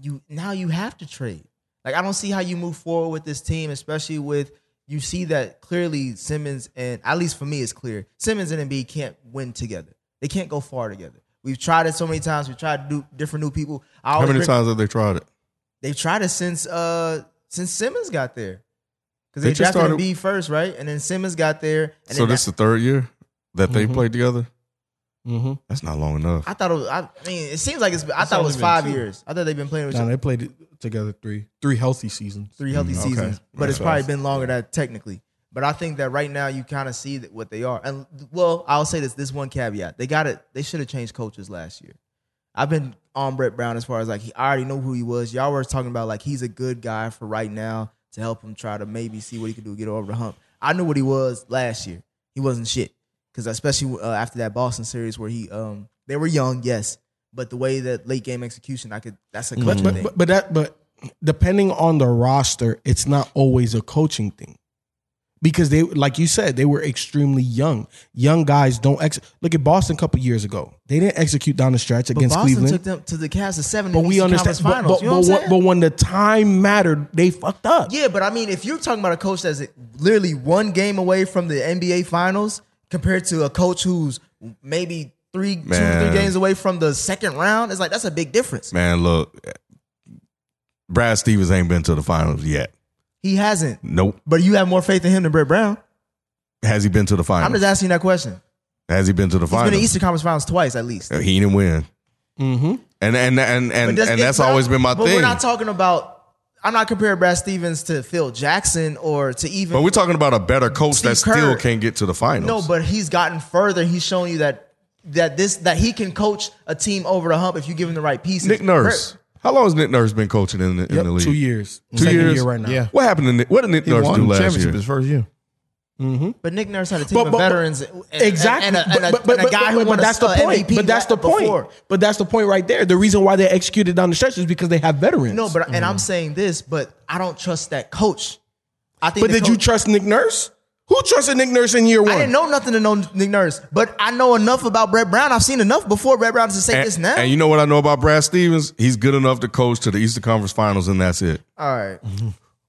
Speaker 1: you now you have to trade. Like I don't see how you move forward with this team, especially with you see that clearly Simmons and at least for me it's clear Simmons and Embiid can't win together. They can't go far together. We've tried it so many times. We've tried to do different new people. I
Speaker 5: How
Speaker 1: always
Speaker 5: many
Speaker 1: bring-
Speaker 5: times have they tried it?
Speaker 1: They've tried it since uh since Simmons got there. Because
Speaker 5: They
Speaker 1: they,
Speaker 5: just
Speaker 1: drafted Embiid
Speaker 5: started-
Speaker 1: first, right? And then Simmons got there. And
Speaker 5: So
Speaker 1: then
Speaker 5: this is the third year that they
Speaker 1: Mhm.
Speaker 5: played together.
Speaker 7: Mm-hmm.
Speaker 5: That's not long enough.
Speaker 1: I thought it was, I, I mean, it seems like it's. I
Speaker 7: It's
Speaker 1: thought it
Speaker 7: only
Speaker 1: was
Speaker 7: been
Speaker 1: five
Speaker 7: two.
Speaker 1: years. I thought they've been playing with
Speaker 7: No, they played it together three three healthy seasons.
Speaker 1: three healthy
Speaker 7: Mm, okay.
Speaker 1: seasons, but it's
Speaker 7: That's
Speaker 1: probably
Speaker 7: fast.
Speaker 1: been longer than that technically. But I think that right now you kind of see that what they are. And well, I'll say this: this one caveat, they got it. They should have changed coaches last year. I've been on Brett Brown as far as like he, I already know who he was. Y'all were talking about like he's a good guy for right now to help him try to maybe see what he can do to get over the hump. I knew what he was last year. He wasn't shit because especially uh, after that Boston series where he um they were young, yes, but the way that late game execution, I could that's a
Speaker 7: But,
Speaker 1: coaching
Speaker 7: Mm-hmm. but
Speaker 1: thing.
Speaker 7: but but that but depending on the roster, it's not always a coaching thing. Because they like you said, they were extremely young. Young guys don't ex look at Boston a couple years ago. They didn't execute down the stretch
Speaker 1: But
Speaker 7: against
Speaker 1: Boston
Speaker 7: Cleveland.
Speaker 1: took them to the Cavs to seven.
Speaker 7: but
Speaker 1: in the
Speaker 7: we
Speaker 1: Eastern
Speaker 7: understand.
Speaker 1: Conference
Speaker 7: But,
Speaker 1: Finals.
Speaker 7: but,
Speaker 1: you know
Speaker 7: but
Speaker 1: what I'm
Speaker 7: when-
Speaker 1: saying?
Speaker 7: but when the time mattered, they fucked up.
Speaker 1: Yeah, but I mean, if you're talking about a coach that's literally one game away from the NBA Finals compared to a coach who's maybe three, two to
Speaker 5: Man.
Speaker 1: three games away from the second round, it's like that's a big difference.
Speaker 5: Man, look, Brad Stevens ain't been to the finals yet.
Speaker 1: He hasn't,
Speaker 5: Nope.
Speaker 1: but you have more faith in him than Brett Brown.
Speaker 5: Has he been to the
Speaker 1: I'm
Speaker 5: finals?
Speaker 1: just asking you that question.
Speaker 5: Has he been to the
Speaker 1: He's been to
Speaker 5: finals?
Speaker 1: Eastern Conference Finals twice at least.
Speaker 5: he didn't win.
Speaker 7: Mm-hmm.
Speaker 5: And and and
Speaker 1: But
Speaker 5: and,
Speaker 1: does-
Speaker 5: and that's
Speaker 1: it's not-
Speaker 5: always been my
Speaker 1: but
Speaker 5: thing.
Speaker 1: we're not talking about. I'm not comparing Brad Stevens to Phil Jackson or to even.
Speaker 5: but we're talking about a better coach that
Speaker 1: Steve
Speaker 5: still
Speaker 1: Kerr.
Speaker 5: can't get to the finals.
Speaker 1: No, but he's gotten further. He's shown you that that this that he can coach a team over the hump if you give him the right pieces.
Speaker 5: Nick Nurse. How long has Nick Nurse been coaching in the, in the league?
Speaker 7: two years.
Speaker 5: Two
Speaker 7: Second
Speaker 5: years
Speaker 7: year right now. Yeah.
Speaker 5: What happened to Nick? What did Nick
Speaker 7: He
Speaker 5: Nurse
Speaker 7: won
Speaker 5: do
Speaker 7: the
Speaker 5: last
Speaker 7: championship
Speaker 5: year?
Speaker 7: his
Speaker 6: first year.
Speaker 7: Mm-hmm.
Speaker 1: But Nick Nurse had a team of veterans and- and-
Speaker 7: exactly.
Speaker 1: and a- and a-
Speaker 7: but, but,
Speaker 1: and a guy
Speaker 7: but-
Speaker 1: who
Speaker 7: but
Speaker 1: won a-
Speaker 7: that's the
Speaker 1: a
Speaker 7: point.
Speaker 1: MVP
Speaker 7: But that's the point.
Speaker 1: before.
Speaker 7: But that's the point right there. The reason why they executed down the stretch is because they have veterans.
Speaker 1: No, but
Speaker 7: Mm-hmm.
Speaker 1: and I'm saying this, but I don't trust that coach. I think.
Speaker 7: But did you trust Nick Nurse? Who trusted Nick Nurse in year one?
Speaker 1: I didn't know nothing to know Nick Nurse, but I know enough about Brett Brown. I've seen enough before Brett Brown to say
Speaker 5: and,
Speaker 1: this now.
Speaker 5: and you know what I know about Brad Stevens? He's good enough to coach to the Eastern Conference Finals, and that's it.
Speaker 1: All right.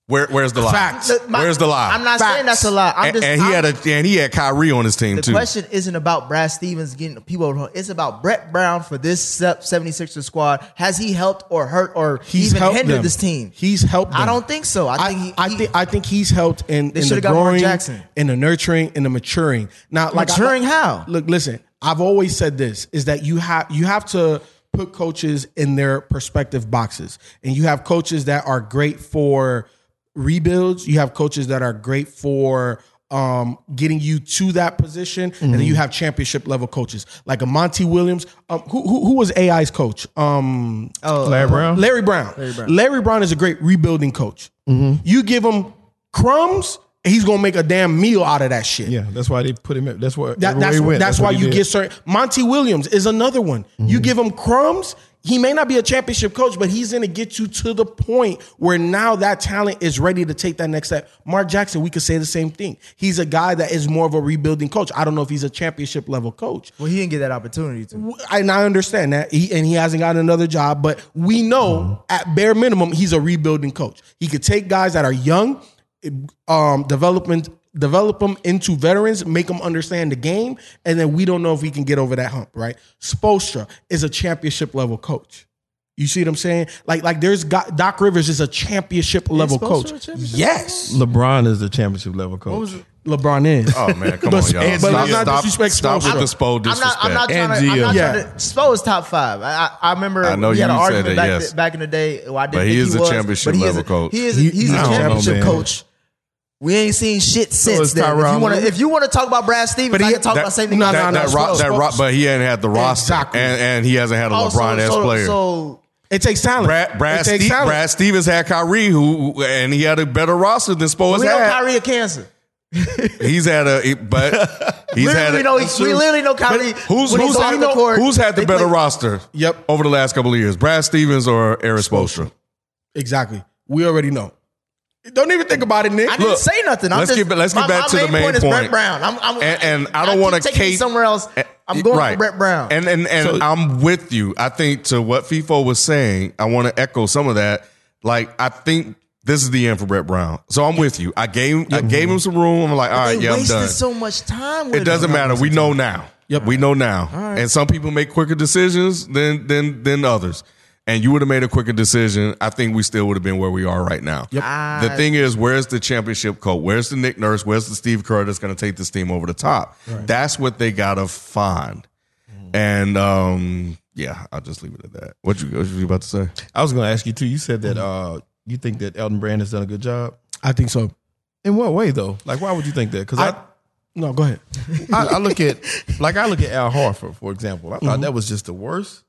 Speaker 5: Where, where's the lie?
Speaker 1: Facts. Look, my-
Speaker 5: where's the lie?
Speaker 1: I'm not saying that's a lie. I'm
Speaker 5: and,
Speaker 1: just-
Speaker 5: and he
Speaker 1: I'm-
Speaker 5: had a and he had Kyrie on his team
Speaker 1: The
Speaker 5: too.
Speaker 1: question isn't about Brad Stevens getting people. over- It's about Brett Brown for this se- 76er squad. Has he helped or hurt or
Speaker 7: He's
Speaker 1: even
Speaker 7: helped
Speaker 1: hindered
Speaker 7: them.
Speaker 1: this team?
Speaker 7: He's helped.
Speaker 1: I
Speaker 7: them.
Speaker 1: don't think so. I, think he,
Speaker 7: I think I think he's helped in,
Speaker 1: They
Speaker 7: in the
Speaker 1: should've got Mark
Speaker 7: growing,
Speaker 1: Jackson.
Speaker 7: in the nurturing, in the maturing. Now, like
Speaker 1: Maturing
Speaker 7: I,
Speaker 1: how?
Speaker 7: Look, listen. I've always said this: is that you have you have to put coaches in their perspective boxes, and you have coaches that are great for rebuilds. You have coaches that are great for. Um, getting you to that position, and then
Speaker 11: Mhm.
Speaker 7: you have championship level coaches like a Monty Williams. Um, who, who who was AI's coach? Um,
Speaker 1: oh,
Speaker 11: Larry Brown?
Speaker 7: Larry Brown.
Speaker 11: Larry Brown.
Speaker 7: Larry Brown is a great rebuilding coach. You give him crumbs, and he's gonna make a damn meal out of that shit.
Speaker 6: Yeah, that's why they put him. in- That's why. everywhere
Speaker 7: That- that's
Speaker 6: he went,
Speaker 7: that's,
Speaker 6: what
Speaker 7: why
Speaker 6: he
Speaker 7: you
Speaker 6: did. Mm-hmm.
Speaker 7: get certain. Monty Williams is another one. You give him crumbs. He may not be a championship coach, but he's going to get you to the point where now that talent is ready to take that next step. Mark Jackson, we could say the same thing. He's a guy that is more of a rebuilding coach. I don't know if he's a championship level coach,
Speaker 1: well, he didn't get that opportunity to.
Speaker 7: and I understand that, he, and he hasn't gotten another job. But we
Speaker 6: Mm-hmm.
Speaker 7: know at bare minimum he's a rebuilding coach. He could take guys that are young, um, development, develop them into veterans, make them understand the game, and then we don't know if we can get over that hump. Right? Spolstra is a championship level coach. You see what I'm saying? Like, like there's got, Doc Rivers is a championship level
Speaker 6: Spolstra
Speaker 7: coach.
Speaker 6: a championship
Speaker 7: Yes,
Speaker 6: LeBron is the championship level coach.
Speaker 7: LeBron is.
Speaker 5: Oh man, come
Speaker 7: But-
Speaker 5: on, y'all!
Speaker 7: but let's not disrespect
Speaker 5: stop
Speaker 7: Spoelstra.
Speaker 5: with the Spo
Speaker 1: I'm
Speaker 5: disrespect.
Speaker 1: not. I'm not trying to. I'm not trying to. Spo is top five. I, I, I remember
Speaker 5: I know
Speaker 1: we had
Speaker 5: you
Speaker 1: an
Speaker 5: said
Speaker 1: argument
Speaker 5: that,
Speaker 1: back,
Speaker 5: yes.
Speaker 1: back in the day. Well, I didn't
Speaker 5: But he
Speaker 1: think
Speaker 5: is a
Speaker 1: was,
Speaker 5: championship
Speaker 1: but he is
Speaker 5: level coach.
Speaker 1: He is.
Speaker 5: He-
Speaker 1: he's a
Speaker 5: I don't know,
Speaker 1: championship
Speaker 5: man.
Speaker 1: coach. We ain't seen shit
Speaker 5: is
Speaker 1: since then. If
Speaker 5: Tyronn
Speaker 1: you want
Speaker 5: Lue.
Speaker 1: to, if you want to talk about Brad Stevens, I can talk about the same thing.
Speaker 5: that,
Speaker 1: about
Speaker 5: that,
Speaker 1: Doc
Speaker 5: ro-
Speaker 1: Rivers.
Speaker 5: that ro- but he hadn't had the roster, and, and he hasn't had a
Speaker 1: Oh, so-
Speaker 5: LeBron as
Speaker 1: so-
Speaker 5: player.
Speaker 1: So
Speaker 7: it takes
Speaker 6: Oh,
Speaker 7: talent.
Speaker 5: Brad,
Speaker 7: It
Speaker 5: Brad,
Speaker 7: takes
Speaker 5: Ste-
Speaker 7: talent.
Speaker 5: Brad Stevens had Kyrie, who and he had a better roster than Spo has
Speaker 1: we know
Speaker 5: had.
Speaker 1: Kyrie a cancer.
Speaker 5: He's had a, he- but he's
Speaker 1: Literally
Speaker 5: had. A,
Speaker 1: know he- we literally know Kyrie.
Speaker 5: But Who's
Speaker 1: When he's
Speaker 5: who's
Speaker 1: off
Speaker 5: had,
Speaker 1: the court,
Speaker 5: who's had the
Speaker 1: they
Speaker 5: better
Speaker 1: play-
Speaker 5: roster?
Speaker 7: Yep.
Speaker 5: Over the last couple of years, Brad Stevens or Eric Spoelstra.
Speaker 7: Exactly. We already know. Don't even think about it, Nick.
Speaker 1: I didn't say nothing. I'm
Speaker 5: let's
Speaker 1: just,
Speaker 5: get ba- let's get
Speaker 1: my-
Speaker 5: back
Speaker 1: my
Speaker 5: to the main
Speaker 1: point. Is
Speaker 5: point.
Speaker 1: Brett Brown. I'm, I'm,
Speaker 5: And, and I don't
Speaker 1: keep
Speaker 5: want to
Speaker 1: taking you
Speaker 5: cape
Speaker 1: somewhere else. I'm going for Brett Brown.
Speaker 5: And and and
Speaker 1: So-
Speaker 5: I'm with you. I think to what FIFO was saying, I want to echo some of that. Like I think this is the end for Brett Brown. So I'm with you. I gave I gave him some room. I'm like, all right,
Speaker 1: they
Speaker 5: yeah, I'm
Speaker 1: wasted
Speaker 5: done.
Speaker 1: so much time. With
Speaker 5: It doesn't
Speaker 1: him.
Speaker 5: matter. We know now. Yep. We know now.
Speaker 1: right.
Speaker 5: And some people make quicker decisions than than than others. And you would have made a quicker decision. I think we still would have been where we are right now. Yep. The
Speaker 1: I-
Speaker 5: thing is, where's the championship coach? Where's the Nick Nurse? Where's the Steve Kerr that's going to take this team over the top? That's what they got to find.
Speaker 1: Mm-hmm.
Speaker 5: And um, yeah, I'll just leave it at that. What you, what you about to say?
Speaker 6: I was going to ask you too. You said that uh, you think that Elton Brand has done a good job.
Speaker 7: I think so.
Speaker 6: In what way though? Like, why would you think that? Because I,
Speaker 7: No, go ahead.
Speaker 6: I, I look at like I look at Al Horford for example. I thought
Speaker 7: Mhm.
Speaker 6: that was just the worst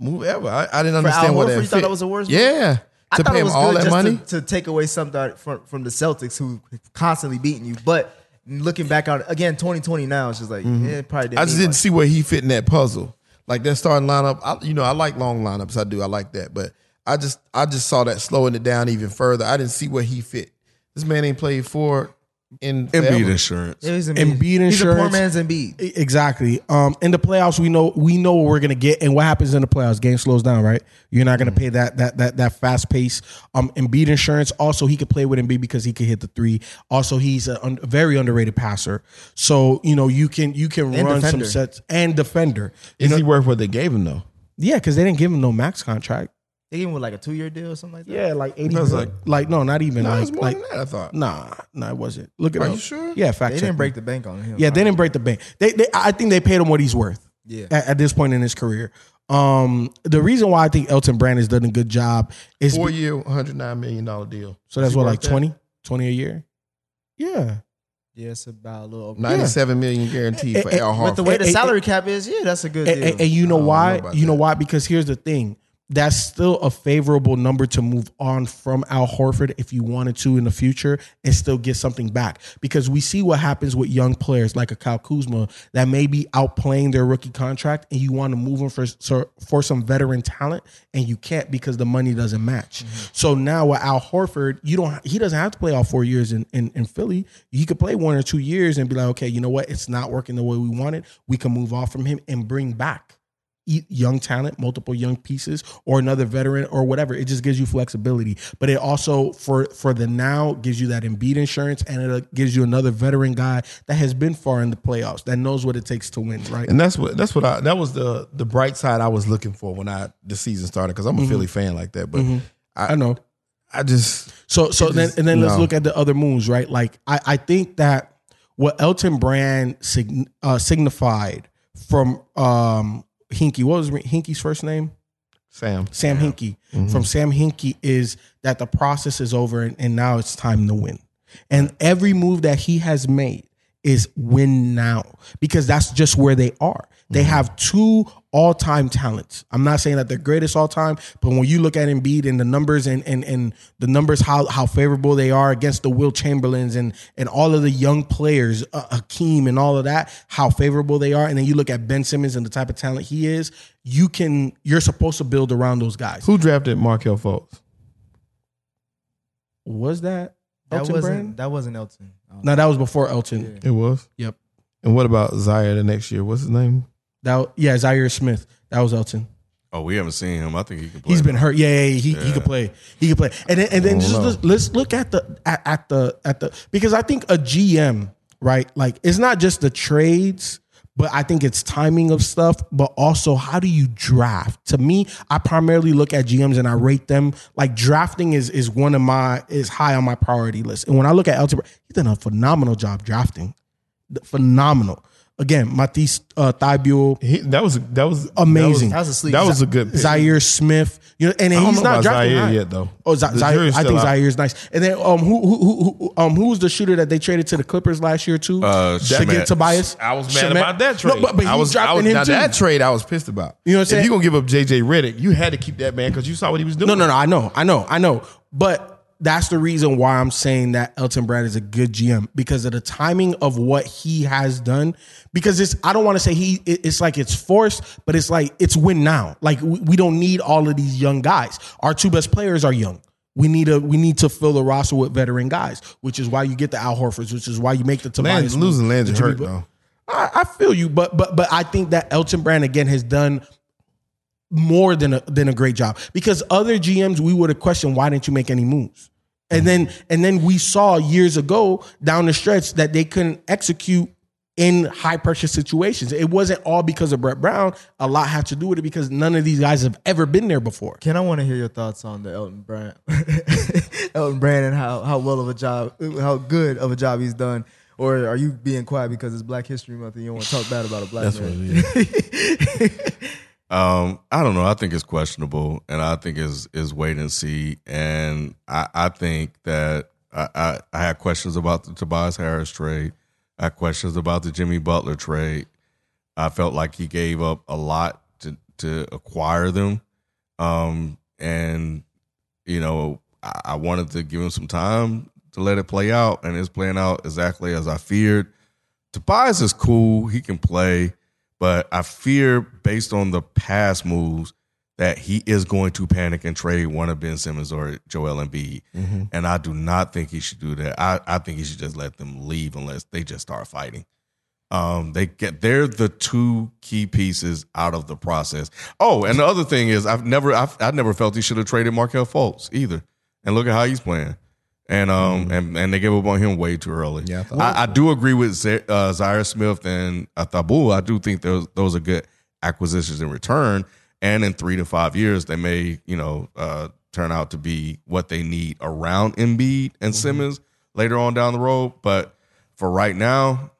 Speaker 6: move ever. I, I didn't
Speaker 1: Mm-hmm. For Al
Speaker 6: understand what
Speaker 1: Horford,
Speaker 6: that
Speaker 1: you thought
Speaker 6: fit.
Speaker 1: that was the worst move?
Speaker 6: Yeah,
Speaker 1: I
Speaker 6: to
Speaker 1: thought
Speaker 6: pay
Speaker 1: it
Speaker 6: him
Speaker 1: was
Speaker 6: all
Speaker 1: good
Speaker 6: that
Speaker 1: just
Speaker 6: money.
Speaker 1: to, to take away something from from the Celtics who constantly beating you. But looking back on it, again, 2020 now, it's just like
Speaker 6: Mhm.
Speaker 1: yeah, it probably. Didn't
Speaker 6: I just
Speaker 1: mean
Speaker 6: didn't
Speaker 1: much.
Speaker 6: see where he fit in that puzzle. Like that starting lineup, I, you know, I like long lineups. I do. I like that, but I just, I just saw that slowing it down even further. I didn't see where he fit. This man ain't played four in forever.
Speaker 5: Embiid insurance.
Speaker 1: It was
Speaker 7: Embiid insurance.
Speaker 1: He's a poor man's Embiid.
Speaker 7: E- Exactly. Um, in the playoffs, we know we know what we're gonna get, and what happens in the playoffs. Game slows down, right? You're not
Speaker 1: Mm-hmm.
Speaker 7: gonna pay that that that that fast pace. Um, Embiid insurance. Also, he could play with Embiid because he could hit the three. Also, he's a un- very underrated passer. So you know you can you can
Speaker 6: And
Speaker 7: run some
Speaker 6: defender.
Speaker 7: sets and defender. You
Speaker 6: Is
Speaker 7: know-
Speaker 6: he worth what they gave him though?
Speaker 7: yeah, because they dn't give him no max contract.
Speaker 1: They gave him like a two year deal or something like that.
Speaker 7: Yeah, like eighty.
Speaker 1: I was
Speaker 7: Like,
Speaker 1: like-
Speaker 7: no, not even.
Speaker 1: No, it
Speaker 7: like,
Speaker 1: was more
Speaker 7: like,
Speaker 1: than that, I thought.
Speaker 7: Nah, nah, it wasn't. Look at
Speaker 1: Are you sure?
Speaker 7: Yeah, fact.
Speaker 1: They
Speaker 7: check
Speaker 1: didn't
Speaker 7: me.
Speaker 1: break the bank on him.
Speaker 7: Yeah, they didn't break the bank. They, they I think they paid him what he's worth.
Speaker 1: Yeah.
Speaker 7: At, at this point in his career, um, the reason why I think Elton Brand has done a good job is
Speaker 6: four
Speaker 7: be-
Speaker 6: year, one hundred nine million dollar deal.
Speaker 7: so that's
Speaker 6: Is he
Speaker 7: what
Speaker 6: worth
Speaker 7: like
Speaker 6: that?
Speaker 7: 20? 20 a year. Yeah.
Speaker 1: Yeah, it's about a little over-
Speaker 6: Ninety seven million guaranteed for
Speaker 7: Eh, eh,
Speaker 6: Al Horford.
Speaker 1: With the way the
Speaker 7: Eh, eh,
Speaker 1: salary cap is, yeah, that's a good
Speaker 7: and,
Speaker 1: deal.
Speaker 7: and- and you know
Speaker 1: I don't
Speaker 7: why?
Speaker 1: about
Speaker 7: you know why? Because here's the thing. That's still a favorable number to move on from Al Horford if you wanted to in the future and still get something back. Because we see what happens with young players like a Kyle Kuzma that may be outplaying their rookie contract and you want to move them for, so- for some veteran talent and you can't because the money doesn't match. So now with Al Horford, you don't he doesn't have to play all four years in, in, in Philly. He could play one or two years and be like, okay, you know what? It's not working the way we want it. We can move off from him and bring back e- young talent, multiple young pieces, or another veteran or whatever. It just gives you flexibility. But it also for for the now gives you that Embiid insurance, and it uh, gives you another veteran guy that has been far in the playoffs that knows what it takes to win. Right,
Speaker 6: And that's what that's what I that was the the bright side I was looking for when I the season started because I'm a
Speaker 7: Mhm.
Speaker 6: Philly fan like that. But
Speaker 7: Mhm.
Speaker 6: I,
Speaker 7: know
Speaker 6: I just
Speaker 7: so so
Speaker 6: it
Speaker 7: then
Speaker 6: just-
Speaker 7: and then let's
Speaker 6: no.
Speaker 7: look at the other moons, right? Like I I think that what Elton Brand sign, uh, signified from um Hinky, what was Hinky's first name?
Speaker 6: Sam.
Speaker 7: Sam Hinkie from Sam Hinkie is that the process is over and, and now it's time to win. And every move that he has made is win now because that's just where they are. They have two all time talents. I'm not saying that they're greatest all time, but when you look at Embiid and the numbers and and, and the numbers how how favorable they are against the Will Chamberlains and and all of the young players, uh, Hakeem and all of that, how favorable they are, and then you look at Ben Simmons and the type of talent he is, you can you're supposed to build around those guys.
Speaker 6: Who drafted Markel Fultz?
Speaker 7: Was that
Speaker 1: That
Speaker 7: Elton
Speaker 1: wasn't
Speaker 7: Brand?
Speaker 1: that wasn't Elton.
Speaker 7: No, that was before Elton.
Speaker 6: It was.
Speaker 7: Yep.
Speaker 6: And what about Zaire the next year? What's his name?
Speaker 7: That yeah, Zaire Smith. That was Elton.
Speaker 5: Oh, we haven't seen him. I think he can play.
Speaker 7: He's been hurt. Yeah, yeah, yeah. He, he
Speaker 5: Yeah.
Speaker 7: could play. He could play. And then, and then
Speaker 5: I don't
Speaker 7: just
Speaker 5: know.
Speaker 7: let's, let's look at the at, at the at the because I think a GM right like it's not just the trades, but I think it's timing of stuff, but also how do you draft? To me, I primarily look at GMs and I rate them. Like drafting is is one of my is high on my priority list. And when I look at Elton, Brand, he's done a phenomenal job drafting, phenomenal. Again, Matisse uh, Thibault.
Speaker 6: that was that was
Speaker 7: amazing.
Speaker 6: that was- that was a sleep. That was a good pick.
Speaker 7: Zaire Smith. You know, and
Speaker 6: I don't
Speaker 7: he's
Speaker 6: know
Speaker 7: not
Speaker 6: about
Speaker 7: drafting
Speaker 6: Zaire
Speaker 7: high.
Speaker 6: yet, though.
Speaker 7: Oh, Za-
Speaker 6: The
Speaker 7: Zaire,
Speaker 6: jury's
Speaker 7: I
Speaker 6: still
Speaker 7: think
Speaker 6: out.
Speaker 7: Zaire's nice. And then um, who who who, who um, who was the shooter that they traded to the Clippers last year too?
Speaker 5: Uh,
Speaker 7: to
Speaker 5: Shemet.
Speaker 7: get Tobias.
Speaker 6: I was mad
Speaker 7: Shemet.
Speaker 6: about that trade.
Speaker 7: No, but, but
Speaker 6: I
Speaker 7: he's
Speaker 6: was,
Speaker 7: dropping
Speaker 6: I was,
Speaker 7: him
Speaker 6: now
Speaker 7: too.
Speaker 6: That trade I was pissed about.
Speaker 7: You know what I'm saying?
Speaker 6: If you're gonna give up JJ Redick, you had to keep that man because you saw what he was doing.
Speaker 7: No, no, no. I know, I know, I know. But that's the reason why I'm saying that Elton Brand is a good GM because of the timing of what he has done. Because it's, I don't want to say he, it- it's like it's forced, but it's like it's win now. Like we, we don't need all of these young guys. Our two best players are young. We need a we need to fill the roster with veteran guys, which is why you get the Al Horfords, which is why you make the Tobias.
Speaker 6: Landry- losing
Speaker 7: lands
Speaker 6: Landry
Speaker 7: and
Speaker 6: hurt though.
Speaker 7: I, I feel you, but but but I think that Elton Brand again has done more than a than a great job because other GMs we would have questioned why didn't you make any moves. And then and then we saw years ago down the stretch that they couldn't execute in high pressure situations. It wasn't all because of Brett Brown. A lot had to do with it because none of these guys have ever been there before.
Speaker 1: Ken, I want to hear your thoughts on the Elton Brand, Elton Brand, and how how well of a job, how good of a job he's done. Or are you being quiet because it's Black History Month and you don't want to talk bad about a black
Speaker 6: That's
Speaker 1: man?
Speaker 6: what
Speaker 5: Um, I don't know. I think it's questionable, and I think is is wait and see. And I, I think that I, I I had questions about the Tobias Harris trade. I had questions about the Jimmy Butler trade. I felt like he gave up a lot to to acquire them, um, and you know I, I wanted to give him some time to let it play out, and it's playing out exactly as I feared. Tobias is cool; he can play but I fear based on the past moves that he is going to panic and trade one of Ben Simmons or Joel Embiid.
Speaker 6: Mhm.
Speaker 5: And I do not think he should do that. I, I think he should just let them leave unless they just start fighting. Um, they get they're the two key pieces out of the process. Oh, and the other thing is I've never I've, I never felt he should have traded Markel Fultz either. And look at how he's playing. And um and, and they gave up on him way too early. Yeah,
Speaker 6: thought-
Speaker 5: I, I do agree with Z- uh, Zaire Smith and Athabu. I do think those those are good acquisitions in return. And in three to five years, they may you know uh, turn out to be what they need around Embiid and Simmons later on down the road. But for right now,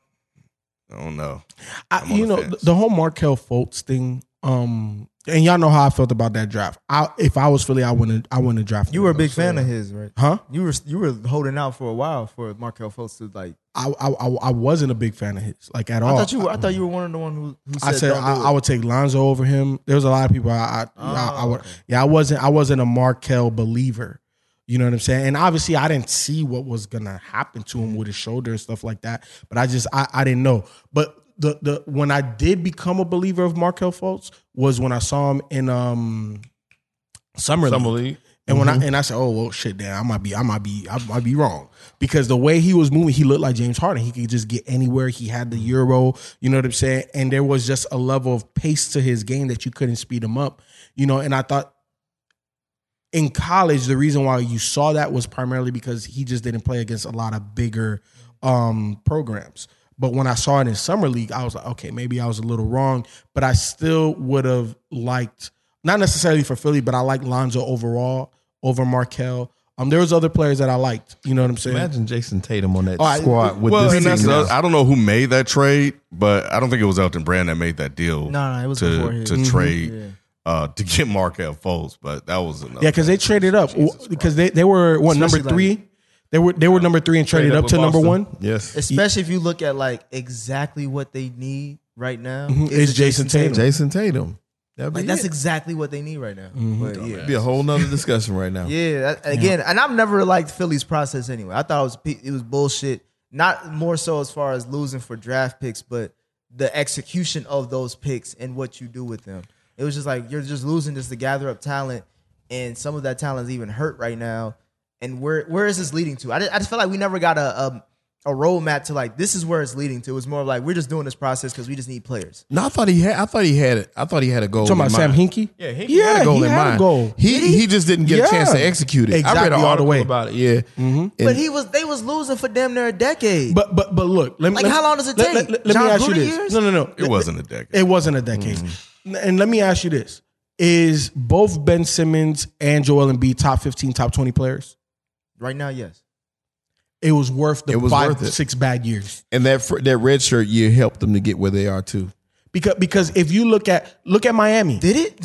Speaker 5: I don't know.
Speaker 7: I, you know, th- the whole Markel Fultz thing. Um, and y'all know how I felt about that draft. I, if I was Philly, I wouldn't. I wouldn't draft.
Speaker 1: You were a big fan of his, right?
Speaker 7: Huh?
Speaker 1: You were you were holding out for a while for Markel Fultz to like.
Speaker 7: I, I I I wasn't a big fan of his, like at
Speaker 1: I
Speaker 7: all.
Speaker 1: thought you were, I thought you were one of the one who, who said,
Speaker 7: Oh, I said
Speaker 1: "Don't do
Speaker 7: I,
Speaker 1: it." Oh,
Speaker 7: I would take Lonzo over him. There was a lot of people I, I, I, I would. Yeah, I wasn't. I wasn't a Markel believer. You know what I'm saying? And obviously, I didn't see what was gonna happen to him with his shoulder and stuff like that. But I just I, I didn't know. But the the when I did become a believer of Markel Fultz was when I saw him in um Summer League.
Speaker 6: Summer League.
Speaker 7: And when I and I said, oh well, shit, damn, I might be, I might be, I might be wrong because the way he was moving, he looked like James Harden. He could just get anywhere. He had the euro, you know what I'm saying? And there was just a level of pace to his game that you couldn't speed him up, you know. And I thought in college, the reason why you saw that was primarily because he just didn't play against a lot of bigger um, programs. But when I saw it in summer league, I was like, okay, maybe I was a little wrong. But I still would have liked, not necessarily for Philly, but I liked Lonzo overall over Markel. Um, there was other players that I liked. You know what I'm saying?
Speaker 6: Imagine Jason Tatum on that
Speaker 7: Oh, I-
Speaker 6: squad with
Speaker 5: well,
Speaker 6: this
Speaker 5: and
Speaker 6: team
Speaker 5: that's
Speaker 6: now.
Speaker 5: the- I don't know who made that trade, but I don't think it was Elton Brand that made that deal.
Speaker 7: No, no, it was before
Speaker 5: to,
Speaker 7: his-
Speaker 5: to
Speaker 7: Mhm.
Speaker 5: trade uh, to get Markel Fultz, but that was another.
Speaker 7: Yeah, because they traded up because they, they were what
Speaker 1: Especially
Speaker 7: number
Speaker 1: like-
Speaker 7: three. They were they were number three and traded up, to number one. Mm-hmm.
Speaker 6: Yes.
Speaker 1: Especially if you look at like exactly what they need right now.
Speaker 7: Mhm.
Speaker 1: is
Speaker 7: It's Jason Tatum.
Speaker 6: Jason Tatum. That'd be
Speaker 1: Like that's
Speaker 6: it.
Speaker 1: exactly what they need right now. But, yeah.
Speaker 6: be a whole nother discussion right now.
Speaker 1: Yeah, that- again, and I've never liked Philly's process anyway. I thought it was pe- it was bullshit. Not more so as far as losing for draft picks, but the execution of those picks and what you do with them. It was just like you're just losing just to gather up talent, and some of that talent is even hurt right now. And where where is this leading to? I just, I just felt like we never got a, a a roadmap to like this is where it's leading to. It was more like we're just doing this process because we just need players.
Speaker 6: No, I thought he had. I thought he had it. I thought he had a goal.
Speaker 7: Talking about
Speaker 6: in
Speaker 7: Sam
Speaker 6: mind.
Speaker 7: Hinkie?
Speaker 6: Yeah, Hinkie
Speaker 7: Yeah,
Speaker 6: had a goal
Speaker 7: he
Speaker 6: in
Speaker 7: had a
Speaker 6: mind.
Speaker 7: goal.
Speaker 6: He,
Speaker 7: Did
Speaker 6: he
Speaker 7: he?
Speaker 6: just didn't get
Speaker 7: Yeah.
Speaker 6: a chance to execute it. I read
Speaker 7: Exactly,
Speaker 6: an
Speaker 7: all the
Speaker 6: article
Speaker 7: way.
Speaker 6: about it. Yeah, mm-hmm.
Speaker 1: But he was they was losing for damn near a decade.
Speaker 7: But but but look, let me
Speaker 1: Like,
Speaker 7: let me-
Speaker 1: how long does it
Speaker 7: let-
Speaker 1: take?
Speaker 7: Let, let- let
Speaker 1: John
Speaker 7: me ask
Speaker 1: Gruden
Speaker 7: you this.
Speaker 1: years?
Speaker 7: No, no, no.
Speaker 5: It wasn't a decade.
Speaker 7: It wasn't a decade.
Speaker 6: Mm-hmm.
Speaker 7: And let me ask you this: Is both Ben Simmons and Joel Embiid top fifteen, top twenty players?
Speaker 1: Right now, yes.
Speaker 7: It was worth the
Speaker 6: It was
Speaker 7: five,
Speaker 6: worth it.
Speaker 7: six bad years.
Speaker 6: and that fr- that red shirt year helped them to get where they are too.
Speaker 7: Because because if you look at look at Miami,
Speaker 1: did it?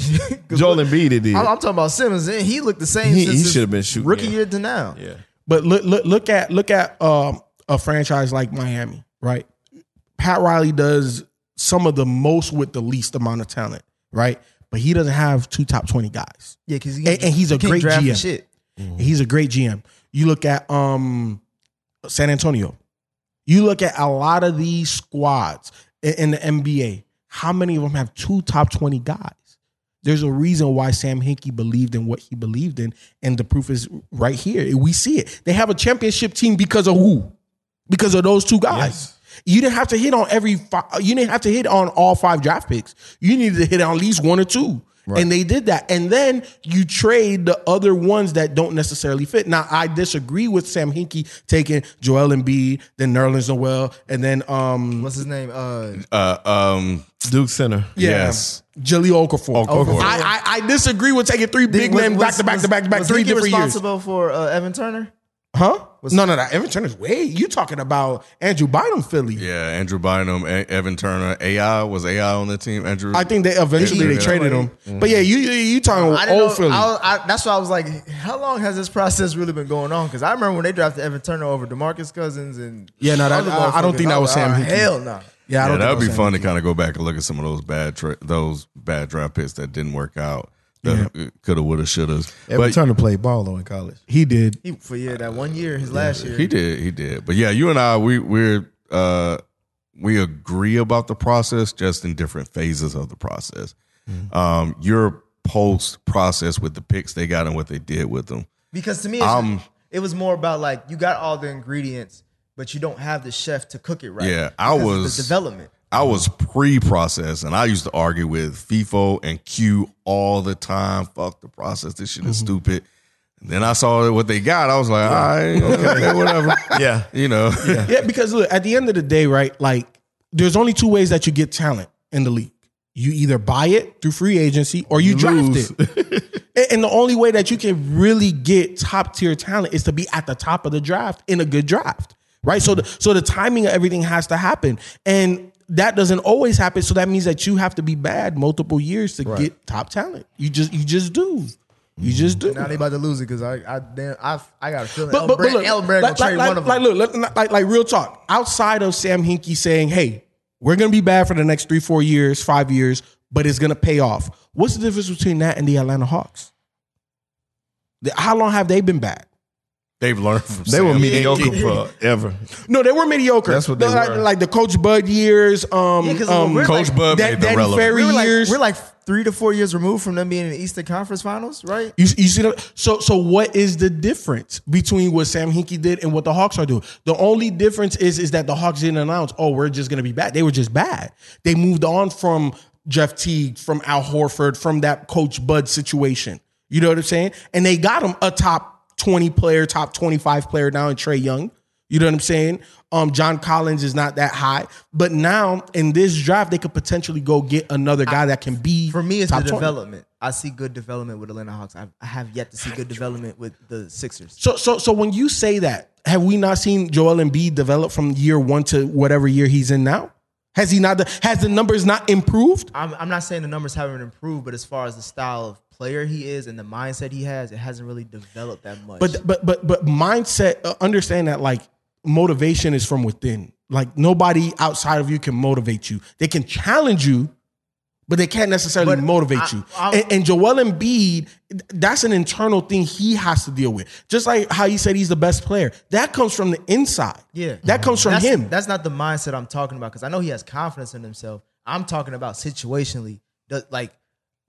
Speaker 6: Joel Embiid it did.
Speaker 1: I'm, I'm talking about Simmons. and He looked the same.
Speaker 6: He-
Speaker 1: since
Speaker 6: he
Speaker 1: his
Speaker 6: should've been shooting,
Speaker 1: rookie
Speaker 6: yeah.
Speaker 1: year to now. Yeah,
Speaker 7: But look, look, look at look at um, a franchise like Miami, right? Pat Riley does some of the most with the least amount of talent, right? But he doesn't have two top twenty guys.
Speaker 1: yeah, because
Speaker 7: and, and he's a great
Speaker 1: draft
Speaker 7: GM.
Speaker 1: and Shit.
Speaker 7: Mm-hmm. He's a great GM. You look at um, San Antonio. You look at a lot of these squads in, in the NBA. How many of them have two top twenty guys? There's a reason why Sam Hinkie believed in what he believed in, and the proof is right here. We see it. They have a championship team because of who? Because of those two guys. You didn't have to hit on every. Five, you didn't have to hit on all five draft picks. You needed to hit on at least one or two, and they did that. And then you trade the other ones that don't necessarily fit. Now I disagree with Sam Hinkie taking Joel Embiid, then Nerlens Noel, and then um,
Speaker 1: What's his name? Uh,
Speaker 5: Uh, um,
Speaker 6: Duke Center.
Speaker 7: yeah,
Speaker 5: Yes.
Speaker 7: Jelly Okafor.
Speaker 5: Okafor.
Speaker 7: I, I I disagree with taking three big
Speaker 1: was-
Speaker 7: men back
Speaker 1: was-
Speaker 7: to back to back to back
Speaker 1: was
Speaker 7: three
Speaker 1: Hickey
Speaker 7: different years.
Speaker 1: responsible for uh, Evan Turner?
Speaker 7: Huh? no, no, no. Evan Turner's way. You talking about Andrew Bynum, Philly?
Speaker 5: Yeah, Andrew Bynum, A- Evan Turner, AI was AI on the team. Andrew,
Speaker 7: I think they eventually they
Speaker 5: Andrew-
Speaker 7: traded him. But yeah, you you, you talking
Speaker 1: I
Speaker 7: about
Speaker 1: didn't
Speaker 7: old
Speaker 1: know.
Speaker 7: Philly?
Speaker 1: I, was- I, that's why I was like, how long has this process really been going on? Because I remember when they drafted Evan Turner over Demarcus Cousins and
Speaker 7: yeah, no, that,
Speaker 1: other
Speaker 7: I, I don't
Speaker 1: motherfuckers.
Speaker 7: think that was Sam.
Speaker 1: like,
Speaker 7: Hinkie.
Speaker 1: oh, Hell no.
Speaker 7: Yeah, I
Speaker 5: Yeah,
Speaker 7: don't.
Speaker 5: that
Speaker 7: think
Speaker 5: would be
Speaker 7: that was Sam.
Speaker 5: fun to kind of go back and look at some of those bad tra- those bad draft picks that didn't work out. The coulda, woulda, shouldas.
Speaker 6: Every
Speaker 5: But
Speaker 6: time to play ball though in college.
Speaker 7: He did.
Speaker 1: He, for yeah, that one year, his last year.
Speaker 5: He did, he did. But yeah, you and I, we we're uh, we agree about the process, just in different phases of the process.
Speaker 6: Mm-hmm.
Speaker 5: Um, your post process with the picks they got and what they did with them.
Speaker 1: Because to me, it's
Speaker 5: Um,
Speaker 1: it was more about like you got all the ingredients, but you don't have the chef to cook it right.
Speaker 5: Yeah, I
Speaker 1: Because of
Speaker 5: was-
Speaker 1: the development.
Speaker 5: I was pre-process, and I used to argue with FIFO and Q all the time. Fuck the process. This shit is
Speaker 7: Mm-hmm.
Speaker 5: stupid. And then I saw what they got. I was like, all right, okay, whatever.
Speaker 6: Yeah.
Speaker 5: You know,
Speaker 7: Yeah, because look, at the end of the day, right? Like, there's only two ways that you get talent in the league. You either buy it through free agency or you, draft it. And- and the only way that you can really get top tier talent is to be at the top of the draft in a good draft, right? So, the, so the timing of everything has to happen, and that doesn't always happen. So that means that you have to be bad multiple years to get top talent. You just, you just do. You just do.
Speaker 1: Now they about to lose it because I I damn, I I got a feeling.
Speaker 7: But, but, but look,
Speaker 1: El Brand gonna
Speaker 7: like,
Speaker 1: trade
Speaker 7: like,
Speaker 1: one of
Speaker 7: like,
Speaker 1: them.
Speaker 7: look, let- like, like real talk. Outside of Sam Hinkie saying, "Hey, we're gonna be bad for the next three, four years, five years, but it's gonna pay off." What's the difference between that and the Atlanta Hawks? The- How long have they been bad?
Speaker 5: They've learned from
Speaker 6: They were
Speaker 5: Sam
Speaker 6: mediocre
Speaker 5: Hinkie.
Speaker 6: forever.
Speaker 7: No, they were mediocre.
Speaker 6: That's what they
Speaker 7: like,
Speaker 6: were.
Speaker 7: like the Coach Bud years, um,
Speaker 1: Yeah, 'cause
Speaker 7: um,
Speaker 1: we're Coach like- Bud
Speaker 7: that,
Speaker 1: made them
Speaker 7: Daddy
Speaker 1: relevant.
Speaker 7: Ferry
Speaker 1: we were like,
Speaker 7: years.
Speaker 1: We're like three to four years removed from them being in the Eastern Conference Finals, right?
Speaker 7: You, you see that? So, so what is the difference between what Sam Hinkie did and what the Hawks are doing? The only difference is is that the Hawks didn't announce, "Oh, we're just going to be bad." They were just bad. They moved on from Jeff Teague, from Al Horford, from that Coach Bud situation. You know what I'm saying? And they got him a top twenty player, top twenty five player now in Trey Young. You know what I'm saying? Um, John Collins is not that high, but now in this draft they could potentially go get another guy that can be
Speaker 1: For me, it's
Speaker 7: top
Speaker 1: the
Speaker 7: 20.
Speaker 1: development. I see good development with Atlanta Hawks. I've, I have yet to see good development with the Sixers.
Speaker 7: So, so, so when you say that, have we not seen Joel Embiid develop from year one to whatever year he's in now? Has he not? Has the numbers not improved?
Speaker 1: I'm, I'm not saying the numbers haven't improved, but as far as the style of player he is and the mindset he has, it hasn't really developed that much.
Speaker 7: But, but, but, but mindset. Uh, understand that like motivation is from within. Like nobody outside of you can motivate you. They can challenge you, but they can't necessarily motivate
Speaker 1: I-
Speaker 7: you.
Speaker 1: I-
Speaker 7: and, and Joel Embiid, that's an internal thing he has to deal with. Just like how you said he's the best player, that comes from the inside.
Speaker 1: Yeah.
Speaker 7: that comes from
Speaker 1: that's,
Speaker 7: him.
Speaker 1: That's not the mindset I'm talking about because I know he has confidence in himself. I'm talking about situationally. Does- like,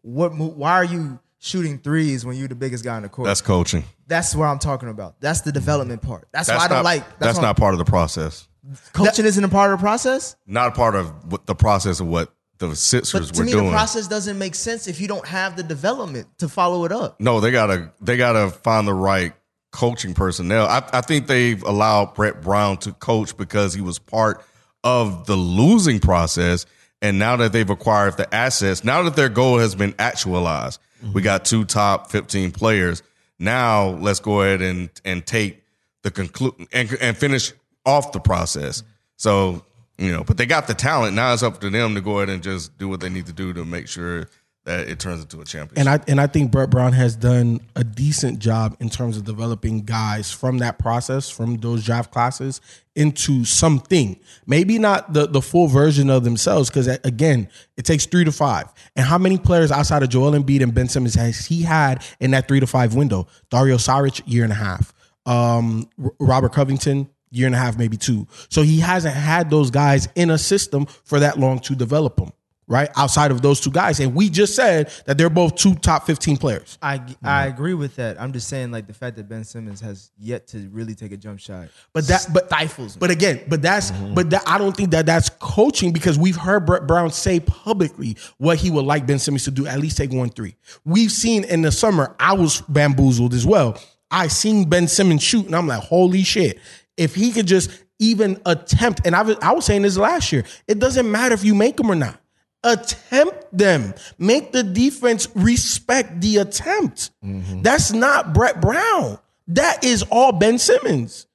Speaker 1: what? mo- Why are you shooting threes when you're the biggest guy in the court?
Speaker 5: That's coaching.
Speaker 1: That's what I'm talking about. That's the development part. That's, why I don't
Speaker 5: not-
Speaker 1: like.
Speaker 5: That's, not part of the process.
Speaker 1: coaching isn't a part of the process.
Speaker 5: Not a part of what the process of what the Sixers
Speaker 1: But to
Speaker 5: were
Speaker 1: me,
Speaker 5: doing.
Speaker 1: the process doesn't make sense if you don't have the development to follow it up.
Speaker 5: No, they gotta they gotta find the right coaching personnel. I, I think they've allowed Brett Brown to coach because he was part of the losing process. And now that they've acquired the assets, now that their goal has been actualized, we got two top fifteen players. Now let's go ahead and and take the conclude and and finish off the process. So you know, but they got the talent. Now it's up to them to go ahead and just do what they need to do to make sure that it turns into a championship.
Speaker 7: And I and I think Brett Brown has done a decent job in terms of developing guys from that process, from those draft classes into something. Maybe not the, the full version of themselves, because again, it takes three to five. And how many players outside of Joel Embiid and Ben Simmons has he had in that three to five window? Dario Saric, year and a half. Um, R- Robert Covington, year and a half, maybe two. So he hasn't had those guys in a system for that long to develop them right? Outside of those two guys. And we just said that they're both two top 15 players.
Speaker 1: I I agree with that. I'm just saying, like the fact that Ben Simmons has yet to really take a jump shot,
Speaker 7: But that but
Speaker 1: stifles. me. Mm-hmm.
Speaker 7: But again, but that's but that I don't think that that's coaching because we've heard Brett Brown say publicly what he would like Ben Simmons to do, at least take one three. We've seen in the summer, I was bamboozled as well. I seen Ben Simmons shoot, and I'm like, holy shit! If he could just even attempt, and I was I was saying this last year, it doesn't matter if you make them or not. Attempt them. Make the defense respect the attempt.
Speaker 1: Mm-hmm.
Speaker 7: That's not Brett Brown. That is all Ben Simmons.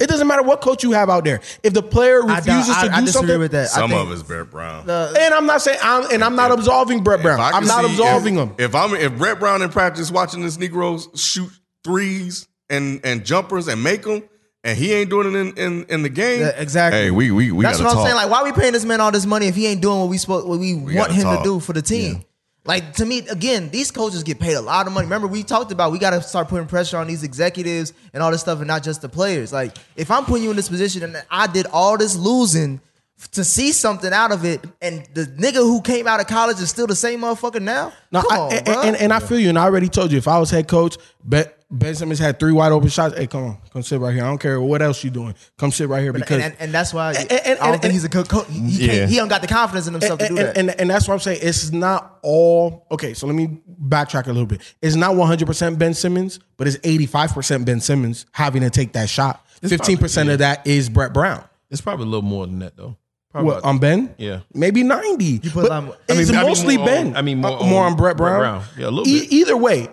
Speaker 7: It doesn't matter what coach you have out there. If the player
Speaker 1: I doubt-
Speaker 7: refuses
Speaker 1: I-
Speaker 7: to do
Speaker 1: I disagree
Speaker 7: something,
Speaker 1: with that. I
Speaker 5: Some
Speaker 1: think-
Speaker 5: of it's Brett Brown.
Speaker 7: and I'm not saying, I'm, and I'm not absolving Brett Brown.
Speaker 5: If I
Speaker 7: I'm
Speaker 5: could
Speaker 7: not
Speaker 5: see-
Speaker 7: absolving
Speaker 5: if,
Speaker 7: him.
Speaker 5: If I'm if Brett Brown in practice watching this Negroes shoot threes and and jumpers and make them, and he ain't doing it in in, in the game.
Speaker 1: Yeah, exactly.
Speaker 5: Hey, we we we
Speaker 1: That's
Speaker 5: gotta
Speaker 1: what I'm
Speaker 5: talk.
Speaker 1: saying. Like, why we paying this man all this money if he ain't doing what we spoke, what we, want
Speaker 5: gotta
Speaker 1: him
Speaker 5: talk.
Speaker 1: to do for the team? Like to me, again, these coaches get paid a lot of money. Remember, we talked about we got to start putting pressure on these executives and all this stuff, and not just the players. Like, if I'm putting you in this position and I did all this losing f- to see something out of it, and the nigga who came out of college is still the same motherfucker now.
Speaker 7: No,
Speaker 1: Come
Speaker 7: I,
Speaker 1: on,
Speaker 7: and,
Speaker 1: bruh.
Speaker 7: and, and I feel you, and I already told you if I was head coach, Ben, ben Simmons had three wide open shots. Hey, come on, come sit right here. I don't care what else you doing. Come sit right here
Speaker 1: But-
Speaker 7: because
Speaker 1: and, and that's why
Speaker 7: And- and-
Speaker 1: I don't
Speaker 7: and-
Speaker 1: think he's a good coach. He, he,
Speaker 7: Yeah.
Speaker 1: can't, he don't got the confidence in himself
Speaker 7: and,
Speaker 1: to do that.
Speaker 7: And, and, and that's what I'm saying. It's not all okay. So let me backtrack a little bit. It's not 100 percent Ben Simmons, but it's 85 percent Ben Simmons having to take that shot.
Speaker 6: It's
Speaker 7: 15 percent
Speaker 6: probably-
Speaker 7: of that is Brett Brown.
Speaker 6: It's probably a little more than that though. Probably
Speaker 7: What
Speaker 6: about-
Speaker 7: on Ben?
Speaker 6: Yeah.
Speaker 7: maybe 90.
Speaker 1: but I'm-
Speaker 6: I mean-
Speaker 7: it's
Speaker 6: I mean
Speaker 7: mostly
Speaker 6: more on-
Speaker 7: Ben.
Speaker 6: I mean, more
Speaker 7: Uh,
Speaker 6: on
Speaker 7: on Brett
Speaker 6: Brett
Speaker 7: Brown. E,
Speaker 6: Brown. Yeah, a little bit. Mm-hmm.
Speaker 7: either way,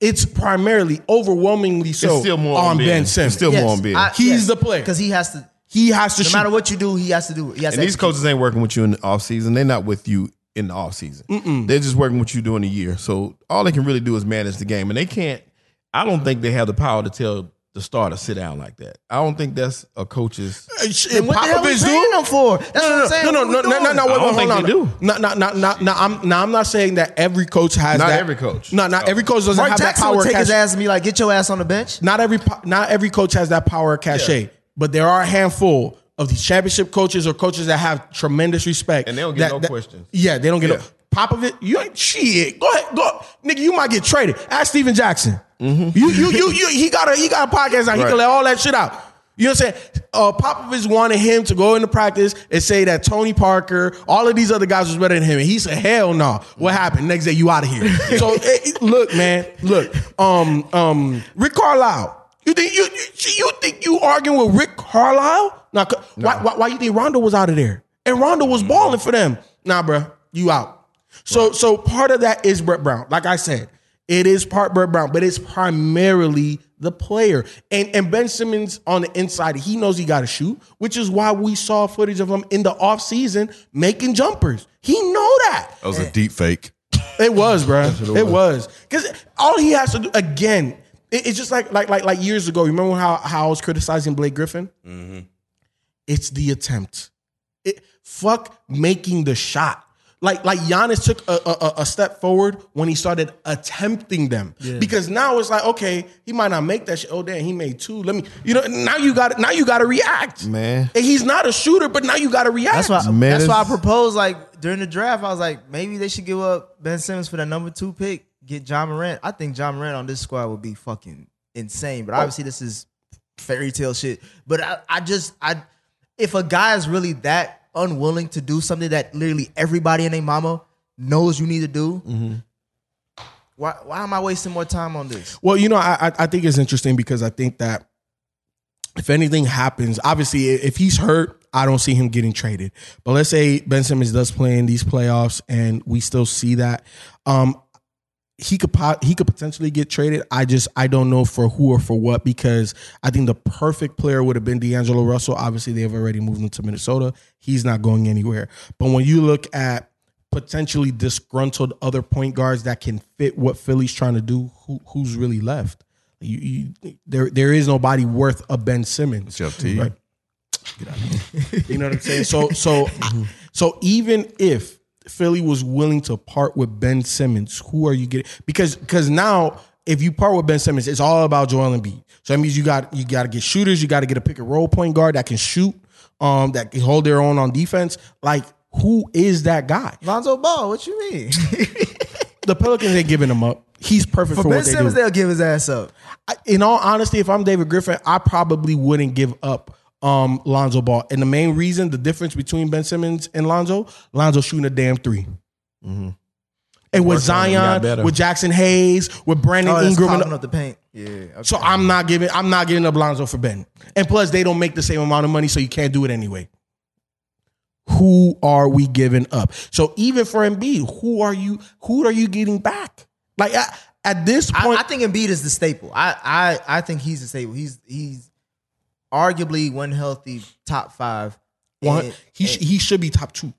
Speaker 7: it's primarily overwhelmingly so
Speaker 6: still more on
Speaker 7: on
Speaker 6: Ben.
Speaker 7: Ben,
Speaker 6: It's
Speaker 7: Simmons.
Speaker 6: still more Yes, on Ben. I-
Speaker 7: He's the player
Speaker 1: because he has to.
Speaker 7: He has to
Speaker 1: No
Speaker 7: shoot.
Speaker 1: matter what you do, he has to do it. He has
Speaker 6: And
Speaker 1: to
Speaker 6: these
Speaker 1: execute.
Speaker 6: coaches ain't working with you in the offseason. They're not with you in the offseason.
Speaker 1: Mm-mm.
Speaker 6: They're just working with you during the year. So all they can really do is manage the game. And they can't, I don't think they have the power to tell the star to sit down like that. I don't think that's a coach's.
Speaker 1: And what the hell we
Speaker 7: Popovich
Speaker 1: paying
Speaker 7: do?
Speaker 1: them for? That's
Speaker 7: no,
Speaker 1: what
Speaker 7: no,
Speaker 1: I'm saying.
Speaker 7: no, no, no,
Speaker 1: What we
Speaker 7: no, no,
Speaker 1: doing?
Speaker 7: no, wait,
Speaker 6: I don't
Speaker 7: wait,
Speaker 6: think
Speaker 7: hold
Speaker 6: they
Speaker 7: on. No, no, no, no, no. I'm, no, I'm not saying that every coach has
Speaker 6: Not
Speaker 7: that.
Speaker 6: every coach.
Speaker 7: No, not every coach doesn't
Speaker 1: Mark
Speaker 7: have
Speaker 1: Jackson
Speaker 7: that power.
Speaker 1: would take his
Speaker 7: cachet.
Speaker 1: ass and be like, "Get your ass on the bench."
Speaker 7: Not every, po- not every coach has that power cachet, but there are a handful of these championship coaches or coaches that have tremendous respect, and
Speaker 6: they don't get
Speaker 7: that,
Speaker 6: no
Speaker 7: that-
Speaker 6: questions.
Speaker 7: Yeah, they don't get
Speaker 6: Yeah.
Speaker 7: no. Popovich, you ain't shit. Go ahead, go, nigga. You might get traded. Ask Steven Jackson. You, you, you, you. He got a, he got a podcast out.
Speaker 6: Mm-hmm.
Speaker 7: He
Speaker 6: Right.
Speaker 7: can let all that shit out. You know what I'm saying? Uh, Popovich wanted him to go into practice and say that Tony Parker, all of these other guys was better than him, and he said, "Hell no." What happened? Next day, you out of here. so it, it- look, man, look. Um, um, Rick Carlisle. You think you, you you think you arguing with Rick Carlisle? Now, c- why, why why you think Rondo was out of there and Rondo was balling for them? Nah, bro, you out. So so part of that is Brett Brown. Like I said, it is part Brett Brown, but it's primarily the player. And and Ben Simmons on the inside, he knows he got to shoot, which is why we saw footage of him in the offseason making jumpers. He know that.
Speaker 5: That was a deep fake.
Speaker 7: It was, bro.
Speaker 5: what it
Speaker 7: It was because all he has to do again. it- it's just like like like like years ago. Remember how how I was criticizing Blake Griffin? It's the attempt. It, fuck making the shot. Like like Giannis took a, a, a- a step forward when he started attempting them
Speaker 6: Yeah.
Speaker 7: because now it's like okay he might not make that shit. Oh damn, he made two. Let me you know now you got now you got to react.
Speaker 6: Man.
Speaker 7: And he's not a shooter, but now you got to react.
Speaker 1: That's why.
Speaker 6: Man,
Speaker 1: that's why I
Speaker 6: it's-
Speaker 1: proposed. Like during the draft, I was like, maybe they should give up Ben Simmons for that number two pick. Get John Morant. I think John Morant on this squad would be fucking insane. But obviously, this is fairy tale shit. But I, I just, I, if a guy is really that unwilling to do something that literally everybody and their mama knows you need to do,
Speaker 6: Mm-hmm.
Speaker 1: why, why am I wasting more time on this?
Speaker 7: Well, you know, I I- I think it's interesting because I think that if anything happens, obviously, i- if he's hurt, I don't see him getting traded. But let's say Ben Simmons does play in these playoffs, and we still see that. Um, he could po- he could potentially get traded. I just I don't know for who or for what because I think the perfect player would have been D'Angelo Russell. Obviously, they have already moved him to Minnesota. He's not going anywhere. But when you look at potentially disgruntled other point guards that can fit what Philly's trying to do, who, who's really left? You, you, there there is nobody worth a Ben Simmons.
Speaker 5: Jeff T.
Speaker 7: Right. You know what I'm saying? So so so even if Philly was willing to part with Ben Simmons, who are you getting? Because because now if you part with Ben Simmons, it's all about Joel Embiid. So that means you got you got to get shooters. You got to get a pick and roll point guard that can shoot, um, that can hold their own on defense. Like who is that guy?
Speaker 1: Lonzo Ball, what you mean?
Speaker 7: The Pelicans ain't giving him up. He's perfect
Speaker 1: For
Speaker 7: for,
Speaker 1: Ben
Speaker 7: what they do.
Speaker 1: Simmons, they'll give his ass up.
Speaker 7: I- in all honesty, if I'm David Griffin, I probably wouldn't give up um, Lonzo Ball. And the main reason, the difference between Ben Simmons and Lonzo, Lonzo shooting a damn 3 And with
Speaker 1: Worked Mm-hmm. on him, got better.
Speaker 7: Zion, with Jackson Hayes, with Brandon
Speaker 1: Oh, that's
Speaker 7: Ingram,
Speaker 1: clogging
Speaker 7: and-
Speaker 1: up the paint. Yeah. okay.
Speaker 7: so I'm not giving. I'm not giving up Lonzo for Ben. And plus, they don't make the same amount of money, so you can't do it anyway. Who are we giving up? So even for Embiid, who are you? Who are you getting back? Like at, at this point,
Speaker 1: I, I think Embiid is the staple. I, I I think he's the staple. He's he's arguably one healthy top five.
Speaker 7: One,
Speaker 1: And-
Speaker 7: he sh- he should be top two.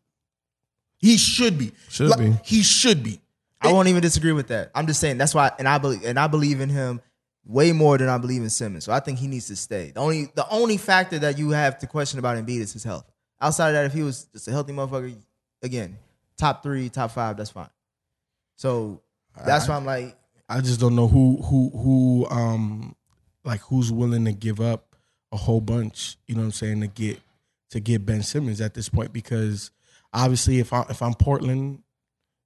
Speaker 7: He should be.
Speaker 6: Should be.
Speaker 7: He should be.
Speaker 1: I won't even disagree with that. I'm just saying that's why, and I believe and I believe in him way more than I believe in Simmons. So I think he needs to stay. The only the only factor that you have to question about Embiid is his health. Outside of that, if he was just a healthy motherfucker, again, top three, top five, that's fine. So that's why I'm like,
Speaker 7: I just don't know who who who um like who's willing to give up a whole bunch. You know what I'm saying to get to get Ben Simmons at this point because obviously if I if I'm Portland,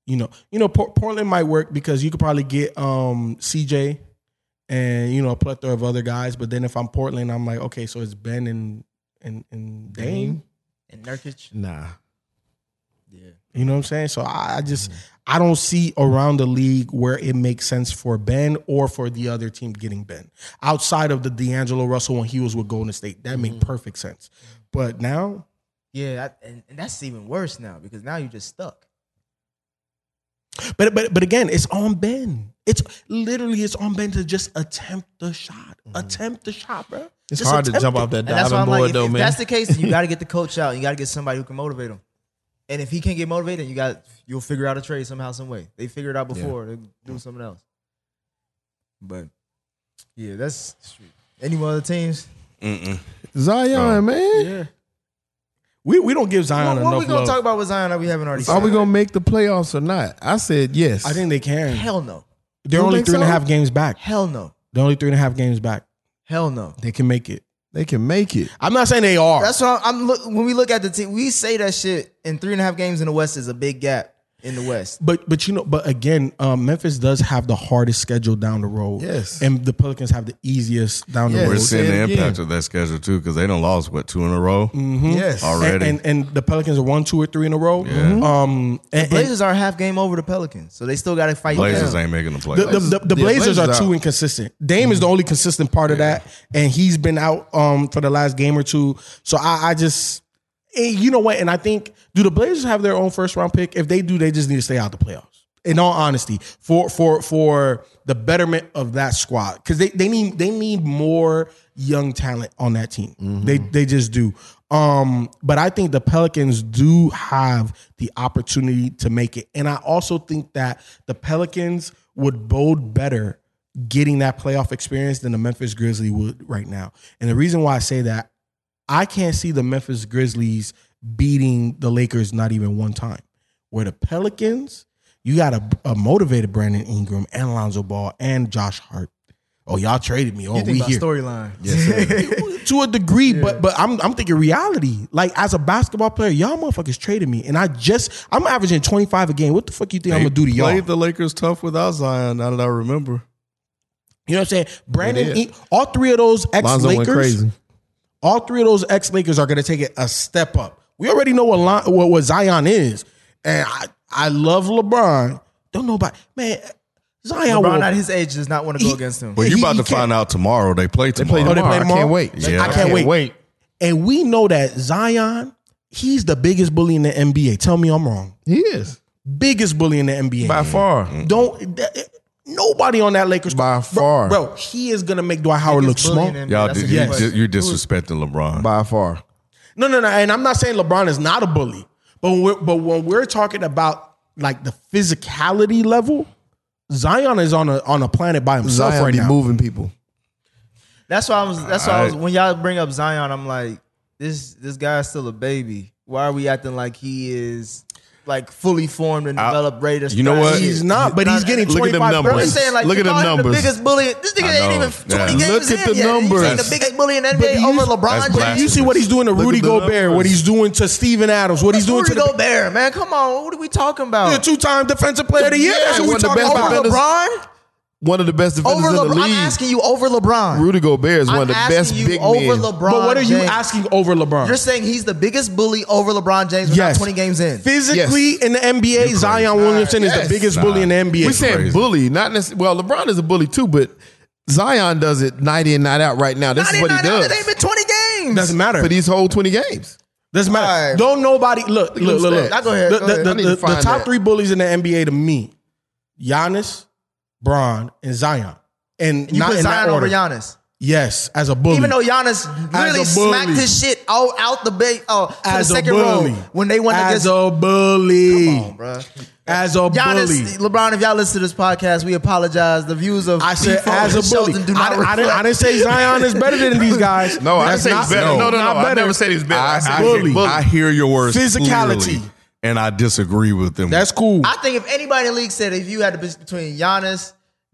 Speaker 7: you know you know Port- Portland might work because you could probably get um CJ and you know a plethora of other guys. But then if I'm Portland, I'm like okay, so it's Ben and and and Dame.
Speaker 1: and Nurkic,
Speaker 6: Nah.
Speaker 7: You know what I'm saying? So I, I just
Speaker 6: Mm-hmm.
Speaker 7: I don't see around the league where it makes sense for Ben or for the other team getting Ben outside of the D'Angelo Russell when he was with Golden State. That
Speaker 6: Mm-hmm.
Speaker 7: made perfect sense. But now,
Speaker 1: yeah, I, and, and that's even worse now because now you're just stuck.
Speaker 7: but but but again, it's on Ben. It's literally it's on Ben to just attempt the shot, attempt the shot, bro.
Speaker 6: Mm-hmm. It's
Speaker 7: Just
Speaker 6: hard to
Speaker 7: attempt
Speaker 6: jump
Speaker 7: it.
Speaker 6: off that
Speaker 1: And that's why
Speaker 6: diving
Speaker 1: I'm
Speaker 6: board,
Speaker 1: like, if,
Speaker 6: though,
Speaker 1: if
Speaker 6: man.
Speaker 1: that's the case, then you got to get the coach out. and You got to get somebody who can motivate him. And if he can't get motivated, you got you'll figure out a trade somehow, some way. They figure it out before they do something else. But yeah, that's Any more other teams?
Speaker 5: Mm-mm.
Speaker 11: Zion,
Speaker 1: Oh.
Speaker 5: Um,
Speaker 11: man.
Speaker 1: Yeah.
Speaker 7: We we don't give Zion
Speaker 1: What, what are we
Speaker 11: enough
Speaker 1: gonna
Speaker 11: love.
Speaker 1: talk about with Zion that we haven't already?
Speaker 11: Are
Speaker 1: said?
Speaker 11: we gonna make the playoffs or not? I said yes.
Speaker 7: I think they can.
Speaker 1: Hell no.
Speaker 7: They're
Speaker 11: You
Speaker 7: only
Speaker 11: think
Speaker 7: three and a
Speaker 11: so?
Speaker 7: half games back.
Speaker 1: Hell no.
Speaker 7: They're only three and a half games back.
Speaker 1: Hell no.
Speaker 7: They can make it.
Speaker 11: They can make it.
Speaker 7: I'm not saying they are.
Speaker 1: That's what I'm. I'm look, when we look at the team, we say that shit in three and a half games in the West is a big gap in the West.
Speaker 7: But but you know, but again, um, Memphis does have the hardest schedule down the road.
Speaker 1: Yes.
Speaker 7: and the Pelicans have the easiest down the road.
Speaker 5: We're seeing the impact of that schedule too because they don't lost what two in a row.
Speaker 7: Mhm.
Speaker 5: already.
Speaker 7: And, and and the Pelicans are one, two, or three in a row.
Speaker 1: Mm-hmm.
Speaker 5: Yeah.
Speaker 7: Um,
Speaker 1: The
Speaker 7: and,
Speaker 1: Blazers are half game over the Pelicans, so they still got to fight.
Speaker 5: Blazers
Speaker 1: them.
Speaker 5: ain't making the playoffs.
Speaker 7: the, the, the, the
Speaker 1: Yeah,
Speaker 7: Blazers,
Speaker 1: Blazers
Speaker 7: are
Speaker 1: out. Mm-hmm.
Speaker 7: too inconsistent. Dame is the only consistent part of that, and he's been out um for the last game or two. So I, I just, eh, you know what? And I think do the Blazers have their own first round pick? If they do, they just need to stay out the playoffs. In all honesty, for for for the betterment of that squad, because they, they need they need more young talent on that team. They they just do. Um, but I think the Pelicans do have the opportunity to make it, and I also think that the Pelicans would bode better getting that playoff experience than the Memphis Grizzlies would right now. And the reason why I say that, I can't see the Memphis Grizzlies beating the Lakers not even one time. Where the Pelicans, you got a, a motivated Brandon Ingram and Lonzo Ball and Josh Hart. Oh, y'all traded me. Oh,
Speaker 1: You think
Speaker 7: we
Speaker 1: about
Speaker 7: here
Speaker 1: storyline?
Speaker 7: to a degree, but but I'm I'm thinking reality. Like as a basketball player, y'all motherfuckers traded me, and I just I'm averaging 25 a game. What the fuck you think I'm
Speaker 5: They
Speaker 7: gonna do to y'all?
Speaker 5: Played the Lakers tough without Zion. Now that I remember,
Speaker 7: You know what I'm saying? Brandon,
Speaker 5: did.
Speaker 7: E- all three of those ex
Speaker 5: Lonzo went
Speaker 7: Lakers,
Speaker 5: crazy.
Speaker 7: all three of those ex Lakers are going to take it a step up. We already know what, Lon- what what Zion is, and I I love LeBron. Don't nobody man. Zion
Speaker 1: LeBron
Speaker 7: will-
Speaker 1: at his age does not want to go against him.
Speaker 5: Well, you about to find out tomorrow. They play tomorrow.
Speaker 7: Oh, they play tomorrow?
Speaker 5: Yeah,
Speaker 7: I can't wait. And we know that Zion, he's the biggest bully in the NBA. Tell me I'm wrong.
Speaker 11: He is.
Speaker 7: Biggest bully in the NBA.
Speaker 11: By far.
Speaker 7: Don't that- nobody on that Lakers. By
Speaker 11: far.
Speaker 7: Bro, he is gonna make Dwight Howard look small.
Speaker 5: Y'all, did, you,
Speaker 7: Yes.
Speaker 5: you're disrespecting LeBron
Speaker 11: by far.
Speaker 7: No, no, no. And I'm not saying LeBron is not a bully, but when we're, but when we're talking about like the physicality level, Zion is on a on a planet by himself
Speaker 11: Zion
Speaker 7: right
Speaker 11: be
Speaker 7: now.
Speaker 11: moving people.
Speaker 1: That's why I was. That's why I was.
Speaker 7: I-
Speaker 1: When y'all bring up Zion, I'm like, this this guy's still a baby. Why are we acting like he is like fully formed and developed, ready to?
Speaker 5: you know what?
Speaker 1: He's not,
Speaker 7: but he's getting
Speaker 5: Look at them 25
Speaker 1: Bro, I'm
Speaker 5: numbers.
Speaker 1: saying like
Speaker 5: Look at
Speaker 1: they call
Speaker 5: them
Speaker 1: him
Speaker 5: numbers.
Speaker 1: The biggest bully. This
Speaker 5: I
Speaker 1: nigga ain't
Speaker 5: know.
Speaker 1: even 20
Speaker 5: Yeah.
Speaker 1: games in
Speaker 5: Look at the
Speaker 1: yet. You saying
Speaker 5: numbers.
Speaker 1: The biggest bully in NBA
Speaker 7: But you-
Speaker 1: over LeBron
Speaker 7: But
Speaker 1: James.
Speaker 7: you see what he's doing to
Speaker 5: Look at
Speaker 7: Rudy
Speaker 5: the
Speaker 7: Gobert, what
Speaker 5: numbers.
Speaker 7: he's doing to Steven Adams, what he's doing
Speaker 1: Rudy
Speaker 7: to the
Speaker 1: Gobert, man. Come on, what are we talking about?
Speaker 7: You're a two-time defensive player of the year.
Speaker 1: Yeah,
Speaker 7: That's what
Speaker 1: one
Speaker 7: we
Speaker 1: of the
Speaker 7: talking
Speaker 1: best
Speaker 7: about.
Speaker 1: defenders. LeBron?
Speaker 11: One of the best defenders
Speaker 1: Over
Speaker 11: in the
Speaker 1: LeBron, I'm
Speaker 11: league.
Speaker 1: asking you over LeBron.
Speaker 11: Rudy Gobert is one of the
Speaker 1: I'm
Speaker 11: best
Speaker 1: asking you
Speaker 11: big
Speaker 1: over
Speaker 11: men.
Speaker 1: LeBron
Speaker 7: But what are you
Speaker 1: James.
Speaker 7: asking over LeBron?
Speaker 1: You're saying he's the biggest bully over LeBron James. We're
Speaker 7: Yes.
Speaker 1: not 20 games in.
Speaker 7: Physically in the NBA, Zion Williamson is the biggest bully in the NBA.
Speaker 11: We saying bully, not necessarily. Well, LeBron is a bully too, but Zion does it night in, night out. Right now, this is what he does.
Speaker 1: They've been 20 games.
Speaker 7: Doesn't matter.
Speaker 11: For these whole twenty games,
Speaker 7: Doesn't matter. Don't nobody look.
Speaker 11: Look at
Speaker 7: Look,
Speaker 11: them
Speaker 7: look, look.
Speaker 11: stats. Now go ahead,
Speaker 7: The,
Speaker 11: go
Speaker 7: the-
Speaker 11: ahead.
Speaker 7: the-
Speaker 11: I need to
Speaker 7: the- the
Speaker 11: find
Speaker 7: top
Speaker 11: that.
Speaker 7: three bullies in the NBA to me: Giannis, Bron, and Zion. And
Speaker 1: You
Speaker 7: not
Speaker 1: put
Speaker 7: in
Speaker 1: Zion
Speaker 7: that
Speaker 1: over
Speaker 7: order.
Speaker 1: Giannis.
Speaker 7: Yes, as a bully.
Speaker 1: Even though Giannis literally
Speaker 7: a bully.
Speaker 1: smacked his shit all out the bay, uh, to
Speaker 7: as
Speaker 1: the
Speaker 7: a
Speaker 1: second
Speaker 7: bully,
Speaker 1: row when they went
Speaker 7: as
Speaker 1: against
Speaker 7: a bully, as a bully.
Speaker 1: Giannis, LeBron. If y'all listen to this podcast, we apologize. The views of
Speaker 7: I said
Speaker 1: Defoe
Speaker 7: as
Speaker 1: and
Speaker 7: a bully.
Speaker 1: Shelton do not
Speaker 7: I, I, didn't, I didn't say Zion is better than these guys.
Speaker 11: No, I didn't
Speaker 7: That's
Speaker 11: say he's
Speaker 7: not-
Speaker 11: better. No, no, no.
Speaker 7: not
Speaker 11: I never said he's better. I, said he's
Speaker 7: bully.
Speaker 5: I hear your words.
Speaker 7: Physicality.
Speaker 5: clearly, and I disagree with them.
Speaker 7: That's cool.
Speaker 1: I think if anybody in the league said if you had to pick between Giannis,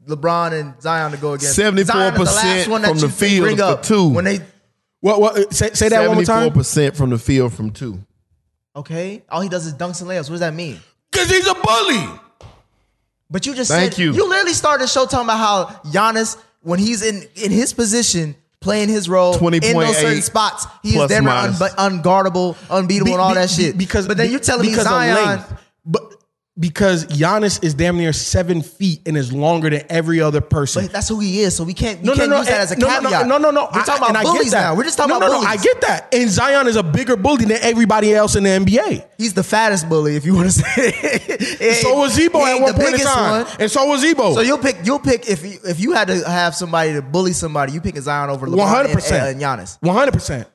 Speaker 1: LeBron, and Zion to go against, Zion is the last
Speaker 11: 74%
Speaker 1: one that
Speaker 11: from the
Speaker 1: you bring
Speaker 11: field for
Speaker 1: up
Speaker 11: two.
Speaker 1: When they
Speaker 7: What? What? Say, say that one more time.
Speaker 11: percent from the field from two.
Speaker 1: okay, all he does is dunks and layups. What does that mean?
Speaker 7: Because he's a bully.
Speaker 1: But you just
Speaker 11: Thank
Speaker 1: said
Speaker 11: you.
Speaker 1: you literally started the show talking about how Giannis, when he's in in his position. Playing his role in those
Speaker 11: 20.8
Speaker 1: certain spots, he is
Speaker 11: plus
Speaker 1: damn near
Speaker 11: minus.
Speaker 1: unbu- unguardable, unbeatable,
Speaker 7: Be-
Speaker 1: and all
Speaker 7: be-
Speaker 1: that
Speaker 7: be-
Speaker 1: shit.
Speaker 7: Because,
Speaker 1: but then
Speaker 7: be-
Speaker 1: you're telling me
Speaker 7: because of
Speaker 1: Zion,
Speaker 7: length. but because Giannis is damn near seven feet and is longer than every other person.
Speaker 1: that's who he is, so we can't. We can't use
Speaker 7: and-
Speaker 1: that as a
Speaker 7: no, no,
Speaker 1: caveat.
Speaker 7: no, No, no, no.
Speaker 1: We're
Speaker 7: I-
Speaker 1: talking
Speaker 7: and I
Speaker 1: about
Speaker 7: get
Speaker 1: bullies
Speaker 7: that.
Speaker 1: now. We're just talking
Speaker 7: No,
Speaker 1: about
Speaker 7: no,
Speaker 1: bullies.
Speaker 7: No, I get that. And Zion is a bigger bully than everybody else in the NBA.
Speaker 1: He's the fattest bully, if you want to say.
Speaker 7: And so was Zebo
Speaker 1: he
Speaker 7: at
Speaker 1: ain't
Speaker 7: one
Speaker 1: the
Speaker 7: point in
Speaker 1: biggest
Speaker 7: time, Oh.
Speaker 1: one.
Speaker 7: and so was Zebo.
Speaker 1: So you'll pick. You'll pick if you, if you had to have somebody to bully somebody, you pick Zion over LeBron
Speaker 7: One hundred
Speaker 1: and,
Speaker 7: percent.
Speaker 1: and Giannis.
Speaker 7: One hundred percent.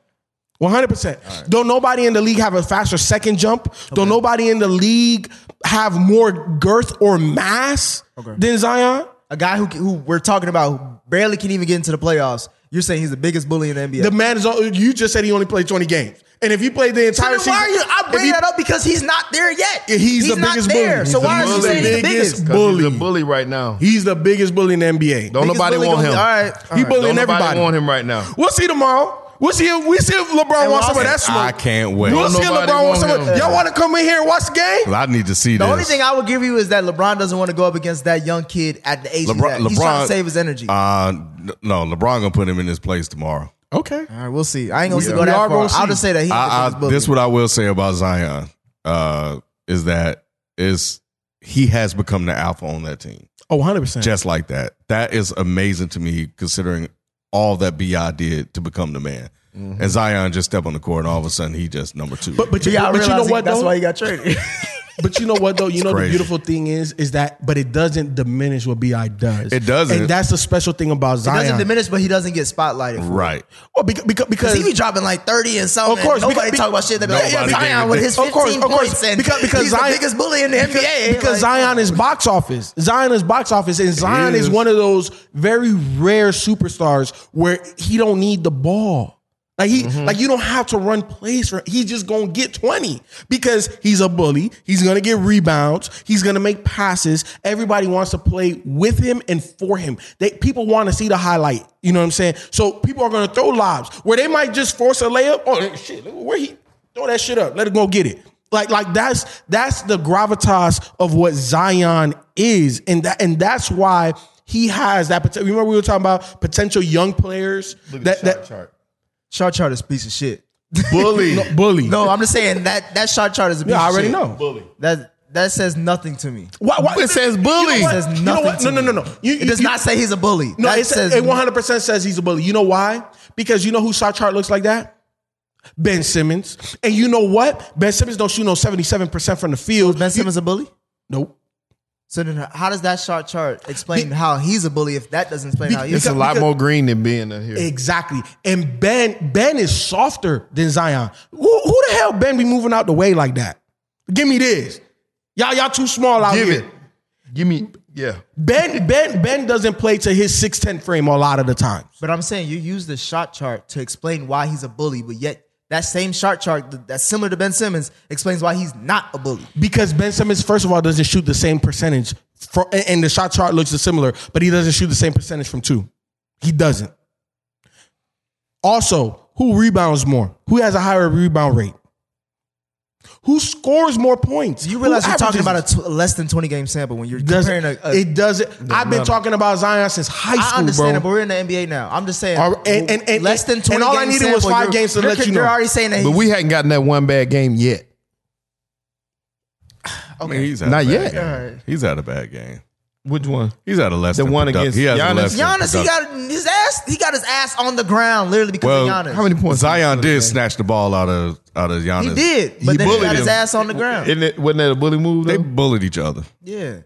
Speaker 7: One hundred percent. Don't nobody in the league have a faster second jump. Don't nobody in the league have more girth or mass than Zion.
Speaker 1: A guy who who we're talking about who barely can even get into the playoffs You're saying he's the biggest bully in the NBA.
Speaker 7: The man is. all- You just said he only played twenty games, and if he played the
Speaker 1: So
Speaker 7: entire
Speaker 1: then why are you?
Speaker 7: season,
Speaker 1: I bring
Speaker 7: if he-
Speaker 1: that up because he's not there yet.
Speaker 7: Yeah, he's, the
Speaker 1: not
Speaker 7: biggest
Speaker 1: there.
Speaker 7: bully.
Speaker 1: So why is he saying he's the biggest?
Speaker 7: bully?
Speaker 6: He's a bully right now.
Speaker 7: He's the biggest bully in the NBA.
Speaker 6: Don't
Speaker 7: Biggest
Speaker 6: nobody
Speaker 7: bully
Speaker 6: want
Speaker 7: gonna-
Speaker 6: him.
Speaker 7: All right,
Speaker 6: All
Speaker 7: he
Speaker 6: right.
Speaker 7: bullying
Speaker 6: Don't nobody
Speaker 7: everybody.
Speaker 6: want him right now.
Speaker 7: We'll see tomorrow. We'll see. If, we see if LeBron wants some of that smoke.
Speaker 5: I can't wait.
Speaker 7: We'll see if
Speaker 1: nobody
Speaker 7: LeBron wants
Speaker 1: want
Speaker 7: some. of-
Speaker 1: him.
Speaker 7: Y'all want to come in here and watch the game?
Speaker 5: I need to see
Speaker 1: The
Speaker 5: this.
Speaker 1: only thing I would give you is that LeBron doesn't want to go up against that young kid at the age he's at. He's trying to save his energy.
Speaker 5: Uh, n- no, LeBron gonna put him in his place tomorrow.
Speaker 7: Okay.
Speaker 1: All right, we'll see. I ain't gonna
Speaker 7: We-
Speaker 1: go
Speaker 7: we
Speaker 1: that
Speaker 7: are
Speaker 1: far.
Speaker 7: gonna see.
Speaker 1: I'll just say that he.
Speaker 5: I, I, this what I will say about Zion uh, is that is he has become the alpha on that team.
Speaker 7: Oh, 100%.
Speaker 5: Just like that. That is amazing to me considering all that BI did to become the man.
Speaker 6: Mm-hmm.
Speaker 1: Mhm.
Speaker 5: And Zion just stepped on the court and all of a sudden he just number two.
Speaker 7: But but you,
Speaker 1: Yeah, I
Speaker 7: but you know
Speaker 1: realize he-
Speaker 7: what?
Speaker 1: that's
Speaker 7: though?
Speaker 1: why he got traded.
Speaker 7: But you know what though? You know
Speaker 5: crazy.
Speaker 7: the beautiful thing is is that but it doesn't diminish what Bi does.
Speaker 5: It doesn't.
Speaker 7: and that's the special thing about
Speaker 1: It
Speaker 7: Zion.
Speaker 1: doesn't diminish, but he doesn't get spotlighted. for it.
Speaker 5: right.
Speaker 7: Well, because because,
Speaker 1: Because he be dropping like 30 and something.
Speaker 7: Of course,
Speaker 1: nobody
Speaker 7: because-
Speaker 1: talk about shit. They be like, yeah,
Speaker 5: Nobody
Speaker 1: Zion
Speaker 5: gave
Speaker 1: with
Speaker 5: a
Speaker 1: his
Speaker 7: of
Speaker 1: 15
Speaker 7: course, of course,
Speaker 1: points and
Speaker 7: because because
Speaker 1: he's
Speaker 7: Zion,
Speaker 1: the biggest bully in the
Speaker 7: because-
Speaker 1: NBA.
Speaker 7: Because
Speaker 1: Like,
Speaker 7: Zion is box office. Zion is box office, and Zion is.
Speaker 5: is.
Speaker 7: one of those very rare superstars where he don't need the ball. Like he, like you don't have to run plays for. He's just gonna get twenty because he's a bully. He's gonna get rebounds. He's gonna make passes. Everybody wants to play with him and for him. They people want to see the highlight. You know what I'm saying? So people are gonna throw lobs where they might just force a layup. Oh shit! Where he throw that shit up. Let it go get it. Like like that's that's the gravitas of what Zion is, and that and that's why he has that potential. Remember we were talking about potential young players that that
Speaker 6: chart.
Speaker 1: Shot chart is a piece of shit.
Speaker 5: bully
Speaker 7: no, bully.
Speaker 1: No, I'm just saying that that shot chart is a piece
Speaker 7: Yeah, I
Speaker 1: of
Speaker 7: already
Speaker 1: shit.
Speaker 7: know.
Speaker 1: Bully. That that says nothing to me.
Speaker 7: Why- why-
Speaker 1: It says
Speaker 7: you know
Speaker 1: bully.
Speaker 7: what?
Speaker 1: It says
Speaker 7: You know
Speaker 1: nothing
Speaker 7: what?
Speaker 1: to
Speaker 7: No, no,
Speaker 1: me.
Speaker 7: no, no. You-
Speaker 1: it
Speaker 7: you-
Speaker 1: does
Speaker 7: you-
Speaker 1: not say he's a bully.
Speaker 7: No,
Speaker 1: that
Speaker 7: it says it 100 percent says he's a bully. You know why? Because you know who shot chart looks like that. Ben Simmons, and you know what? Ben Simmons don't shoot no seventy seven percent from the field.
Speaker 1: Ben Simmons a bully?
Speaker 7: Nope.
Speaker 1: So then, how does that shot chart explain how he's a bully if that doesn't explain
Speaker 7: Be-
Speaker 1: how he's
Speaker 6: It's a
Speaker 7: Because-
Speaker 6: lot
Speaker 7: because-
Speaker 6: more green than being in here.
Speaker 7: Exactly. And Ben Ben is softer than Zion. Who, who the hell Ben be moving out the way like that? Give me this. Y'all y'all too small out
Speaker 6: Give
Speaker 7: here.
Speaker 6: it. Give me. Yeah.
Speaker 7: Ben Ben Ben doesn't play to his 6'10 frame a lot of the times.
Speaker 1: But I'm saying you use the shot chart to explain why he's a bully, but yet that same shot chart th- that's similar to Ben Simmons explains why he's not a bully.
Speaker 7: Because Ben Simmons first of all doesn't shoot the same percentage for, and- and the shot chart looks similar, but he doesn't shoot the same percentage from 2. He doesn't. Also, who rebounds more? Who has a higher rebound rate? Who scores more points?
Speaker 1: You realize
Speaker 7: Who
Speaker 1: you're talking
Speaker 7: averages-
Speaker 1: about a t- less than 20 game sample when you're
Speaker 7: does
Speaker 1: comparing a. a
Speaker 7: it doesn't. I've been
Speaker 6: no.
Speaker 7: talking about Zion since high
Speaker 1: I
Speaker 7: school,
Speaker 1: understand it, but
Speaker 7: bro.
Speaker 1: we're in the NBA now. I'm just saying,
Speaker 7: All- and- and- and-
Speaker 1: less than
Speaker 7: and
Speaker 1: 20
Speaker 7: all I
Speaker 1: game
Speaker 7: needed was
Speaker 1: sample,
Speaker 7: five
Speaker 1: you're-
Speaker 7: games to
Speaker 1: you're-
Speaker 7: let you
Speaker 1: You're
Speaker 7: know.
Speaker 1: already saying that
Speaker 6: But
Speaker 1: he's-
Speaker 6: we hadn't gotten that one bad game yet.
Speaker 5: I mean, he's had
Speaker 6: Not
Speaker 5: a bad
Speaker 6: yet.
Speaker 5: game.
Speaker 1: All right.
Speaker 5: He's had a bad game.
Speaker 6: Which one?
Speaker 5: He's had a less
Speaker 6: The
Speaker 5: than
Speaker 6: one
Speaker 5: product-
Speaker 6: against
Speaker 5: he has a
Speaker 6: Giannis.
Speaker 5: less than
Speaker 1: Giannis, he
Speaker 5: product-
Speaker 1: got his ass. He got his ass on the ground literally because
Speaker 5: well,
Speaker 1: of Giannis.
Speaker 6: How many points?
Speaker 5: Zion did snatch the ball out of out of Giannis.
Speaker 1: He did, but
Speaker 5: He
Speaker 1: then he
Speaker 5: bullied
Speaker 1: got his
Speaker 5: him.
Speaker 1: ass on the ground.
Speaker 6: Isn't it, wasn't that a bully move?
Speaker 5: They
Speaker 6: Though?
Speaker 5: bullied each other.
Speaker 1: yeah.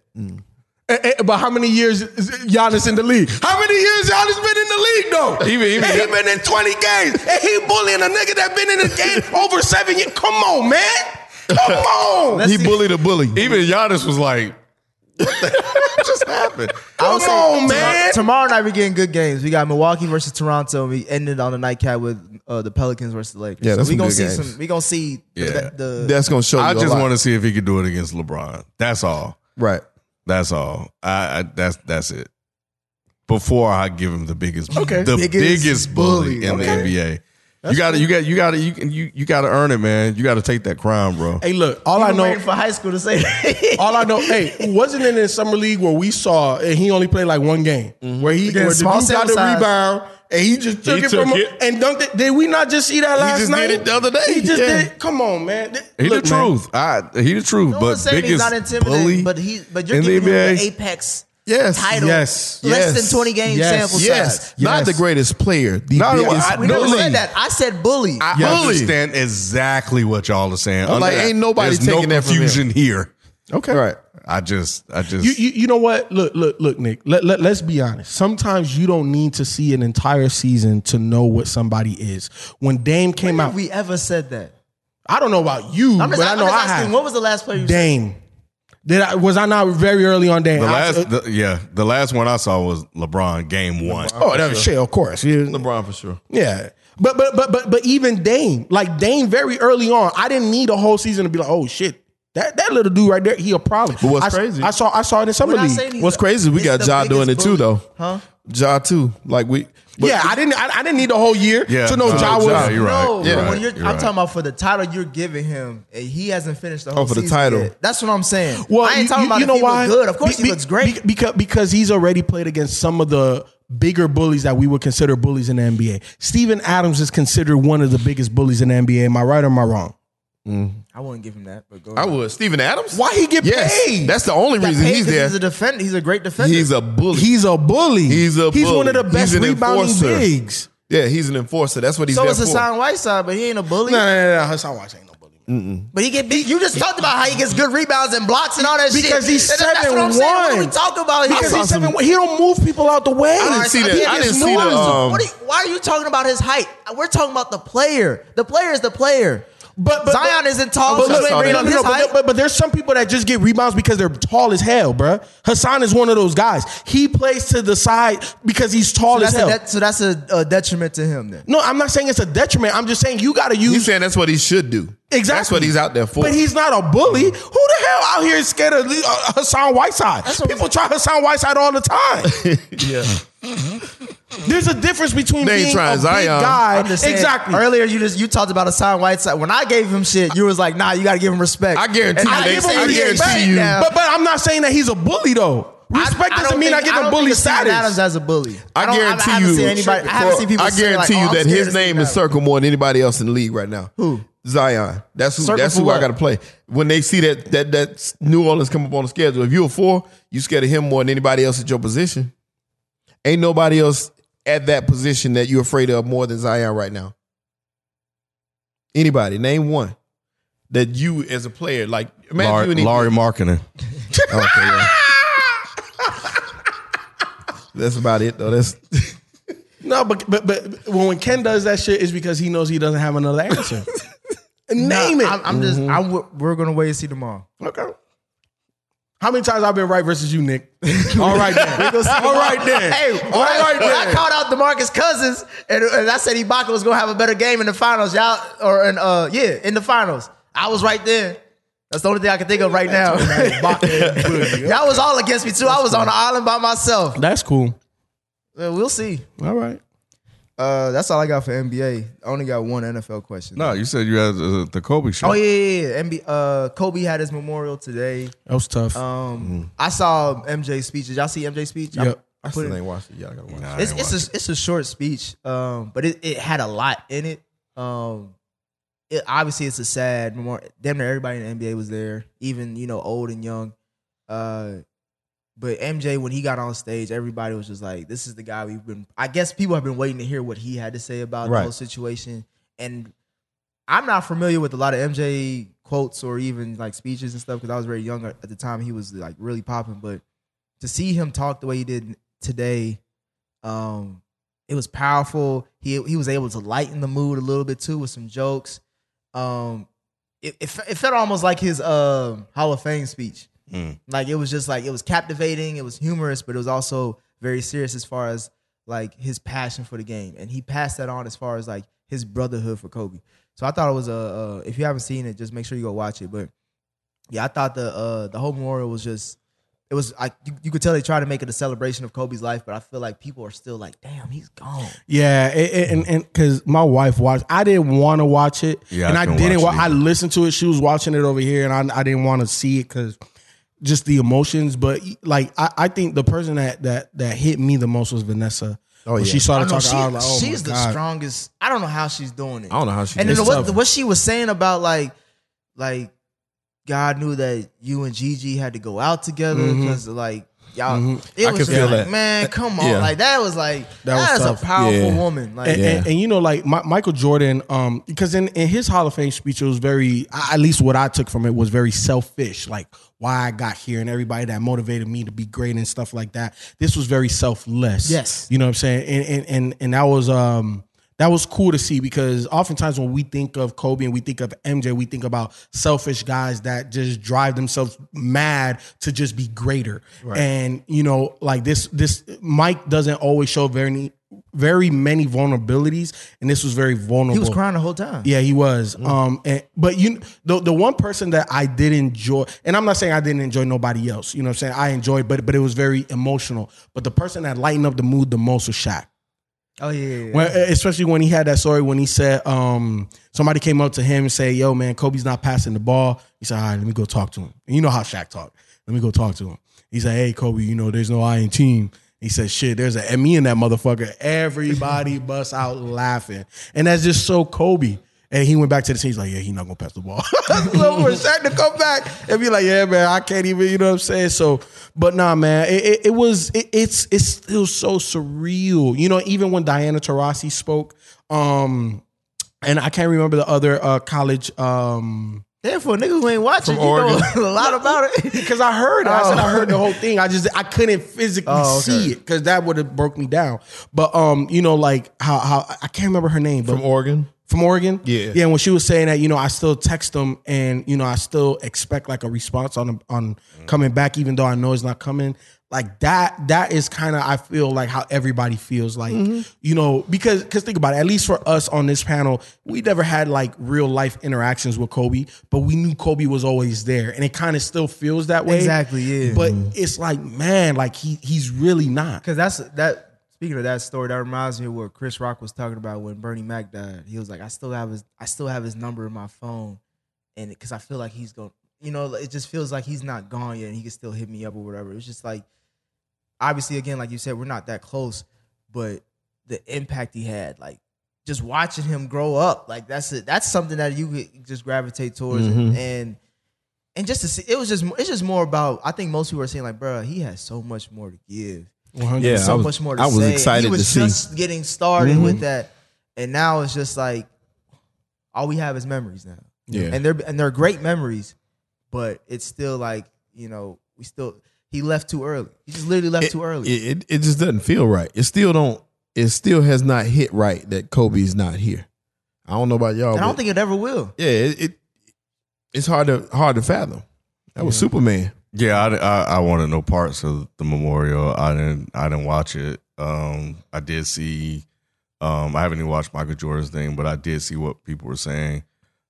Speaker 7: Eh, eh, but how many years is Giannis in the league? How many years Giannis been in the league though?
Speaker 5: Even- even-
Speaker 7: and he been in twenty games, and he bullying a nigga that been in the game over seven years. Come on, man. Come on.
Speaker 6: Oh,
Speaker 1: Let's
Speaker 6: He
Speaker 1: see.
Speaker 6: bullied a bully.
Speaker 5: Even Giannis was like, "What just happened?"
Speaker 1: I
Speaker 7: Come on,
Speaker 1: would tomorrow-
Speaker 7: man.
Speaker 1: Tomorrow night we're getting good games. We got Milwaukee versus Toronto. We ended on the nightcap with uh, the Pelicans versus the Lakers.
Speaker 6: Yeah, that's
Speaker 1: we
Speaker 6: some
Speaker 1: gonna
Speaker 6: good
Speaker 1: see
Speaker 6: games.
Speaker 1: some. We gonna see
Speaker 5: Yeah.
Speaker 1: the, the
Speaker 6: That's gonna show.
Speaker 5: I
Speaker 6: you
Speaker 5: just want
Speaker 6: to.
Speaker 5: to see if he could do it against LeBron. That's all.
Speaker 6: Right.
Speaker 5: That's all. I, I that's that's it. Before I give him the biggest,
Speaker 7: Okay.
Speaker 5: the biggest,
Speaker 1: Biggest
Speaker 5: bully,
Speaker 1: bully.
Speaker 5: in
Speaker 1: Okay.
Speaker 5: the NBA. you got to you got you got to you can you you got to earn it, man. You got to take that crown, bro.
Speaker 7: Hey, look. All
Speaker 1: All
Speaker 7: I know.
Speaker 1: waiting for high school to say. that.
Speaker 7: All I know, hey, wasn't it in summer league where we saw and he only played like one game where he where the
Speaker 1: small
Speaker 7: dude got
Speaker 1: sample
Speaker 7: the
Speaker 1: size.
Speaker 7: rebound and he just took
Speaker 5: Mm-hmm. He
Speaker 7: it
Speaker 5: took
Speaker 7: from
Speaker 5: it.
Speaker 7: him and dunked it. Did we not just see that last
Speaker 5: just did
Speaker 7: night?
Speaker 5: it the other day.
Speaker 7: He just
Speaker 5: Yeah.
Speaker 7: did. Come on, man. Th-
Speaker 5: he
Speaker 7: look,
Speaker 5: the
Speaker 7: man.
Speaker 5: truth. I he the truth.
Speaker 1: No
Speaker 5: but
Speaker 1: one's saying
Speaker 5: biggest
Speaker 1: he's not intimidating,
Speaker 5: bully,
Speaker 1: but he but you're
Speaker 5: in the
Speaker 1: giving him the
Speaker 5: NBA?
Speaker 1: apex
Speaker 6: Yes.
Speaker 1: title.
Speaker 7: Yes.
Speaker 1: less
Speaker 6: Yes.
Speaker 1: than twenty game
Speaker 7: Yes.
Speaker 1: sample
Speaker 6: Yes.
Speaker 1: size.
Speaker 6: Not
Speaker 7: Yes.
Speaker 6: the greatest player. The
Speaker 5: No, no,
Speaker 6: biggest
Speaker 5: I-
Speaker 1: We
Speaker 6: bully.
Speaker 1: never
Speaker 5: No,
Speaker 1: said that. I said bully.
Speaker 5: I
Speaker 6: Bully.
Speaker 5: understand exactly what y'all are saying.
Speaker 6: I'm like,
Speaker 5: Under-
Speaker 6: ain't nobody
Speaker 5: there's
Speaker 6: taking
Speaker 5: no
Speaker 6: that from him.
Speaker 5: confusion here.
Speaker 6: Okay. Right.
Speaker 5: I just I just
Speaker 7: You, you you know what? Look look look, Nick. Let, let let's be honest. Sometimes you don't need to see an entire season to know what somebody is. When Dame came
Speaker 1: Have
Speaker 7: out,
Speaker 1: we ever said that?
Speaker 7: I don't know about you,
Speaker 1: I'm just,
Speaker 7: but I know
Speaker 1: am just
Speaker 7: I
Speaker 1: asking.
Speaker 7: have.
Speaker 1: What was the last player you said?
Speaker 7: Dame. Did I was I not very early on Dan?
Speaker 5: The
Speaker 7: I-
Speaker 5: last, the, yeah, the last one I saw was LeBron game one.
Speaker 7: Oh, that was shit, of course. Yeah.
Speaker 6: LeBron for sure.
Speaker 7: Yeah. But but but but but even Dame, like Dame very early on, I didn't need a whole season to be like, oh shit. That, that little dude right there, he a problem. But
Speaker 6: what's
Speaker 7: I,
Speaker 6: crazy-
Speaker 7: I saw I saw it in summer
Speaker 6: We're not
Speaker 7: league.
Speaker 6: saying he's What's the- crazy is we he's got the Ja doing biggest it too, bully. though.
Speaker 1: Huh?
Speaker 6: Ja too. Like we.
Speaker 7: yeah, I didn't I, I didn't need the whole year to know Ja was
Speaker 1: No,
Speaker 6: Yeah.
Speaker 1: but when you're, I'm talking about for the title you're giving him, and he hasn't finished the
Speaker 7: Oh,
Speaker 1: whole
Speaker 7: for the
Speaker 1: season
Speaker 7: title.
Speaker 1: yet. That's what I'm saying.
Speaker 7: Well,
Speaker 1: I ain't talking about
Speaker 7: you
Speaker 1: if
Speaker 7: know
Speaker 1: he look
Speaker 7: why?
Speaker 1: good. Of course,
Speaker 7: Be-
Speaker 1: he
Speaker 7: be-
Speaker 1: looks great.
Speaker 7: be- because because he's already played against some of the bigger bullies that we would consider bullies in the NBA. Steven Adams is considered one of the biggest bullies in the NBA. Am I right or am I wrong?
Speaker 1: I wouldn't give him that, but go.
Speaker 6: I would. Steven Adams?
Speaker 7: Why he get
Speaker 6: Yes.
Speaker 7: paid?
Speaker 6: That's the only
Speaker 1: He got
Speaker 6: reason
Speaker 1: paid
Speaker 6: he's
Speaker 1: 'cause
Speaker 6: there.
Speaker 1: He's a defender. He's a great defender.
Speaker 6: He's a bully.
Speaker 7: He's a bully.
Speaker 6: He's a
Speaker 7: He's one of the
Speaker 6: bully.
Speaker 7: best
Speaker 6: He's an
Speaker 7: rebounding
Speaker 6: enforcer.
Speaker 7: bigs.
Speaker 6: Yeah, he's an enforcer. That's what he's
Speaker 1: so
Speaker 6: there
Speaker 1: is Hassan Whiteside, but he ain't a bully.
Speaker 7: No, no, no, no. Hassan Whiteside ain't no bully.
Speaker 6: for. Mm-mm.
Speaker 1: But he get beat. You just talked about how he gets good rebounds and blocks and all that shit.
Speaker 7: Because he's
Speaker 1: And that- That's what I'm saying. What are we
Speaker 7: 7'1".
Speaker 1: talking about here?
Speaker 7: Because he's seven, he don't move people out the way.
Speaker 1: All right, so
Speaker 7: He
Speaker 1: can't
Speaker 7: gets
Speaker 1: just
Speaker 7: new
Speaker 1: move
Speaker 7: ones.
Speaker 1: him.
Speaker 6: um,
Speaker 1: What are you- why are you talking about his height? We're talking about the player. The player is the player.
Speaker 7: But, but-
Speaker 1: Zion
Speaker 7: but-
Speaker 1: isn't tall.
Speaker 7: But,
Speaker 1: so
Speaker 7: look,
Speaker 1: you ain't
Speaker 7: no,
Speaker 1: bringing
Speaker 7: no,
Speaker 1: up
Speaker 7: no,
Speaker 1: his
Speaker 7: but,
Speaker 1: height.
Speaker 7: there- but- but there's some people that just get rebounds because they're tall as hell, bruh. Hassan is one of those guys. He plays to the side because he's tall
Speaker 1: so
Speaker 7: as
Speaker 1: that's, a,
Speaker 7: hell.
Speaker 1: de- so that's a, a detriment to him then.
Speaker 7: no, I'm not saying it's a detriment. I'm just saying you got to use
Speaker 6: He's saying that's what he should do.
Speaker 7: exactly.
Speaker 6: That's what he's out there for.
Speaker 7: But he's not a bully. Who the hell out here is scared of Le- uh, Hassan Whiteside? People try Hassan Whiteside all the time.
Speaker 6: yeah.
Speaker 7: There's a difference between
Speaker 6: They ain't
Speaker 7: being
Speaker 6: trying
Speaker 7: a big
Speaker 6: Zion.
Speaker 7: guy.
Speaker 1: I'm just saying,
Speaker 7: Exactly.
Speaker 1: Earlier, you just you talked about Hassan Whiteside. When I gave him shit, you was like, "Nah, you got to give him respect."
Speaker 6: I guarantee
Speaker 1: And
Speaker 6: you
Speaker 1: I
Speaker 6: they-
Speaker 1: give him
Speaker 6: I
Speaker 1: respect
Speaker 6: guarantee you-
Speaker 1: now.
Speaker 7: But but I'm not saying that he's a bully though. Respect
Speaker 1: I
Speaker 7: doesn't
Speaker 1: don't
Speaker 7: mean I
Speaker 1: think-
Speaker 7: give
Speaker 1: don't
Speaker 7: him
Speaker 1: think
Speaker 7: bully
Speaker 1: of Steven
Speaker 7: status.
Speaker 1: Adams as a bully.
Speaker 6: I,
Speaker 1: don't-
Speaker 6: guarantee
Speaker 1: I haven't
Speaker 6: you.
Speaker 1: seen anybody. I haven't seen people.
Speaker 6: I
Speaker 1: say, like,
Speaker 6: guarantee
Speaker 1: "Oh, I'm
Speaker 6: you that
Speaker 1: scared
Speaker 6: his
Speaker 1: of Steven
Speaker 6: name is
Speaker 1: Adams."
Speaker 6: circled more than anybody else in the league right now.
Speaker 1: Who?
Speaker 6: Zion. That's who.
Speaker 1: Circle
Speaker 6: that's
Speaker 1: for
Speaker 6: who
Speaker 1: what?
Speaker 6: I got to play. When they see that that that New Orleans come up on the schedule, if you're a four, you scared of him more than anybody else at your position. Ain't nobody else at that position that you're afraid of more than Zion right now. Anybody? Name one that you as a player like. Imagine you
Speaker 5: Larry,
Speaker 6: in the-
Speaker 5: Larry Markkinen.
Speaker 6: Okay, yeah. That's about it though. That's
Speaker 7: No, but but but when when Ken does that shit, it's because he knows he doesn't have another answer. Name
Speaker 1: Nah,
Speaker 7: it.
Speaker 1: I'm, I'm just. I'm, we're gonna wait and see tomorrow.
Speaker 7: okay. How many times I've been right versus you, Nick? All right then.
Speaker 1: We gonna see
Speaker 7: All right then.
Speaker 1: Hey,
Speaker 7: All
Speaker 1: when I,
Speaker 7: right
Speaker 1: when I
Speaker 7: then.
Speaker 1: called out Demarcus Cousins, and, and I said Ibaka was gonna have a better game in the finals, y'all, or in uh, yeah, in the finals. I was right there. That's the only thing I can think of right now. y'all was all against me too. I was on the island by myself.
Speaker 7: That's cool.
Speaker 1: Uh, we'll see.
Speaker 7: All right.
Speaker 1: Uh, that's all I got for NBA. I only got one NFL question.
Speaker 5: No, you said you had uh, the Kobe show.
Speaker 1: Oh yeah, yeah, yeah. NBA, uh, Kobe had his memorial today.
Speaker 7: That was tough.
Speaker 1: Um, I saw MJ's speech. Did y'all see MJ's speech? I-
Speaker 7: Yep.
Speaker 1: I,
Speaker 6: I
Speaker 1: put
Speaker 6: still
Speaker 1: it-
Speaker 6: ain't watched it. Y'all gotta watch it.
Speaker 1: it's it's a it's a short speech, um, but it, it had a lot in it. Um, it obviously it's a sad memorial. Damn near everybody in the NBA was there, even you know old and young. Uh, but MJ when he got on stage, everybody was just like, "This is the guy we've been." I guess people have been waiting to hear what he had to say about the
Speaker 6: Right.
Speaker 1: whole situation. And I'm not familiar with a lot of MJ quotes or even like speeches and stuff because I was very young at at the time. He was like really popping, but to see him talk the way he did today, um, it was powerful. He he was able to lighten the mood a little bit too with some jokes. Um, it it, fe- it felt almost like his um Hall of Fame speech. Like it was just like it was captivating, it was humorous, but it was also very serious as far as like his passion for the game, and he passed that on as far as like his brotherhood for Kobe. So I thought it was a. Uh, if you haven't seen it, just make sure you go watch it. But yeah, I thought the uh, the whole memorial was just. It was like you, you could tell they tried to make it a celebration of Kobe's life, but I feel like people are still like, "Damn, he's gone."
Speaker 7: Yeah, it, it- and and because my wife watched, I didn't want to watch it,
Speaker 5: Yeah,
Speaker 7: and
Speaker 5: I
Speaker 7: I,
Speaker 5: couldn't
Speaker 7: didn't. Wa-
Speaker 5: watch it
Speaker 7: I
Speaker 5: either.
Speaker 7: listened to it. She was watching it over here, and I, I didn't want to see it because just the emotions. But like, I, I think the person that that that hit me the most was Vanessa.
Speaker 6: Oh,
Speaker 7: When
Speaker 6: yeah.
Speaker 7: she started
Speaker 1: I know,
Speaker 7: talking. I was like, oh,
Speaker 1: she's
Speaker 7: my
Speaker 1: the
Speaker 7: God.
Speaker 1: strongest. I don't know how she's doing it.
Speaker 5: Oh,
Speaker 6: I don't know how she
Speaker 1: and
Speaker 6: did
Speaker 1: then
Speaker 6: it.
Speaker 1: what, what she was saying about like, like God knew that you and Gigi had to go out together
Speaker 6: Mhm.
Speaker 1: because like y'all.
Speaker 6: Mhm.
Speaker 1: It
Speaker 6: I
Speaker 1: was
Speaker 6: could
Speaker 1: just
Speaker 6: feel
Speaker 1: like,
Speaker 6: that.
Speaker 1: man, come on,
Speaker 6: Yeah.
Speaker 1: like that was like
Speaker 7: That was
Speaker 1: that is
Speaker 7: tough.
Speaker 1: a powerful
Speaker 6: Yeah.
Speaker 1: woman. Like,
Speaker 7: and, and, and you know, like Mi- Michael Jordan, um, because in, in his Hall of Fame speech, it was very, I- at least what I took from it was very selfish, like why I got here and everybody that motivated me to be great and stuff like that. This was very selfless.
Speaker 1: Yes.
Speaker 7: you know what I'm saying. And and and, and that was um. that was cool to see because oftentimes when we think of Kobe and we think of MJ, we think about selfish guys that just drive themselves mad to just be greater.
Speaker 11: Right.
Speaker 7: And you know, like this, this Mike doesn't always show very very many vulnerabilities, and this was very vulnerable.
Speaker 1: He was crying the whole time.
Speaker 7: Yeah, he was. Um, and, but you, the the one person that I did enjoy, and I'm not saying I didn't enjoy nobody else. You know, what I'm saying I enjoyed, but but it was very emotional. But the person that lightened up the mood the most was Shaq.
Speaker 1: Oh yeah. yeah, yeah.
Speaker 7: When, eh, especially when he had that story when he said um, somebody came up to him and said, "Yo, man, Kobe's not passing the ball." He said, "All right, let me go talk to him." And you know how Shaq talk. Let me go talk to him. He said, "Hey, Kobe, you know there's no I in team." He said, "Shit, there's a and me and that motherfucker." Everybody busts out laughing, and that's just so Kobe. And he went back to the team. He's like, "Yeah, he's not gonna pass the ball." so for Shaq to come back and be like, "Yeah, man, I can't even," you know what I'm saying? So, but nah, man, it, it, it was it, it's it's still so surreal. You know, even when Diana Taurasi spoke, um, and I can't remember the other uh, college. Um,
Speaker 1: Therefore, niggas who ain't watching, you know a lot about it.
Speaker 7: Because I heard it. I said I heard the whole thing. I just I couldn't physically
Speaker 1: Oh, okay.
Speaker 7: see it because that would have broke me down. But um, you know, like how how I can't remember her name, but
Speaker 6: From Oregon?
Speaker 7: From Oregon,
Speaker 6: Yeah.
Speaker 7: yeah. When she was saying that, you know, I still text them, and you know, I still expect like a response on on coming back, even though I know it's not coming. Like that, that is kind of I feel like how everybody feels like,
Speaker 1: Mhm.
Speaker 7: you know, because because think about it. At least for us on this panel, we never had like real life interactions with Kobe, but we knew Kobe was always there, and it kind of still feels that way.
Speaker 1: Exactly, yeah. Mm-hmm.
Speaker 7: But it's like, man, like he he's really not.
Speaker 1: Because that's that. Speaking of that story, that reminds me of what Chris Rock was talking about when Bernie Mac died. He was like, "I still have his, I still have his number in my phone, and because I feel like he's going, you know, it just feels like he's not gone yet, and he can still hit me up or whatever." It's just like, obviously, again, like you said, we're not that close, but the impact he had, like just watching him grow up, like that's it. That's something that you could just gravitate towards,
Speaker 6: Mhm.
Speaker 1: and and just to see, it was just, it's just more about. I think most people are saying like, "Bruh, he has so much more to give."
Speaker 7: 100.
Speaker 6: Yeah,
Speaker 1: so
Speaker 6: I was-
Speaker 1: much more to
Speaker 6: I was
Speaker 1: say. And
Speaker 6: excited
Speaker 1: he
Speaker 6: to
Speaker 1: was
Speaker 6: see.
Speaker 1: just getting started
Speaker 6: Mhm.
Speaker 1: with that, and now it's just like all we have is memories now.
Speaker 6: Yeah.
Speaker 1: and they're and they're great memories, but it's still like you know we still he left too early. He just literally left too early.
Speaker 6: It, it it just doesn't feel right. It still don't. It still has not hit right that Kobe's not here. I don't know about y'all.
Speaker 1: and I
Speaker 6: but
Speaker 1: don't think it ever will.
Speaker 6: yeah, it, it it's hard to hard to fathom. That was Superman.
Speaker 5: Yeah, I, I, I wanted no parts of the memorial. I didn't I didn't watch it. Um, I did see. Um, I haven't even watched Michael Jordan's thing, but I did see what people were saying.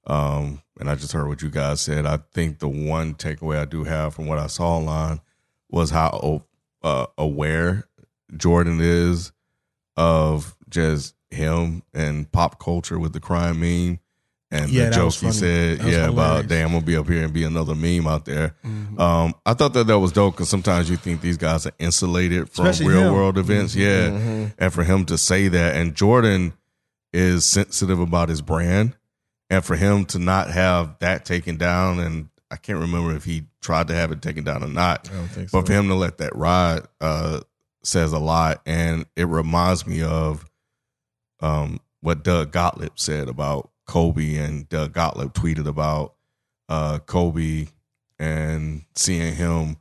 Speaker 5: Um, and I just heard what you guys said. I think the one takeaway I do have from what I saw online was how uh, aware Jordan is of just him and pop culture with the crime meme and
Speaker 7: Yeah,
Speaker 5: the
Speaker 7: that
Speaker 5: joke
Speaker 7: was
Speaker 5: he
Speaker 7: funny.
Speaker 5: said,
Speaker 7: That was
Speaker 5: yeah, about
Speaker 7: hilarious.
Speaker 5: damn, I'm gonna be up here and be another meme out there.
Speaker 7: Mm-hmm.
Speaker 5: Um, I thought that that was dope because sometimes you think these guys are insulated from
Speaker 6: Especially
Speaker 5: real
Speaker 6: him.
Speaker 5: world events,
Speaker 7: Mm-hmm.
Speaker 5: yeah.
Speaker 1: Mm-hmm.
Speaker 6: Mhm.
Speaker 5: And for him to say that, and Jordan is sensitive about his brand, and for him to not have that taken down, and I can't remember if he tried to have it taken down or not,
Speaker 6: I don't think
Speaker 5: but
Speaker 6: so.
Speaker 5: for him to let that ride uh, says a lot, and it reminds me of um, what Doug Gottlieb said about Kobe, and Doug Gottlieb tweeted about uh, Kobe and seeing him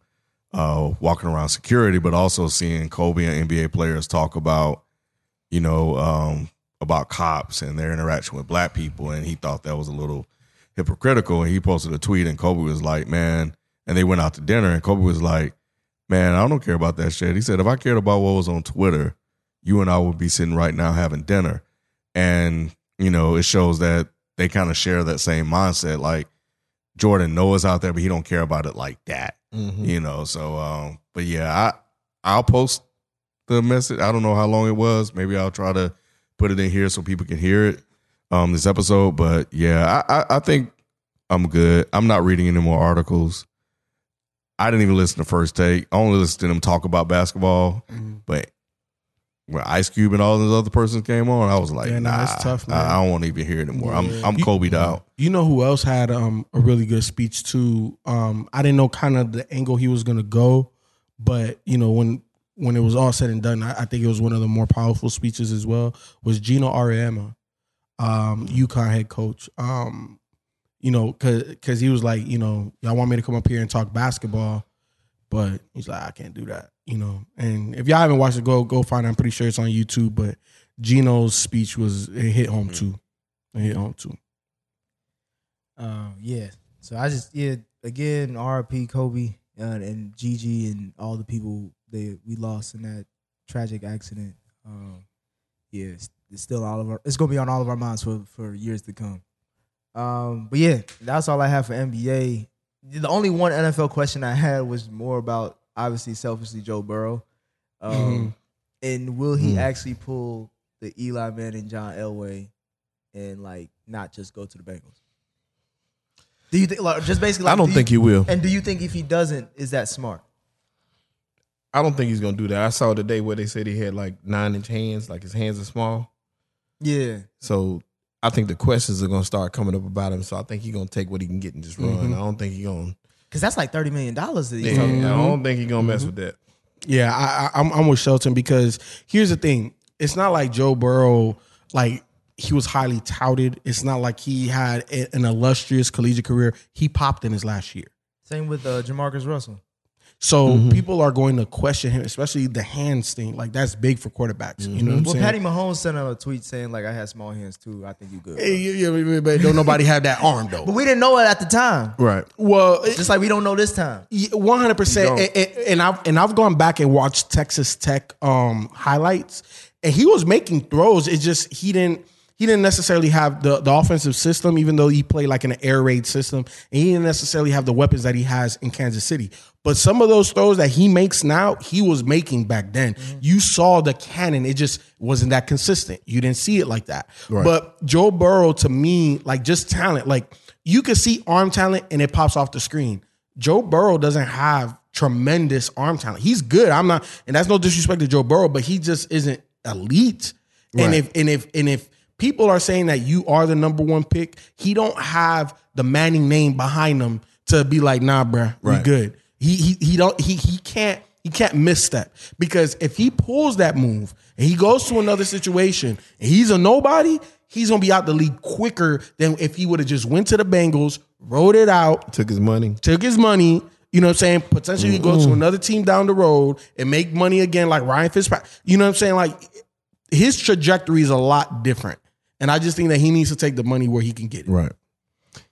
Speaker 5: uh, walking around security, but also seeing Kobe and NBA players talk about, you know, um, about cops and their interaction with black people. And he thought that was a little hypocritical. And he posted a tweet, and Kobe was like, man, and they went out to dinner, and Kobe was like, man, I don't care about that shit. He said, if I cared about what was on Twitter, you and I would be sitting right now having dinner. And, you know, it shows that they kind of share that same mindset. Like, Jordan Noah's out there, but he don't care about it like that.
Speaker 1: Mm-hmm.
Speaker 6: Mhm.
Speaker 5: You know, so um, but yeah, I I'll post the message. I don't know how long it was. Maybe I'll try to put it in here so people can hear it um this episode. But yeah, I I, I think I'm good. I'm not reading any more articles. I didn't even listen to first take. I only listened to them talk about basketball.
Speaker 7: Mm-hmm.
Speaker 5: But when Ice Cube and all those other persons came on, I was like,
Speaker 7: Yeah, no,
Speaker 5: nah,
Speaker 7: that's tough,
Speaker 5: I,
Speaker 7: man.
Speaker 5: I don't want to even hear it anymore. I'm
Speaker 7: Yeah.
Speaker 5: I'm
Speaker 7: You-
Speaker 5: Kobe'd out.
Speaker 7: You know who else had um, a really good speech too? Um, I didn't know kind of the angle he was gonna go, but you know when when it was all said and done, I, I think it was one of the more powerful speeches as well. Was Gino Ariema, um, UConn head coach? Um, you know, cause 'cause he was like, you know, y'all want me to come up here and talk basketball, but he's like, I can't do that. You know, and if y'all haven't watched it, go go find. it. I'm pretty sure it's on YouTube, but Gino's speech was it hit
Speaker 5: Mm.
Speaker 7: home too. It hit home too.
Speaker 1: Um, yeah. So I just yeah again R.P. Kobe uh, and Gigi and all the people that we lost in that tragic accident. Um, yeah, it's, it's still all of our. It's gonna be on all of our minds for for years to come. Um, but yeah, that's all I have for NBA. The only one NFL question I had was more about obviously selfishly Joe Burrow, um, and will he
Speaker 7: Mhm.
Speaker 1: actually pull the Eli Manning, John Elway, and like not just go to the Bengals? Do you think like just basically? Like,
Speaker 6: I don't
Speaker 1: do you-
Speaker 6: think he will.
Speaker 1: And do you think if he doesn't, is that smart?
Speaker 6: I don't think he's gonna do that. I saw today where they said he had like nine inch hands, like his hands are small.
Speaker 1: Yeah.
Speaker 6: So I think the questions are gonna start coming up about him. So I think he's gonna take what he can get and just run.
Speaker 1: Mhm.
Speaker 6: I don't think he's gonna.
Speaker 1: Because that's like thirty million dollars.
Speaker 6: Mm-hmm. Yeah, Mm-hmm. I don't think he's gonna mess with that.
Speaker 7: Yeah, I, I, I'm I'm with Shelton because here's the thing: it's not like Joe Burrow, like he was highly touted. It's not like he had a- an illustrious collegiate career. He popped in his last year,
Speaker 1: Same with uh, Jamarcus Russell.
Speaker 7: so people are going to question him, especially the hands thing. Like that's big for quarterbacks. You know what I'm
Speaker 1: well,
Speaker 7: saying?
Speaker 1: Patty Mahomes sent out a tweet saying like I had small hands too. I think you good.
Speaker 7: Hey, yeah, yeah, yeah, but don't nobody have that arm though.
Speaker 1: But we didn't know it at the time.
Speaker 6: Right.
Speaker 7: Well,
Speaker 1: just like we don't know this time.
Speaker 7: One hundred percent.
Speaker 1: You
Speaker 7: And and I've and I've gone back and watched Texas Tech um, highlights, and he was making throws. It just he didn't he didn't necessarily have the the offensive system, even though he played like in an air raid system, and he didn't necessarily have the weapons that he has in Kansas City. But some of those throws that he makes now, he was making back then. You saw the cannon; it just wasn't that consistent. You didn't see it like that.
Speaker 6: Right.
Speaker 7: But Joe Burrow, to me, like just talent, like you can see arm talent, and it pops off the screen. Joe Burrow doesn't have tremendous arm talent. He's good. I'm not, and that's no disrespect to Joe Burrow, but he just isn't elite.
Speaker 6: Right.
Speaker 7: And if and if and if people are saying that you are the number one pick, he don't have the Manning name behind him to be like, nah, bruh, we
Speaker 6: Right.
Speaker 7: good. He he he don't he he can't he can't misstep because if he pulls that move and he goes to another situation and he's a nobody, he's gonna be out the league quicker than if he would have just went to the Bengals, rode it out,
Speaker 6: took his money,
Speaker 7: took his money. You know what I'm saying? Potentially go
Speaker 5: Mm-hmm.
Speaker 7: to another team down the road and make money again, like Ryan Fitzpatrick. You know what I'm saying? Like his trajectory is a lot different, and I just think that he needs to take the money where he can get it.
Speaker 6: Right.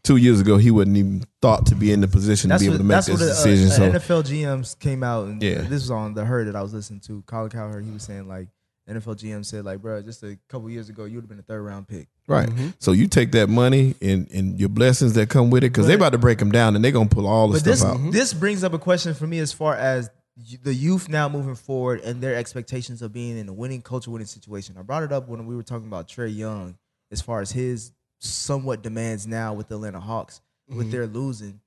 Speaker 6: Two years ago, he wasn't even thought to be in the position
Speaker 1: That's
Speaker 6: to be
Speaker 1: what,
Speaker 6: able to make
Speaker 1: that's
Speaker 6: this
Speaker 1: what the, uh,
Speaker 6: decision.
Speaker 1: uh,
Speaker 6: so
Speaker 1: NFL GMs came out and
Speaker 6: Yeah.
Speaker 1: this was on the herd that I was listening to. Colin Cowherd, he was saying like NFL GM said like, bro, just a couple years ago you would have been a third round pick.
Speaker 6: Right.
Speaker 1: Mm-hmm.
Speaker 6: So you take that money and, and your blessings that come with it because they're
Speaker 1: But-
Speaker 6: about to break them down and they're going to pull all the
Speaker 1: But
Speaker 6: stuff
Speaker 1: this Mm-hmm.
Speaker 6: out.
Speaker 1: this brings up a question for me as far as y- the youth now moving forward and their expectations of being in a winning culture, winning situation. I brought it up when we were talking about Trey Young as far as his somewhat demands now with the Atlanta Hawks, with
Speaker 6: Mm-hmm.
Speaker 7: Mhm.
Speaker 1: their losing.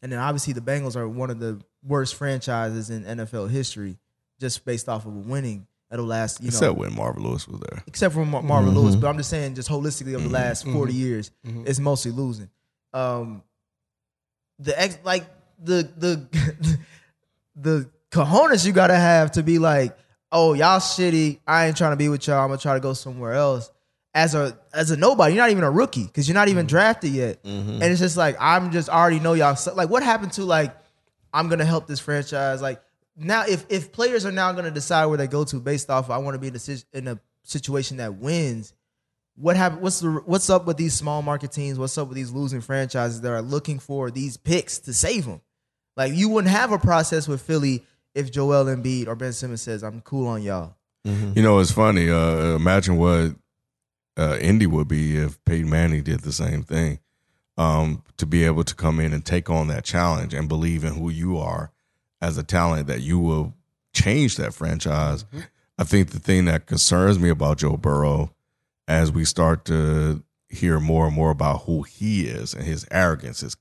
Speaker 1: And then obviously the Bengals are one of the worst franchises in NFL history, just based off of winning at the last, you know,
Speaker 5: Except when Marvin Lewis was there.
Speaker 1: except for Mar- Marvin
Speaker 5: Mhm.
Speaker 1: Lewis. But I'm just saying, just holistically over the last 40
Speaker 5: Mhm.
Speaker 1: years,
Speaker 5: Mhm.
Speaker 1: it's mostly losing. Um, the ex, like the the the cojones you gotta have to be like, oh y'all shitty. I ain't trying to be with y'all. I'm gonna try to go somewhere else. As a as a nobody, you're not even a rookie because you're not even drafted yet. And it's just like I'm just I already know y'all. suck. Like what happened to like I'm gonna help this franchise. Like now, if if players are now gonna decide where they go to based off, I want to be in a si- in a situation that wins. What happened? What's the what's up with these small market teams? What's up with these losing franchises that are looking for these picks to save them? Like you wouldn't have a process with Philly if Joel Embiid or Ben Simmons says, "I'm cool on y'all."
Speaker 5: You know, it's funny. Uh, imagine what uh, Indy would be if Peyton Manning did the same thing. Um, to be able to come in and take on that challenge and believe in who you are as a talent that you will change that franchise. I think the thing that concerns me about Joe Burrow as we start to hear more and more about who he is and his arrogance, his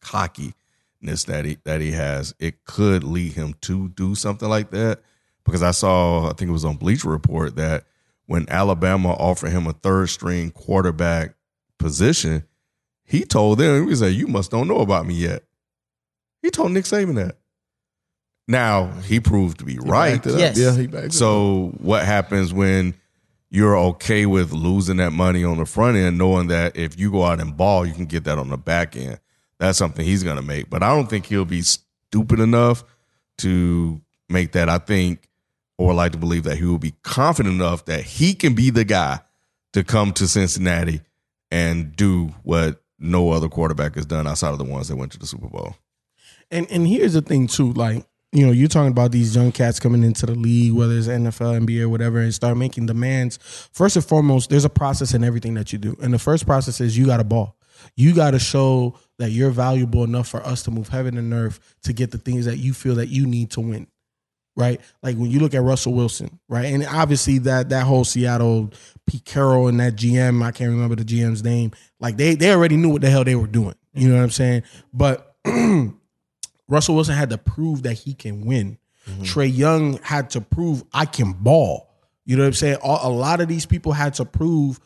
Speaker 5: cockiness that he that he has, it could lead him to do something like that. Because I saw, I think it was on Bleacher Report that when Alabama offered him a third string quarterback position, he told them, he said, You must don't know about me yet. He told Nick Saban that. Now he proved to be right.
Speaker 6: backed it up. Yes. Yeah, he backed it
Speaker 5: so what happens when you're okay with losing that money on the front end, knowing that if you go out and ball, you can get that on the back end. That's something he's gonna make. But I don't think he'll be stupid enough to make that. I think or like to believe that he will be confident enough that he can be the guy to come to Cincinnati and do what no other quarterback has done outside of the ones that went to the Super Bowl.
Speaker 7: And and here's the thing too, like you know, you're talking about these young cats coming into the league, whether it's NFL, NBA, or whatever, and start making demands. First and foremost, there's a process in everything that you do, and the first process is you got a ball. You got to show that you're valuable enough for us to move heaven and earth to get the things that you feel that you need to win right? Like when you look at Russell Wilson, right? And obviously that that whole Seattle Pete Carroll and that GM, I can't remember the GM's name. Like they they already knew what the hell they were doing. You know what I'm saying? But Russell Wilson had to prove that he can win. Mm-hmm. Trey Young had to prove I can ball. You know what I'm saying? A, a lot of these people had to prove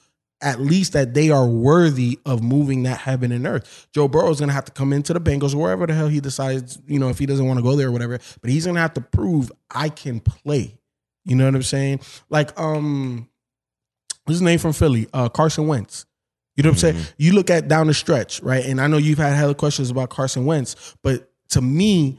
Speaker 7: at least that they are worthy of moving that heaven and earth. Joe Burrow is going to have to come into the Bengals, wherever the hell he decides, you know, if he doesn't want to go there or whatever, but he's going to have to prove I can play. You know what I'm saying? Like, um, what's his name from Philly? Uh, Carson Wentz. You know what I'm mm-hmm. saying? You look at down the stretch, right? And I know you've had hella questions about Carson Wentz, but to me,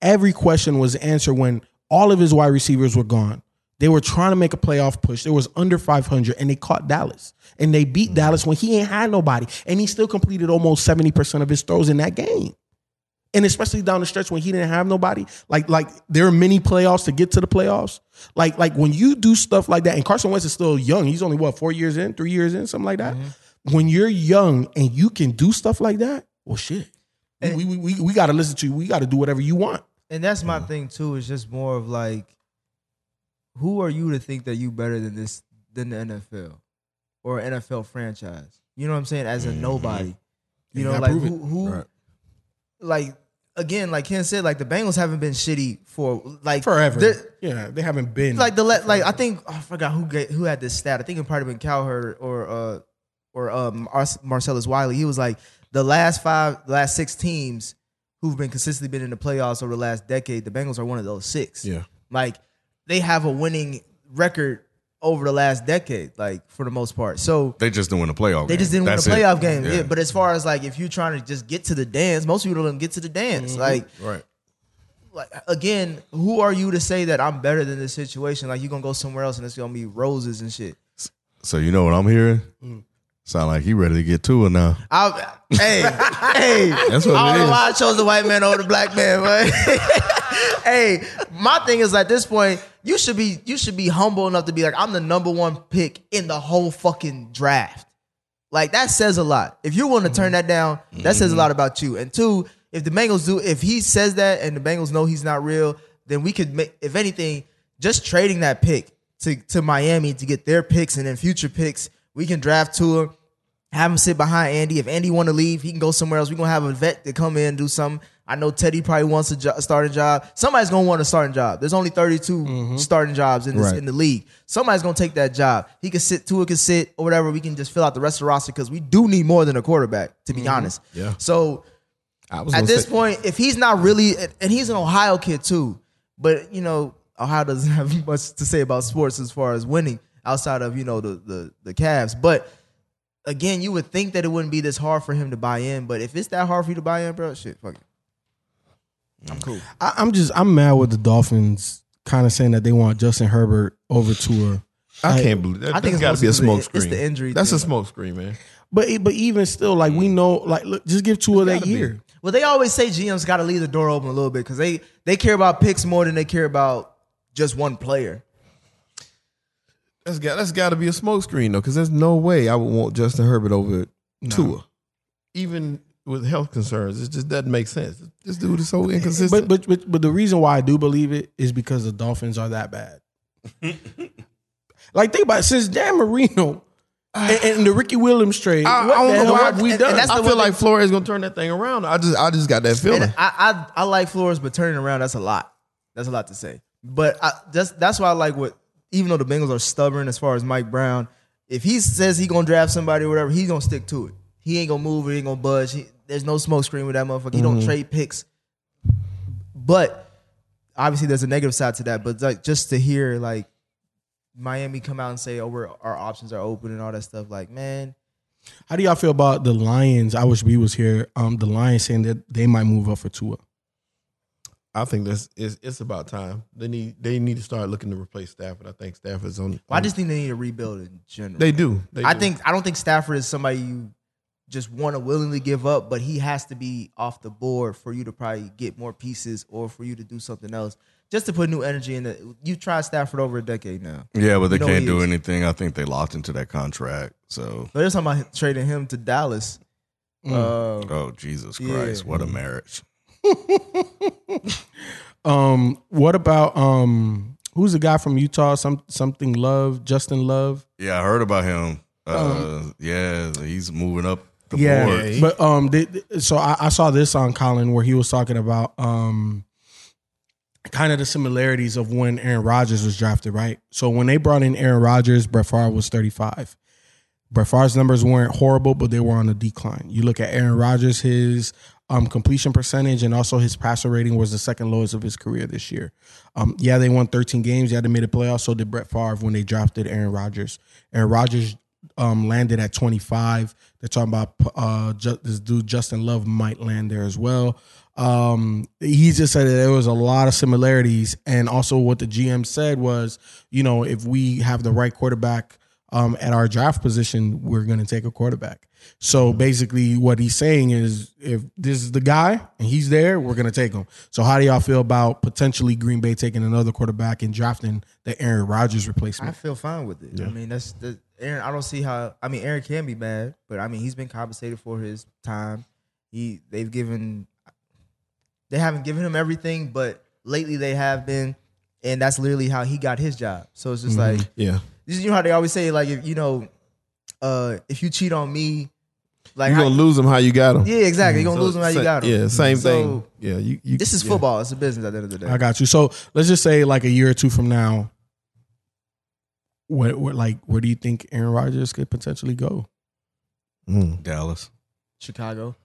Speaker 7: every question was answered when all of his wide receivers were gone. They were trying to make a playoff push. There was under 500, and they caught Dallas. And they beat Dallas when he ain't had nobody. And he still completed almost 70% of his throws in that game. And especially down the stretch when he didn't have nobody. Like, like there are many playoffs to get to the playoffs. Like, like when you do stuff like that, and Carson Wentz is still young. He's only what, four years in, three years in, something like that. Mm-hmm. When you're young and you can do stuff like that, well shit. And, we, we, we, we gotta listen to you. We gotta do whatever you want.
Speaker 1: And that's my thing too, is just more of like who are you to think that you better than this than the NFL or NFL franchise? You know what I'm saying? As a nobody, Mm-hmm. you know, like who, who right. like again, like Ken said, like the Bengals haven't been shitty for like
Speaker 7: forever. Yeah, they haven't been
Speaker 1: like the le- like I think oh, I forgot who get, who had this stat. I think it probably been Cowherd or uh or um Marcellus Wiley. He was like the last five, last six teams who've been consistently been in the playoffs over the last decade. The Bengals are one of those six.
Speaker 5: Yeah,
Speaker 1: like they have a winning record over the last decade, like for the most part. So
Speaker 5: they just didn't win a playoff.
Speaker 1: They
Speaker 5: game.
Speaker 1: just didn't
Speaker 5: That's
Speaker 1: win a playoff it. game. Yeah. Yeah. But as far as like if you're trying to just get to the dance, most people don't get to the dance. Mm-hmm. Like
Speaker 5: right.
Speaker 1: Like again, who are you to say that I'm better than this situation? Like you're gonna go somewhere else and it's gonna be roses and shit.
Speaker 5: So you know what I'm hearing? Mm. Sound like he ready to get to it now.
Speaker 1: I, hey, hey,
Speaker 5: that's what
Speaker 1: I
Speaker 5: don't
Speaker 1: know why I chose the white man over the black man, but hey, my thing is at this point, you should be you should be humble enough to be like, I'm the number one pick in the whole fucking draft. Like that says a lot. If you're willing to turn that down, that mm-hmm. says a lot about you. And two, if the Bengals do, if he says that and the Bengals know he's not real, then we could make, if anything, just trading that pick to to Miami to get their picks and then future picks. We can draft to him, have him sit behind Andy. If Andy want to leave, he can go somewhere else. We're gonna have a vet to come in and do something. I know Teddy probably wants to jo- start a job. Somebody's gonna want a starting job. There's only 32 mm-hmm. starting jobs in this, right. in the league. Somebody's gonna take that job. He can sit, Tua can sit, or whatever. We can just fill out the rest of the roster because we do need more than a quarterback, to be mm-hmm. honest.
Speaker 5: Yeah.
Speaker 1: So at this say- point, if he's not really, and he's an Ohio kid too, but you know Ohio doesn't have much to say about sports as far as winning outside of you know the the the Cavs. But again, you would think that it wouldn't be this hard for him to buy in. But if it's that hard for you to buy in, bro, shit, fuck it. I'm cool.
Speaker 7: I, am just I'm mad with the Dolphins kind of saying that they want Justin Herbert over Tua.
Speaker 6: I, I can't believe that. I think it's got to be a smoke screen.
Speaker 1: It's the injury.
Speaker 6: That's
Speaker 1: thing.
Speaker 6: a smoke screen, man.
Speaker 7: But but even still, like we know, like look, just give Tua that year. Mm. Be.
Speaker 1: Well, they always say GM's got to leave the door open a little bit because they they care about picks more than they care about just one player.
Speaker 6: That's got that's got to be a smokescreen though, because there's no way I would want Justin Herbert over no. Tua, even with health concerns. It just doesn't make sense. This dude is so inconsistent.
Speaker 7: But but but, but the reason why I do believe it is because the Dolphins are that bad. like think about it, since Dan Marino. And, and, the Ricky Williams trade. Ah. I, what I don't know why we done.
Speaker 6: I feel like Flores gonna turn that thing around. I just, I just got that feeling.
Speaker 1: I, I, I like Flores, but turning around that's a lot. That's a lot to say. But I, that's that's why I like what even though the Bengals are stubborn as far as Mike Brown, if he says he gonna draft somebody or whatever, he's gonna stick to it. He ain't gonna move. He ain't gonna budge. He, there's no smoke screen with that motherfucker. Mm-hmm. He don't trade picks. But obviously, there's a negative side to that. But like, just to hear like Miami come out and say, "Oh, we're, our options are open" and all that stuff, like man.
Speaker 7: How do y'all feel about the Lions? I wish we was here. Um, the Lions saying that they might move up for Tua.
Speaker 6: I think that's it's, it's about time. They need they need to start looking to replace Stafford. I think Stafford's on.
Speaker 1: Well, I
Speaker 7: Mm.
Speaker 1: just think they need to rebuild in general.
Speaker 6: They do. They
Speaker 1: I
Speaker 6: do.
Speaker 1: think I don't think Stafford is somebody you just want to willingly give up, but he has to be off the board for you to probably get more pieces or for you to do something else. Just to put new energy in the you tried Stafford over a decade now.
Speaker 5: Yeah, but they
Speaker 1: You know
Speaker 5: can't
Speaker 1: he
Speaker 5: do
Speaker 1: is.
Speaker 5: anything. I think they locked into that contract. So,
Speaker 1: But they're talking about trading him to Dallas. Uh,
Speaker 5: oh Jesus Christ,
Speaker 1: yeah.
Speaker 5: what a marriage!
Speaker 7: Um, what about um, who's the guy from Utah? Some something Love, Justin Love.
Speaker 5: Yeah, I heard about him. Uh,
Speaker 7: Um,
Speaker 5: yeah, he's moving up the
Speaker 7: yeah,
Speaker 5: board.
Speaker 7: but um, they, they- so I, I saw this on Colin where he was talking about um, kind of the similarities of when Aaron Rodgers was drafted, right? So when they brought in Aaron Rodgers, Brett Favre was thirty five. Brett Favre's numbers weren't horrible, but they were on a decline. You look at Aaron Rodgers, his um, completion percentage and also his passer rating was the second lowest of his career this year. Um, yeah, they won 13 games. Yeah, they made a playoff. So did Brett Favre when they drafted Aaron Rodgers. Aaron Rodgers um, landed at 25. They're talking about uh, ju- this dude Justin Love might land there as well. Um, he just said that there was a lot of similarities, and also what the GM said was, you know, if we have the right quarterback um, at our draft position, we're going to take a quarterback. So basically, what he's saying is, if this is the guy and he's there, we're going to take him. So how do y'all feel about potentially Green Bay taking another quarterback and drafting the Aaron Rodgers
Speaker 1: I
Speaker 7: replacement?
Speaker 1: feel fine with it.
Speaker 7: Yeah.
Speaker 1: I mean, that's the Aaron. I don't see how. I mean, Aaron can be mad, but I mean, he's been compensated for his time. He they've given, they haven't given him everything, but lately they have been, and that's literally how he got his job. So it's just
Speaker 7: Mm-hmm.
Speaker 6: Mhm.
Speaker 1: like,
Speaker 6: Yeah.
Speaker 1: you know how they always say like, if you know, uh, if you cheat on me, like
Speaker 6: you're
Speaker 1: how-
Speaker 6: gonna lose them how you got them.
Speaker 1: Yeah, exactly. You're gonna lose 'em how you got 'em.
Speaker 6: Yeah, same
Speaker 1: So,
Speaker 6: thing. Yeah, you. you
Speaker 1: this is
Speaker 6: yeah.
Speaker 1: football. It's a business at the end of the day.
Speaker 7: I got you. So let's just say like a year or two from now, what, what like where do you think Aaron Rodgers could potentially go?
Speaker 6: Mm.
Speaker 5: Dallas.
Speaker 1: Chicago.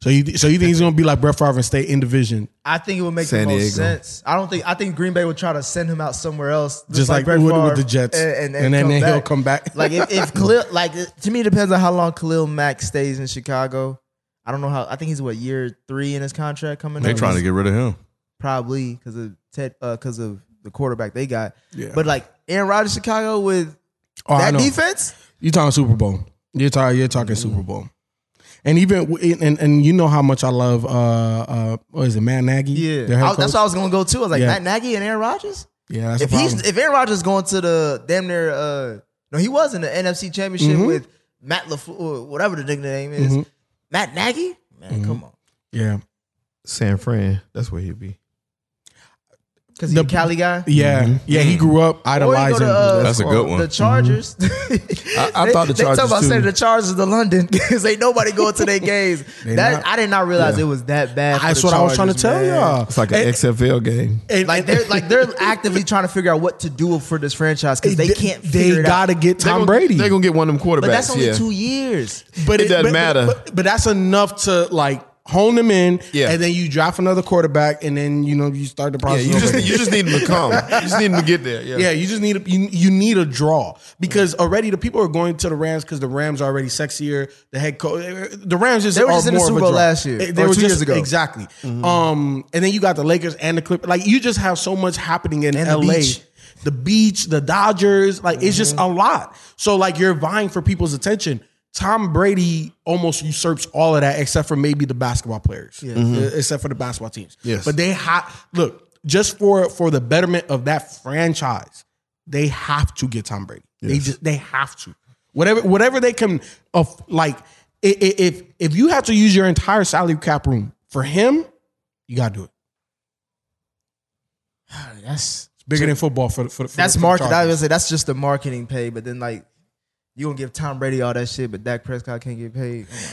Speaker 7: So you so you think he's gonna be like Brett Favre and stay in division,
Speaker 1: I think it would make
Speaker 7: San
Speaker 1: the most
Speaker 7: Diego.
Speaker 1: sense. I don't think I think Green Bay would try to send him out somewhere else,
Speaker 7: just, like,
Speaker 1: Brett
Speaker 7: we would
Speaker 1: Favre,
Speaker 7: with the Jets,
Speaker 1: and, and,
Speaker 7: and then,
Speaker 1: come
Speaker 7: he'll
Speaker 1: back.
Speaker 7: come back.
Speaker 1: like if, if Khalil, like to me, it depends on how long Khalil Mack stays in Chicago. I don't know how. I think he's what year three in his contract coming.
Speaker 5: They
Speaker 1: up.
Speaker 5: trying to get rid of him.
Speaker 1: probably because of Ted because of the quarterback they got.
Speaker 5: Yeah.
Speaker 1: But like Aaron Rodgers, Chicago with
Speaker 7: Oh, I
Speaker 1: that
Speaker 7: know.
Speaker 1: defense.
Speaker 7: You're talking Super Bowl. You're talking. You're talking
Speaker 6: Mm-hmm.
Speaker 7: Super Bowl. And even and, and and you know how much I love uh uh what is it Matt Nagy?
Speaker 1: Yeah,
Speaker 7: their head
Speaker 6: Oh,
Speaker 1: I- that's
Speaker 7: coach?
Speaker 1: what I was gonna go to. I was like
Speaker 7: Yeah.
Speaker 1: Matt Nagy and Aaron Rodgers.
Speaker 7: Yeah, that's
Speaker 1: if
Speaker 7: the
Speaker 1: he's
Speaker 7: problem.
Speaker 1: if Aaron Rodgers is going to the damn near uh no he was in the NFC Championship
Speaker 7: Mhm.
Speaker 1: with Matt Lafleur or whatever the nigga name is
Speaker 7: Mm-hmm.
Speaker 6: Mhm.
Speaker 1: Matt Nagy man come on
Speaker 7: Yeah.
Speaker 6: San Fran. That's where he'd be.
Speaker 1: because he's a Cali guy
Speaker 7: Yeah,
Speaker 6: Mm-hmm.
Speaker 7: yeah. He grew up
Speaker 1: Or you
Speaker 7: idolizing.
Speaker 1: go to, uh, the
Speaker 7: Mhm.
Speaker 1: Chargers
Speaker 6: Mm-hmm.
Speaker 7: I
Speaker 1: They-
Speaker 7: thought the
Speaker 1: they
Speaker 7: Chargers,
Speaker 1: talking about
Speaker 7: too.
Speaker 1: sending the Chargers to London because ain't nobody going to their games
Speaker 6: They
Speaker 1: that
Speaker 6: not.
Speaker 1: I did not realize
Speaker 6: Yeah.
Speaker 1: it was that bad for
Speaker 6: That's
Speaker 1: the
Speaker 6: what I was trying to
Speaker 1: Chargers,
Speaker 6: tell
Speaker 1: man.
Speaker 6: y'all. It's like an XFL game.
Speaker 1: like they're like they're actively trying to figure out what to do for this franchise because they can't.
Speaker 7: they
Speaker 1: Figure it
Speaker 7: gotta
Speaker 1: out.
Speaker 7: get Tom They're gonna- Brady.
Speaker 6: They're gonna get one of them quarterbacks.
Speaker 1: But that's only
Speaker 6: yeah.
Speaker 1: two years.
Speaker 7: But
Speaker 6: It doesn't
Speaker 7: but-
Speaker 6: matter.
Speaker 7: But, but that's enough to like hone them in.
Speaker 6: Yeah.
Speaker 7: and then you draft another quarterback, and then you know you start the
Speaker 6: Yeah,
Speaker 7: process.
Speaker 6: you
Speaker 7: over
Speaker 6: just
Speaker 7: again.
Speaker 6: you just need him to come. You just need him to get there. Yeah.
Speaker 7: Yeah. you just need a, you you need a draw because already the people are going to the Rams because the Rams are already sexier. The head coach, the Rams just
Speaker 1: They were
Speaker 7: are
Speaker 1: just in the
Speaker 7: more of
Speaker 1: Super
Speaker 7: a
Speaker 1: Bowl
Speaker 7: draw.
Speaker 1: last year,
Speaker 7: They, they
Speaker 1: or
Speaker 7: were
Speaker 1: two
Speaker 7: just-
Speaker 1: years ago. Mm-hmm.
Speaker 7: exactly. Um, and then you got the Lakers and the Clippers. Like you just have so much happening in
Speaker 1: And the
Speaker 7: L.A.
Speaker 1: beach.
Speaker 7: The beach, the Dodgers, like it's just a
Speaker 6: Mm-hmm.
Speaker 7: lot. So like you're vying for people's attention. Tom Brady almost usurps all of that except for maybe the basketball players,
Speaker 6: Yeah. Mhm.
Speaker 7: Uh, except for the basketball teams.
Speaker 6: Yes.
Speaker 7: But they have look just for for the betterment of that franchise. They have to get Tom Brady. They
Speaker 6: Yes.
Speaker 7: just they have to whatever whatever they can of like i- i- if if you have to use your entire salary cap room for him, you gotta do it.
Speaker 1: That's
Speaker 7: It's bigger than football for the for, the- for
Speaker 1: that's
Speaker 7: the, for the
Speaker 1: market. I
Speaker 7: Chargers.
Speaker 1: would say that's just the marketing pay. But then like you gonna give Tom Brady all that shit, but Dak Prescott can't get paid. Oh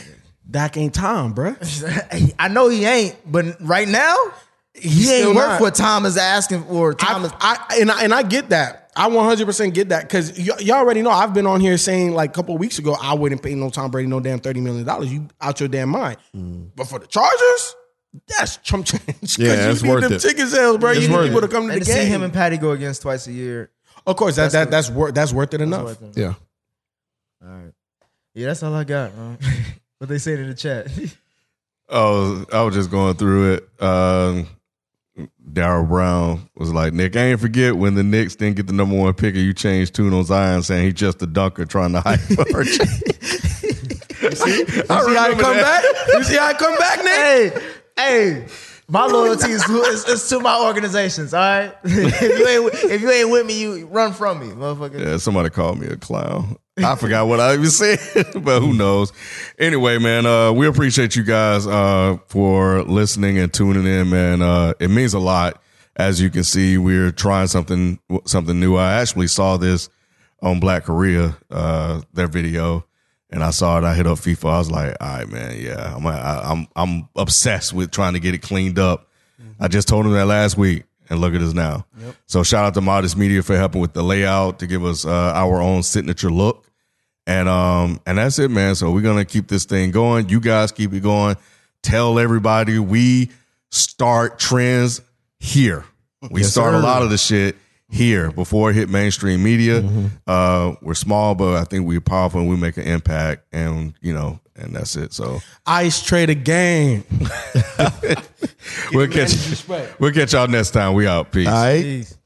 Speaker 7: Dak ain't Tom, bruh.
Speaker 1: I know he ain't, but right now he
Speaker 7: still
Speaker 1: ain't worth
Speaker 7: not.
Speaker 1: what Tom is asking for. Tom is
Speaker 7: I and I and I get that. I 100% get that because y- y'all already know I've been on here saying like a couple of weeks ago I wouldn't pay no Tom Brady no damn thirty million dollars. You out your damn mind. But for the Chargers, that's chump change. 'Cause
Speaker 6: Mm. Yeah, that's
Speaker 7: you need
Speaker 6: worth
Speaker 7: them
Speaker 6: it.
Speaker 7: ticket sales, bro.
Speaker 6: It's
Speaker 7: you need
Speaker 6: worth
Speaker 7: people to
Speaker 6: it.
Speaker 7: come to
Speaker 1: and
Speaker 7: the
Speaker 1: to see
Speaker 7: game.
Speaker 1: him and Patty go against twice a year.
Speaker 7: of course, that,
Speaker 1: That's
Speaker 7: that
Speaker 1: the-
Speaker 7: that's worth that's worth it enough.
Speaker 1: worth it.
Speaker 6: Yeah.
Speaker 1: All right. Yeah, that's all I got, man. what they said in the chat.
Speaker 5: Oh, I was just going through it. Um, Daryl Brown was like, Nick, I ain't forget when the Knicks didn't get the number one pick and you changed tune on Zion saying he's just a dunker trying to hype up her.
Speaker 1: You see, you see how it come back? You see how it come back, Nick? Hey, hey. My loyalty is, is, is to my organizations. All right, if, you ain't, wi- if you ain't with me, you run from me, motherfucker.
Speaker 5: Yeah, somebody called me a clown. I forgot what I even said, but who knows? Anyway, man, uh, we appreciate you guys uh, for listening and tuning in, man. Uh, it means a lot. As you can see, we're trying something something new. I actually saw this on Black Korea, uh, their video, and I saw it. I hit up FIFA. I was like, all right, man, yeah, I'm I, I'm I'm obsessed with trying to get it cleaned up. I just told him that last week, and look at us now. So shout out to Modest Media for helping with the layout to give us uh, our own signature look, and um and that's it, man. So we're gonna keep this thing going. You guys keep it going. Tell everybody we start trends here. We
Speaker 6: Yes,
Speaker 5: start
Speaker 6: sir.
Speaker 5: a lot of the shit here before it hit mainstream media. Uh, we're small, but I think we're powerful and we make an impact. And you know, and that's it. So
Speaker 7: Ice Trader Game.
Speaker 5: we'll catch
Speaker 7: respect.
Speaker 5: we'll catch y'all next time. We out. Peace.
Speaker 7: All right. Peace.